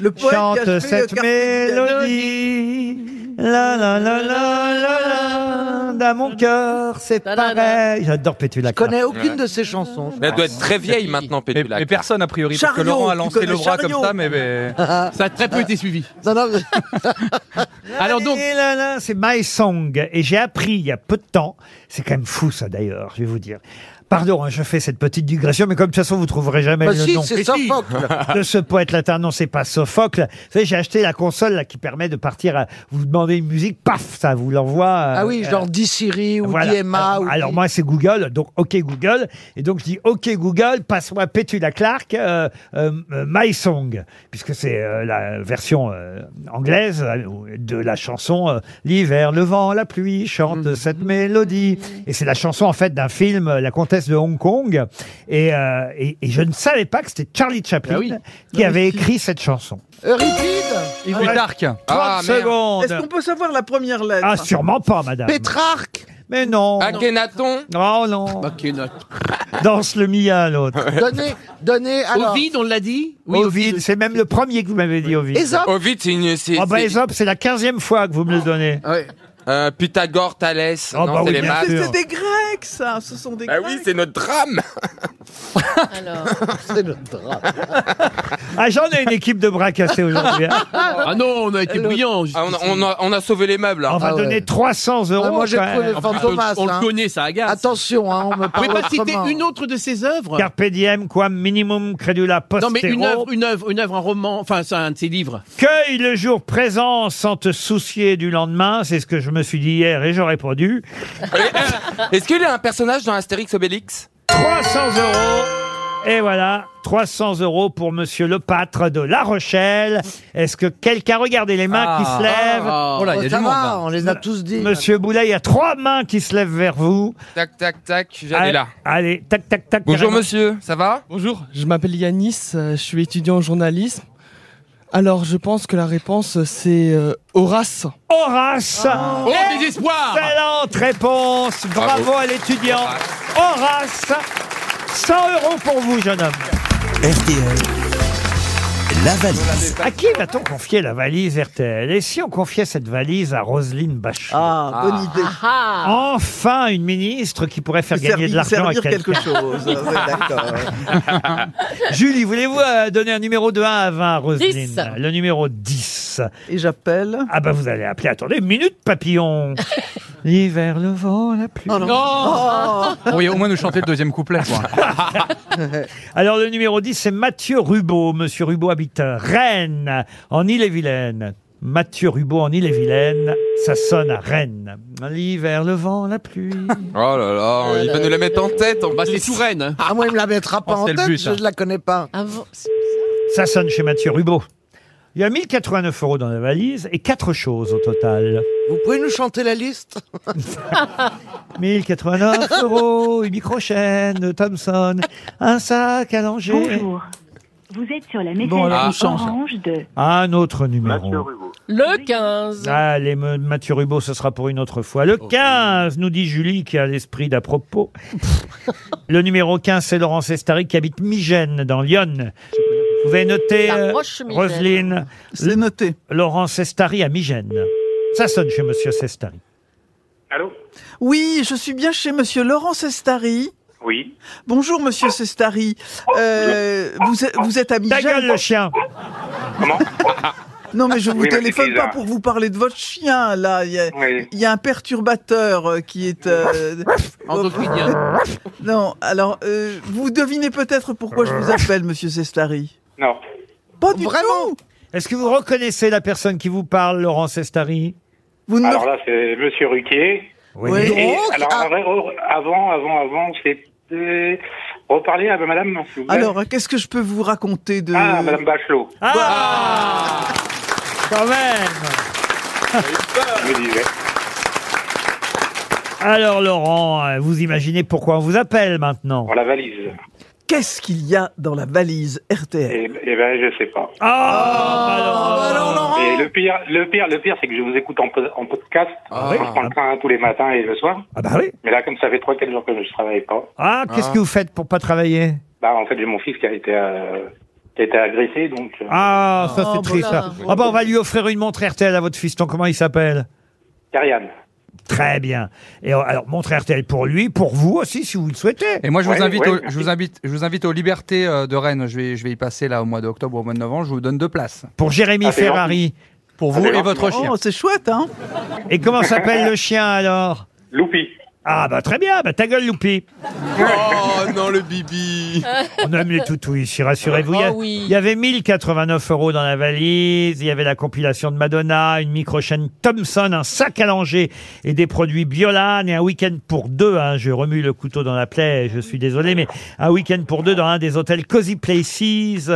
Le poète qui a
chante
joué
cette
le Carpet
mélodie. La la la la la la. Dans mon cœur, c'est pareil. J'adore Pétula Clark. Je
connais aucune de ses chansons.
Elle doit être très vieille maintenant, Pétula.
Mais personne, a priori, parce que
Chariot,
Laurent a
tu
lancé
connais
le bras
Chariot.
comme ça, mais. mais-
euh, Ça a très peu été suivi.
Alors donc, c'est My Song et j'ai appris il y a peu de temps. C'est quand même fou ça d'ailleurs, je vais vous dire. Pardon, hein, je fais cette petite digression, mais comme de toute façon vous trouverez jamais
Bah
le
si,
nom
c'est Mais si. Sophocle.
de ce poète latin. Non, c'est pas Sophocle. Vous savez, j'ai acheté la console là, qui permet de partir. à- vous demandez une musique, paf, ça vous l'envoie.
Ah oui, genre
dit
Siri ou DMA
Alors,
ou
alors moi c'est Google, donc OK Google, et donc je dis OK Google, passe-moi Petula Clark, euh, euh, euh, My Song, puisque c'est euh, la version euh, anglaise euh, de la chanson euh, L'hiver, le vent, la pluie chante
Mhm.
cette mélodie, et c'est la chanson en fait d'un film euh, La Comtesse de Hong Kong, et, euh, et- et je ne savais pas que c'était Charlie Chaplin
Ah oui.
qui
Ah
avait
oui, si.
écrit cette chanson.
Euripide
Plutarque. 30 secondes.
Euh, Est-ce qu'on peut savoir la première lettre
Ah sûrement pas, madame.
Pétrarque
Mais non
Akhenaton
Oh non Danse le Mia l'autre.
Donnez, donnez, alors.
Ovide, on l'a dit
Ovide, c'est même le premier que vous m'avez dit, Ovide.
Ésope.
Ovide, c'est une. c'est-
Ah bah
c'est-
Ésope, c'est la quinzième fois que vous
Ah.
me le donnez.
Euh, Pythagore, Thalès.
Ah
non,
bah
c'est
oui,
les
bien
maths.
sûr.
C'est des Grecs, ça. Ce sont des
Bah
Grecs.
oui, c'est notre drame.
Alors.
C'est le drame.
Ah j'en ai une équipe de bras cassés aujourd'hui. hein.
Ah non, on a été bouillants. on, a, on a- on a sauvé les meubles. hein.
On va
Ah
donner 300 euros. quand même.
Ah,
ça
Attention, hein, on me
Vous
hein. parle
pouvez pas citer
autrement.
bah, une autre de ses œuvres
Carpe diem, quam minimum credula postero.
Non, mais une œuvre, une œuvre, une œuvre, un roman, enfin, c'est un de ses livres.
Cueille le jour présent sans te soucier du lendemain, c'est ce que je me suis dit hier et j'aurais pas dû.
Est-ce qu'il y a un personnage dans Astérix Obélix
300 euros. Et voilà, 300 euros pour Monsieur Lepâtre de La Rochelle. Est-ce que quelqu'un regardez les mains qui
Ah.
se lèvent
Ah. Oh là, il y a Ça du monde, va, là. on les a tous dit.
Monsieur Boulay, il y a trois mains qui se lèvent vers vous.
Tac, tac, tac, j'allais
Allez,
là.
Allez, tac, tac, tac.
Bonjour,
carrément.
monsieur, ça va
Bonjour, je m'appelle Yanis, euh, je suis étudiant en journalisme. Alors, je pense que la réponse, euh, c'est euh, Horace.
Horace
Oh,
désespoir Excellente réponse Bravo,
Bravo.
à l'étudiant Horace 100 euros pour vous, jeune homme
RTL, la valise.
À qui va-t-on confier la valise RTL Et si on confiait cette valise à Roselyne Bachelot
Ah, bonne idée.
Ah,
Enfin une ministre qui pourrait faire
Servir-
gagner de l'argent à
servir
quelqu'un.
quelque chose. Ouais, d'accord.
Julie, voulez-vous euh, donner un numéro de 1 à 20 à Roselyne
Dix.
Le numéro 10. Et j'appelle Ah bah vous allez appeler, attendez, une minute papillon L'hiver, le vent, la pluie...
Oh.
Non Vous pourriez au moins nous chanter le deuxième couplet, quoi.
Alors le numéro 10, c'est Mathieu Rubaud. Monsieur Rubaud habite Rennes, en Ille-et-Vilaine. Mathieu Rubaud en Ille-et-Vilaine, ça sonne à Rennes. L'hiver, le vent, la pluie...
Oh là là, il va nous la mettre en tête. On va les
hein.
Touraine.
Ah, moi, il me la mettra pas
Oh,
en
c'est
tête,
le but,
je
hein.
ne la connais pas.
Ça sonne chez Mathieu Rubaud. Il y a 1089 euros dans la valise et quatre choses au total.
Vous pouvez nous chanter la liste
1089 euros, une microchaîne, Thomson, un sac à langer.
Bonjour. Vous êtes sur la messagerie
Bon, alors,
Ah,
on change.
orange de...
Un autre numéro.
Le 15.
Allez, me- Mathieu Rubaud, ce sera pour une autre fois. Le 15, nous dit Julie, qui a l'esprit d'à propos. Le numéro 15, c'est Laurent Sestari, qui habite Migène, dans Lyon. Vous pouvez noter,
La
euh,
Roche-Migène.
Roselyne. C'est noté. Laurent Sestari à Migène. Ça sonne chez Monsieur Sestari.
Oui, je suis bien chez Monsieur Laurent Sestari.
Oui.
Bonjour Monsieur Sestari. Euh, vous, êtes- vous êtes à
Ta
Migène
gueule, le chien
Ah.
Comment
Non, mais je vous
Oui, mais c'est
téléphone pas
bizarre.
pour vous parler de votre chien, là. Il y a,
Oui.
il y a un perturbateur euh, qui est... euh,
Endocrinien.
non, alors, euh, vous devinez peut-être pourquoi je vous appelle, monsieur Sestari.
Non.
Pas du Vraiment
Est-ce que vous reconnaissez la personne qui vous parle, Laurent Sestari
Vous
Alors là, c'est Monsieur Ruquier.
Oui.
Et- et-
Donc, ah.
alors, avant, avant, avant, avant, c'était reparler à Madame. s'il vous plaît.
euh,
Alors, qu'est-ce que je peux vous raconter de...
Ah, Madame Bachelot.
Ah. Quand même
Je me disais.
Alors Laurent, euh, vous imaginez pourquoi on vous appelle maintenant
Pour la valise.
Qu'est-ce qu'il y a dans la valise RTL
Eh eh ben, je sais pas.
Ah, bah
Et le pire, le pire, le pire, c'est que je vous écoute en, po- en podcast. Je prends le train tous les matins et le soir.
Ah bah oui.
Mais là, comme ça fait trois, quatre jours que je travaille pas.
Ah, qu'est-ce que vous faites pour pas travailler
Bah, en fait, j'ai mon fils qui a été, euh, qui a été agressé, donc. euh,
Ah, ça
Oh,
c'est triste.
voilà.
Ah bah on va lui offrir une montre RTL à votre fiston. Comment il s'appelle
Karian.
Très bien. Et euh, alors montre RTL pour lui, pour vous aussi si vous le souhaitez.
Et moi, je, vous invite au- je, vous invite, je vous invite aux libertés euh, de Rennes. Je vais, je vais y passer là au mois d'octobre, au mois de novembre. Je vous donne deux places.
Pour Jérémy
Ah, c'est
Ferrari.
gentil. Pour
Ah,
vous et votre chien.
Oh, c'est chouette, hein
Et comment s'appelle le chien alors
Loupi.
Ah bah très bien, bah ta gueule Loupi.
Oh non, le bibi
On aime les toutous ici, rassurez-vous. Il y a-
Oh oui.
Il y avait 1089 euros dans la valise, il y avait la compilation de Madonna, une microchaîne Thomson, un sac à langer et des produits Biolan et un week-end pour deux. hein. Je remue le couteau dans la plaie, je suis désolé, mais un week-end pour deux dans un des hôtels Cozy Places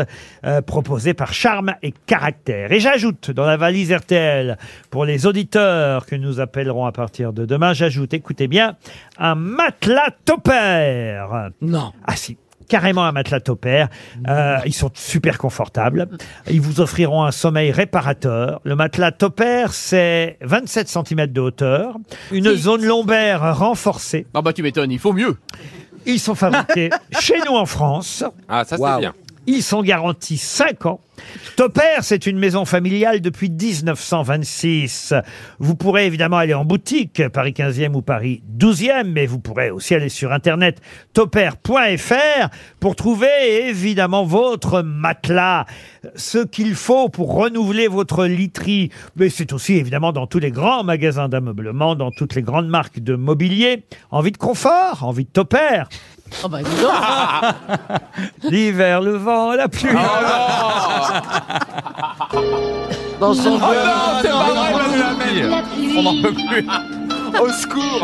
euh, proposé par Charme et Caractère. Et j'ajoute dans la valise RTL, pour les auditeurs que nous appellerons à partir de demain, j'ajoute, écoutez bien, un matelas topper. Non. Ah si carrément un matelas Topair. Euh, ils sont super confortables. Ils vous offriront un sommeil réparateur. Le matelas Topair, c'est 27 cm de hauteur, une zone lombaire renforcée.
Ah bah tu m'étonnes, il faut mieux.
Ils sont fabriqués chez nous en France.
Ah, ça, c'est Waouh. bien.
Ils sont garantis 5 ans. Topair, c'est une maison familiale depuis 1926. Vous pourrez évidemment aller en boutique, Paris 15e ou Paris 12e, mais vous pourrez aussi aller sur internet topair.fr pour trouver évidemment votre matelas, ce qu'il faut pour renouveler votre literie. Mais c'est aussi évidemment dans tous les grands magasins d'ameublement, dans toutes les grandes marques de mobilier. Envie de confort, envie de topair.
Oh bah, dis donc.
L'hiver, le vent, la pluie.
Dans son
Ah Oh non, c'est pas vrai, Manu
Lamel.
Lamel On n'en peut plus Au secours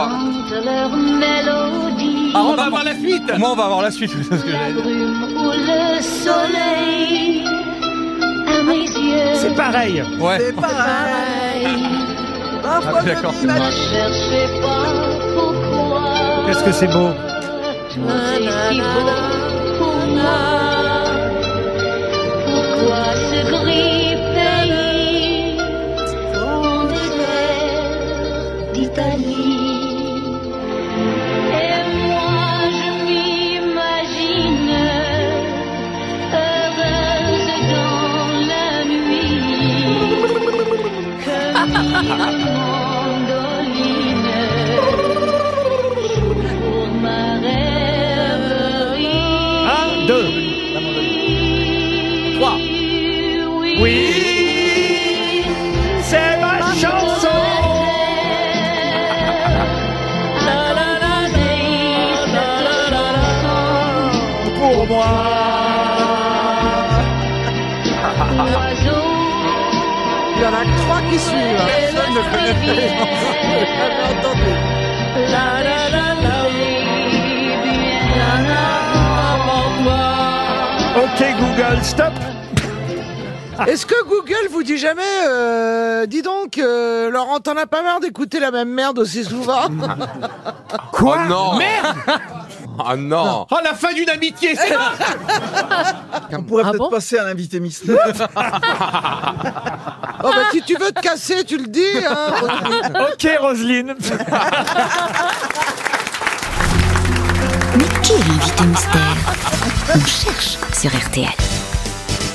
Ah, on va avoir la suite Moi, on va avoir la suite. c'est ce que j'allais dire.
Où le soleil à mes yeux
C'est pareil.
Ouais.
C'est pareil
Ah, je suis d'accord, c'est vrai.
cherchez pas pourquoi
Qu'est-ce que c'est beau
tout est si beau pour moi Pourquoi ce gris pays Mon désert d'Italie Et moi je m'imagine Heureuse dans la nuit Comme une mandoline Pour ma rêverie
Un, deux.
Trois
Oui, c'est ma chanson.
Pour moi,
Il y en a que trois qui suivent. hein.
Personne ne connaît
Je
les
l'ai jamais entendu.
la la la la,
Ok Google, stop.
Est-ce que Google vous dit jamais, euh, dis donc, euh, Laurent, t'en as pas marre d'écouter la même merde aussi souvent
Quoi
non Merde
Ah non
Oh la fin d'une amitié,
Eh
c'est
ben,
là
On pourrait peut-être passer à l'invité mystère.
Oh bah si tu veux te casser, tu le dis. Hein.
Ok Roselyne.
Mais qui est l'invité mystère On cherche sur RTL.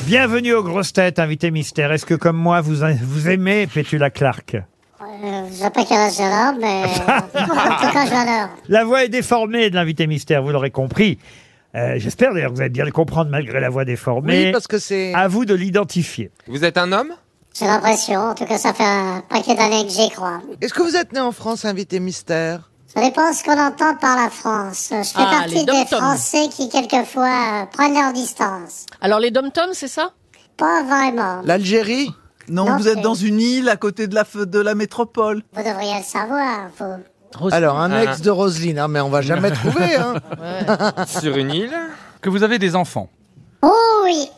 Bienvenue aux grosses têtes, invité mystère. Est-ce que comme moi vous vous aimez Pétula Clark
Euh, je sais pas quel âge j'ai là, mais euh, en tout cas, je l'adore.
La voix est déformée de l'invité mystère, vous l'aurez compris. Euh, J'espère d'ailleurs que vous allez bien le comprendre malgré la voix déformée.
Ah.
Oui, parce
que c'est à vous de l'identifier.
Vous êtes un homme
J'ai l'impression, en tout cas ça fait un paquet d'années que j'y crois.
Est-ce que vous êtes né en France, invité mystère
Ça dépend ce qu'on entend par la France. Je fais
Ah,
les
partie des
dom-toms.
Français qui quelquefois euh, prennent leur distance.
Alors les dom-toms, c'est ça
Pas vraiment.
L'Algérie non,
Non,
vous êtes
c'est-
dans une île à côté de la, f- de la métropole.
Vous devriez le savoir, vous.
Alors, un
Ah.
ex de Roselyne, hein, mais on va jamais trouver. Hein.
Sur une île Que vous avez des enfants.
Oh oui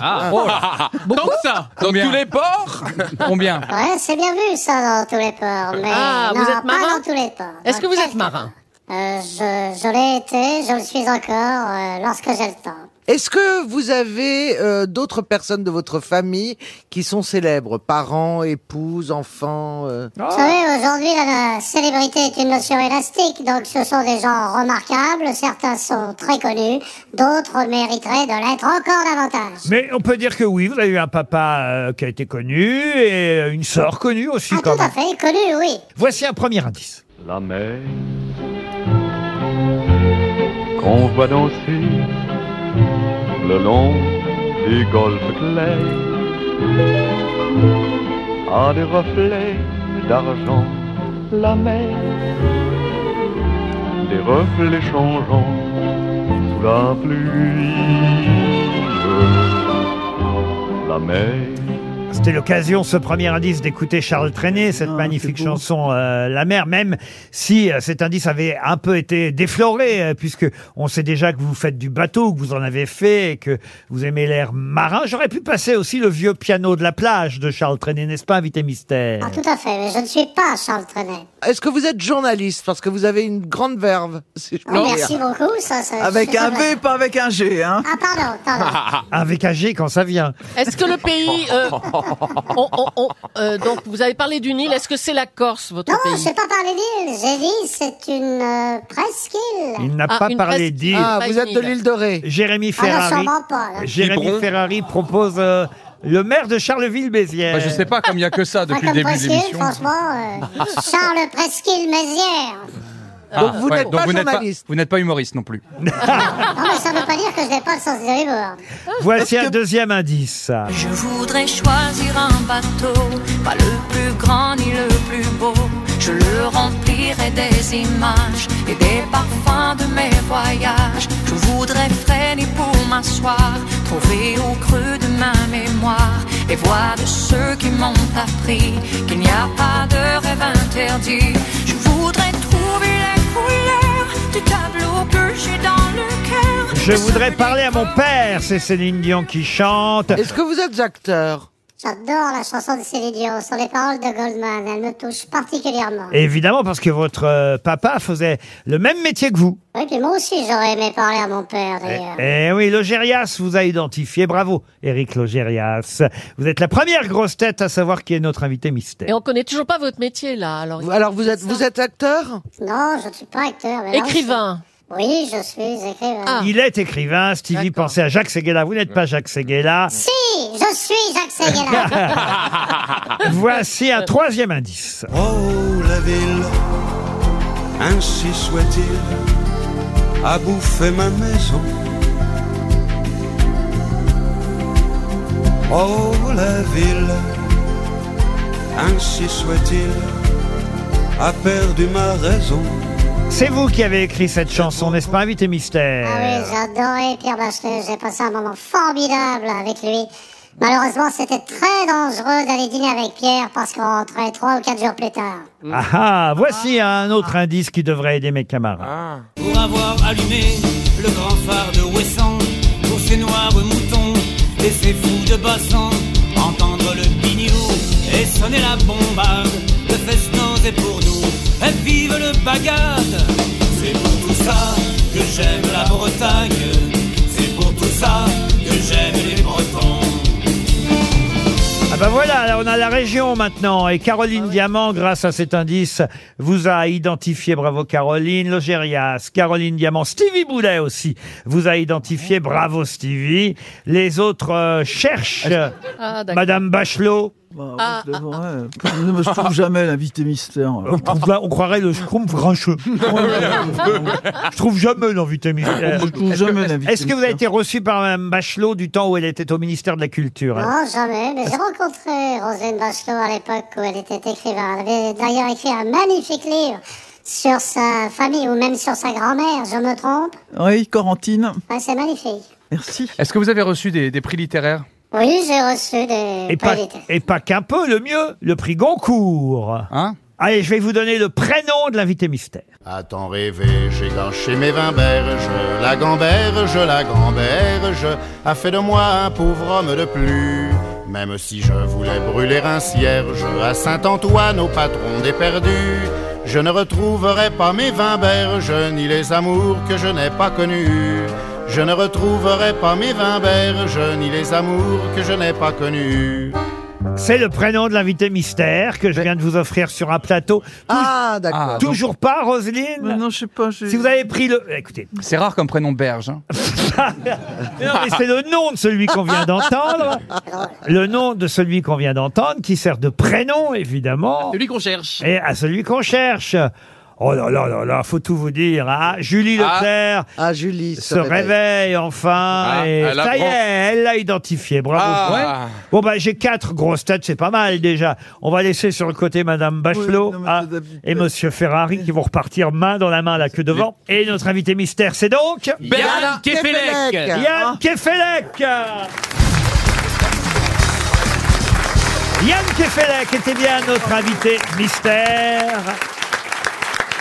Ah,
Beaucoup
ça Dans tous les ports Combien
Ouais, c'est bien vu ça dans tous les ports, mais
Ah,
non,
vous êtes
pas
marin
dans tous les ports.
Est-ce que
Dans
vous êtes
quelques-
marin
Euh, je je l'ai été, je le suis encore euh, lorsque j'ai le temps.
Est-ce que vous avez euh, d'autres personnes de votre famille qui sont célèbres Parents, épouses, enfants euh
Vous savez, aujourd'hui, la, la célébrité est une notion élastique, donc ce sont des gens remarquables, certains sont très connus, d'autres mériteraient de l'être encore davantage.
Mais on peut dire que oui, vous avez eu un papa euh, qui a été connu et euh, une sœur connue aussi quand
Ah, Tout à
même.
fait, connu, oui.
Voici un premier indice.
La mer qu'on voit danser le long du golfe clair a des reflets d'argent,
La mer,
des reflets changeants sous la pluie. La mer
C'était l'occasion, ce premier indice, d'écouter Charles Trenet, cette magnifique chanson euh, La mer, même si euh, cet indice avait un peu été défloré, euh, puisque on sait déjà que vous faites du bateau, que vous en avez fait, et que vous aimez l'air marin. J'aurais pu passer aussi le vieux piano de la plage de Charles Trenet, n'est-ce pas, invité mystère
Ah, tout à fait, mais je ne suis pas Charles Trenet.
Est-ce que vous êtes journaliste Parce que vous avez une grande verve. si je
Oh,
puis dire.
merci beaucoup, ça, ça
Avec
c'est
un
vrai.
V, pas avec un G, hein
Ah, pardon, pardon.
Avec un G quand ça vient.
Est-ce que le pays... euh, on- on- on- euh, donc, vous avez parlé d'une île. Est-ce que c'est la Corse, votre
Non,
pays
je n'ai pas parlé d'île, j'ai dit c'est une euh, presqu'île.
Il
Ah,
n'a Ah, pas parlé d'île.
Ah, Dorée.
Jérémy
Ah non,
Ferrari.
sûrement pas, là.
Jérémy
Quiberon.
Ferrari propose euh, le maire de Charleville-Mézières.
Bah, Je sais pas, comme il n'y a que ça
Pas
depuis le
comme
début de
presqu'île,
l'émission.
franchement. euh, Charles Presqu'île Mézières.
Ah,
vous n'êtes pas
vous n'êtes
journaliste.
Vous n'êtes pas humoriste non plus.
Non, mais ça ne veut pas dire que je n'ai pas le sens de l'humour.
Voici un deuxième indice.
je voudrais choisir un bateau, pas le plus grand ni le plus beau. Je le remplirai des images et des parfums de mes voyages. Je voudrais freiner pour m'asseoir, trouver au creux de ma mémoire les voix de ceux qui m'ont appris qu'il n'y a pas de rêve interdit. Je voudrais trouver les couleurs du tableau que j'ai dans le cœur.
Je voudrais parler à mon père, c'est Céline Dion qui chante.
Est-ce que vous êtes acteur
J'adore la chanson de Céline Dion sur les paroles de Goldman. Elle me touche particulièrement.
Évidemment, parce que votre euh, papa faisait le même métier que vous.
Oui, puis moi aussi, j'aurais aimé parler à mon père, d'ailleurs.
Eh oui, Logérias vous a identifié. Bravo, Eric Logérias. Vous êtes la première grosse tête à savoir qui est notre invité mystère.
Et on connaît toujours pas votre métier, là. Alors,
Alors, vous êtes, vous êtes acteur
Non, je ne suis pas acteur. Mais là,
Écrivain.
je- Oui, je suis écrivain.
Il est écrivain. Stevie, pensez à Jacques Seguela. Vous n'êtes pas Jacques Seguela.
Si, je suis Jacques Seguela.
Voici un troisième indice.
Oh la ville, ainsi soit-il, a bouffé ma maison. Oh la ville, ainsi soit-il, a perdu ma raison.
C'est vous qui avez écrit cette chanson, n'est-ce pas, invité mystère
Ah oui, j'adorais Pierre Bachelet. J'ai passé un moment formidable avec lui. Malheureusement, c'était très dangereux d'aller dîner avec Pierre parce qu'on rentrait trois ou quatre jours plus tard.
Ah ah, voici un autre indice qui devrait aider mes camarades.
Pour avoir allumé le grand phare de Ouessant, pour ces noirs moutons et ces fous de bassin, entendre le pignou et sonner la bombarde, le festin est pour nous, et vive le bagade C'est pour tout ça que j'aime la Bretagne, c'est pour tout ça que j'aime les Bretons.
Ah ben voilà, là, on a la région maintenant. Et Caroline Diamant, grâce à cet indice, vous a identifié. Bravo Caroline. Logérias, Caroline Diamant, Stevie Boulet aussi vous a identifié. Bravo Stevie. Les autres euh, cherchent euh,
Ah, d'accord.
Madame Bachelot.
Ah,
Je devrais- Je ne me trouve jamais l'invité mystère.
On, trouve là- Euh, ben, on croirait le schtroumpf grincheux. Je trouve jamais l'invité mystère.
Je trouve jamais l'invité
Est-ce que vous avez été reçu par Madame Bachelot du temps où elle était au ministère de la Culture hein
Non, jamais, mais j'ai rencontré connaissez Roselyne Bachelot à l'époque où elle était écrivain. Elle avait d'ailleurs écrit un magnifique livre sur sa famille ou même sur sa grand-mère, je me trompe.
Oui, Corentine.
Ouais, c'est magnifique.
Merci.
Est-ce que vous avez reçu des, des prix littéraires
Oui, j'ai reçu des prix
Et pas,
littéraires.
et pas qu'un peu, le mieux, le prix Goncourt. Allez, je vais vous donner le prénom de l'invité mystère.
À temps rêvé, j'ai gâché mes vingt berges, la gamberge, la gamberge a fait de moi un pauvre homme de plus. Même si je voulais brûler un cierge à Saint-Antoine, au patron des perdus, je ne retrouverai pas mes vingt berges, ni les amours que je n'ai pas connus. Je ne retrouverai pas mes vingt berges, ni les amours que je n'ai pas connus.
C'est le prénom de l'invité mystère que je viens de vous offrir sur un plateau. ah,
d'accord.
Toujours pas, Roselyne Non, je sais pas. Si vous avez pris le... Écoutez.
C'est rare comme prénom Berge. hein.
Non, mais c'est le nom de celui qu'on vient d'entendre. Le nom de celui qu'on vient d'entendre, qui sert de prénom, évidemment.
Celui qu'on cherche.
Et à celui qu'on cherche. Oh là là là là, faut tout vous dire. Ah, Julie
Ah.
Leclerc
Julie
se réveille enfin.
Ah,
et
elle
ça y
apprend.
est, elle l'a identifié. Bravo.
Ah.
Ouais. Bon, bah, j'ai quatre grosses têtes, c'est pas mal déjà. On va laisser sur le côté Madame Bachelot ah, et Monsieur Ferrari qui vont repartir main dans la main, la queue devant. Et notre invité mystère, c'est donc.
Yann Kefelec. Ah.
Yann Kefelec Yann Kefelec était bien notre invité mystère.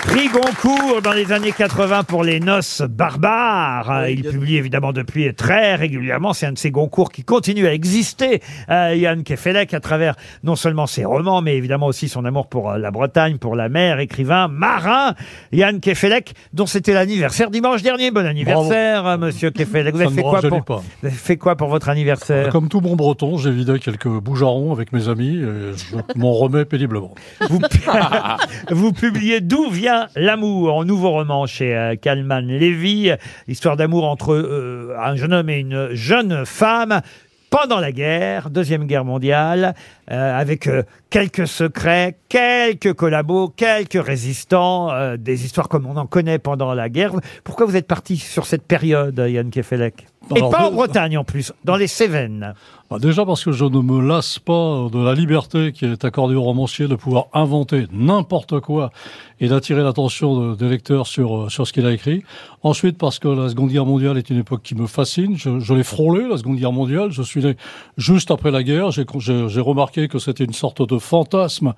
Prix Goncourt dans les années 80 pour les noces barbares. Il publie évidemment depuis très régulièrement. C'est un de ces Goncourt qui continue à exister. Euh, Yann Kefelec, à travers non seulement ses romans, mais évidemment aussi son amour pour euh, la Bretagne, pour la mer, écrivain, marin. Yann Kefelec, dont c'était l'anniversaire dimanche dernier. Bon anniversaire, euh, monsieur Kefelec. Vous
Ça
avez
ne
fait
me
quoi
rajeunit
pour,
pas.
vous avez fait quoi pour votre anniversaire
Comme tout bon breton, j'ai vidé quelques boujarons avec mes amis et je m'en remets péniblement.
Vous, vous publiez D'où vient l'amour en nouveau roman chez euh, Kalman Levy, histoire d'amour entre euh, un jeune homme et une jeune femme. Pendant la guerre, Deuxième Guerre mondiale, euh, avec euh, quelques secrets, quelques collabos, quelques résistants, euh, des histoires comme on en connaît pendant la guerre. Pourquoi vous êtes parti sur cette période, Yann Kefelec Et
Alors,
pas
de-
en Bretagne en plus, dans les Cévennes.
Bah, déjà parce que je ne me lasse pas de la liberté qui est accordée aux romanciers de pouvoir inventer n'importe quoi et d'attirer l'attention de- des lecteurs sur, euh, sur ce qu'il a écrit. Ensuite parce que la Seconde Guerre mondiale est une époque qui me fascine. Je, je l'ai frôlée, la Seconde Guerre mondiale. Je suis né juste après la guerre. J'ai con- J'ai j'ai remarqué que c'était une sorte de fantasme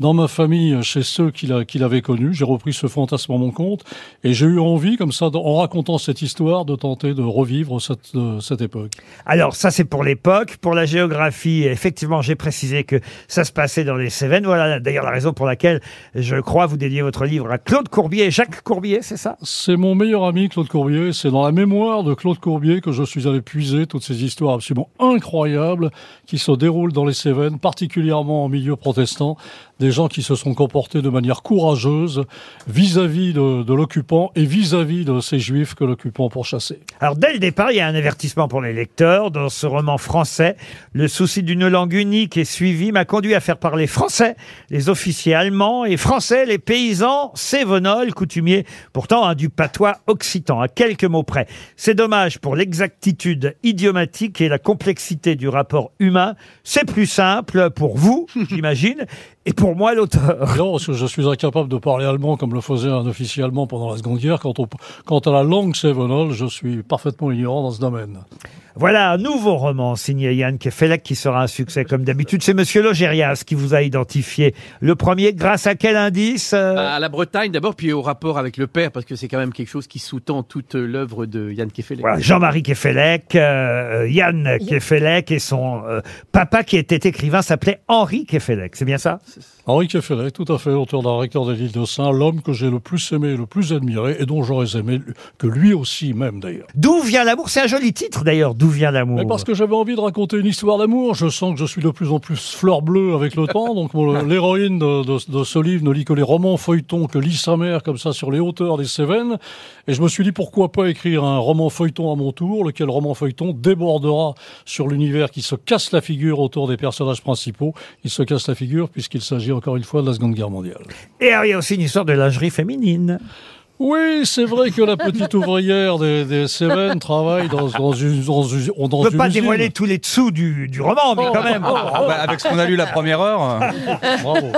dans ma famille, chez ceux qui l'a- qui l'avaient connu. J'ai repris ce fantasme à mon compte et j'ai eu envie, comme ça, en racontant cette histoire, de tenter de revivre cette, euh, cette époque.
Alors ça c'est pour l'époque, pour la géographie, effectivement j'ai précisé que ça se passait dans les Cévennes. Voilà d'ailleurs la raison pour laquelle je crois vous dédiez votre livre à Claude Courbier et Jacques Courbier, c'est ça
C'est mon meilleur ami Claude Courbier. C'est dans la mémoire de Claude Courbier que je suis allé puiser toutes ces histoires absolument incroyables qui se déroulent dans les Cévennes, particulièrement en milieu protestant. Des gens qui se sont comportés de manière courageuse vis-à-vis de, de l'occupant et vis-à-vis de ces juifs que l'occupant pourchassait.
Alors dès le départ, il y a un avertissement pour les lecteurs. Dans ce roman français, le souci d'une langue unique et suivie m'a conduit à faire parler français les officiers allemands et français les paysans sévonols, coutumiers pourtant hein, du patois occitan, à quelques mots près. C'est dommage pour l'exactitude idiomatique et la complexité du rapport humain. C'est plus simple pour vous, j'imagine, et pour moi l'auteur.
Non, parce que je suis incapable de parler allemand comme le faisait un officier allemand pendant la Seconde Guerre. Quant, au- quant à la langue sévenole, je suis parfaitement ignorant dans ce domaine.
Voilà un nouveau roman signé Yann Kefelec qui sera un succès comme d'habitude. C'est Monsieur Logérias qui vous a identifié le premier. Grâce à quel indice euh,
Ah.
À la Bretagne d'abord, puis au rapport avec le père, parce que c'est quand même quelque chose qui sous-tend toute euh, l'œuvre de Yann Kefelec.
Voilà, Jean-Marie Kefelec, euh, euh, Yann Kefelec et son euh, papa qui était écrivain s'appelait Henri Kefelec. C'est bien ça
Henri Kefelec, tout à fait, auteur d'un recteur des l'île de Saint, l'homme que j'ai le plus aimé, le plus admiré, et dont j'aurais aimé que lui aussi même d'ailleurs.
D'où vient l'amour C'est un joli titre d'ailleurs, D'où vient l'amour
Mais parce que j'avais envie de raconter une histoire d'amour, je sens que je suis de plus en plus fleur bleue avec le temps, donc mon- l'héroïne de, de- de ce livre ne lit que les romans feuilletons que lit sa mère comme ça sur les hauteurs des Cévennes, et je me suis dit pourquoi pas écrire un roman feuilleton à mon tour, lequel roman feuilleton débordera sur l'univers qui se casse la figure autour des personnages principaux, il se casse la figure puisqu'il s'agit encore une fois de la Seconde Guerre mondiale.
Et alors, il y a aussi une histoire de lingerie féminine.
Oui, c'est vrai que la petite ouvrière des, des Cévennes travaille dans, dans une, dans une- dans
On ne peut
une
pas
usine.
dévoiler tous les dessous du, du roman, mais quand même.
Ah bah, avec ce qu'on a lu la première heure.
Oh.
euh.
Bravo.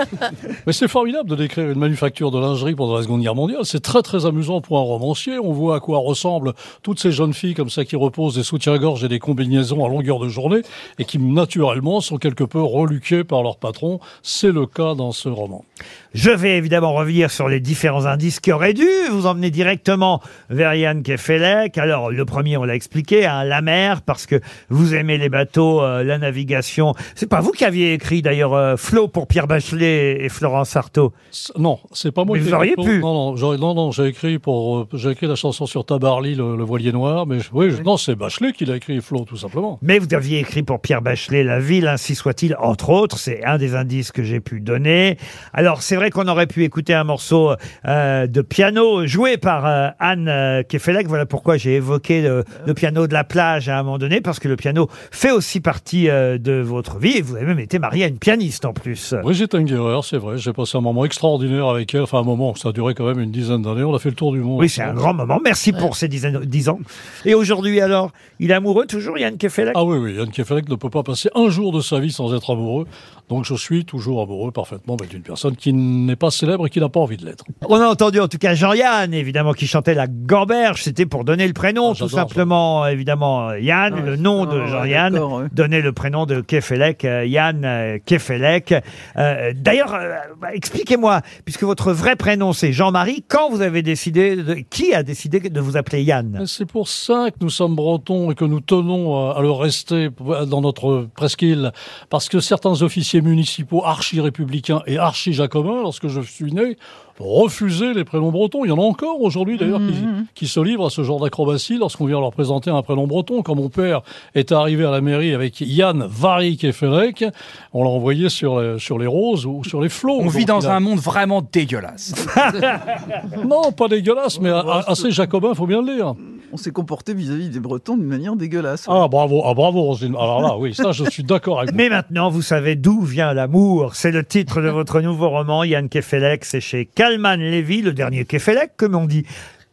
Mais c'est formidable de décrire une manufacture de lingerie pendant la Seconde Guerre mondiale. C'est très très amusant pour un romancier. On voit à quoi ressemblent toutes ces jeunes filles comme ça qui reposent des soutiens-gorge et des combinaisons à longueur de journée et qui naturellement sont quelque peu reluquées par leur patron. C'est le cas dans ce roman.
Je vais évidemment revenir sur les différents indices qui auraient dû vous emmener directement vers Yann Kefelec. Alors, le premier, on l'a expliqué, hein, la mer, parce que vous aimez les bateaux, euh, la navigation. C'est pas vous qui aviez écrit d'ailleurs euh, Flo pour Pierre Bachelet et Florence Artaud.
Non, c'est pas moi
Mais
qui ai
vous auriez
écrit-
pu.
Non, non, j'aurais- non, non, j'ai écrit pour, euh, j'ai écrit la chanson sur Tabarly, le, le voilier noir, mais je- oui, je- non, c'est Bachelet qui l'a écrit, Flo, tout simplement.
Mais vous aviez écrit pour Pierre Bachelet La ville, ainsi soit-il, entre autres. C'est un des indices que j'ai pu donner. Alors, c'est vrai qu'on aurait pu écouter un morceau euh, de piano joué par euh, Anne euh, Kefelec. Voilà pourquoi j'ai évoqué le, le piano de la plage à un moment donné, parce que le piano fait aussi partie euh, de votre vie. Et vous avez même été marié à une pianiste en plus.
Brigitte Engerer, c'est vrai, j'ai passé un moment extraordinaire avec elle, enfin un moment, ça a duré quand même une dizaine d'années, on a fait le tour du monde.
Oui, c'est un grand moment. Merci pour ces dix années- dix ans. Et aujourd'hui, alors, il est amoureux toujours, Yann Kefelec
Ah oui, oui, Yann Kefelec ne peut pas passer un jour de sa vie sans être amoureux, donc je suis toujours amoureux parfaitement mais d'une personne qui n'est pas célèbre et qui n'a pas envie de l'être.
On a entendu en tout cas Jean-Yann, évidemment, qui chantait la gamberge. C'était pour donner le
Ah,
prénom, tout
j'adore,
simplement, évidemment, euh, Yann, le nom de
ouais,
Jean-Yann,
Ah, d'accord, ouais.
donner le prénom de Kefelec, euh, Yann euh, Kefelec. Euh, D'ailleurs, euh, bah, expliquez-moi, puisque votre vrai prénom c'est Jean-Marie, quand vous avez décidé, de- qui a décidé de vous appeler Yann
C'est pour ça que nous sommes bretons et que nous tenons à à le rester dans notre presqu'île, parce que certains officiers municipaux archi-républicains et archi-jacobins, lorsque je suis né, refusaient les prénoms bretons. Il y en a encore aujourd'hui d'ailleurs qui,
Mhm.
qui se livrent à ce genre d'acrobatie lorsqu'on vient leur présenter un prénom breton. Quand mon père est arrivé à la mairie avec Yann Varick et Félec, on l'a envoyé sur, les- sur les roses ou sur les flots.
On vit
Donc,
dans
il a-
un monde vraiment dégueulasse.
ah, non, pas dégueulasse, mais a- assez jacobin, faut bien le dire.
On s'est comporté vis-à-vis des Bretons d'une manière dégueulasse.
Ah bravo, ah bravo Roselyne. Alors là, oui, ça je suis d'accord avec vous.
Mais maintenant, vous savez d'où vient l'amour. C'est le titre de votre nouveau roman, Yann Kefelec. C'est chez Kalman Levy, le dernier Kefelec, comme on dit.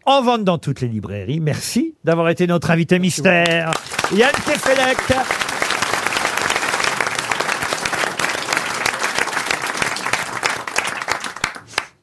En vente dans toutes les librairies. Merci d'avoir été notre invité mystère. Yann Kefelec.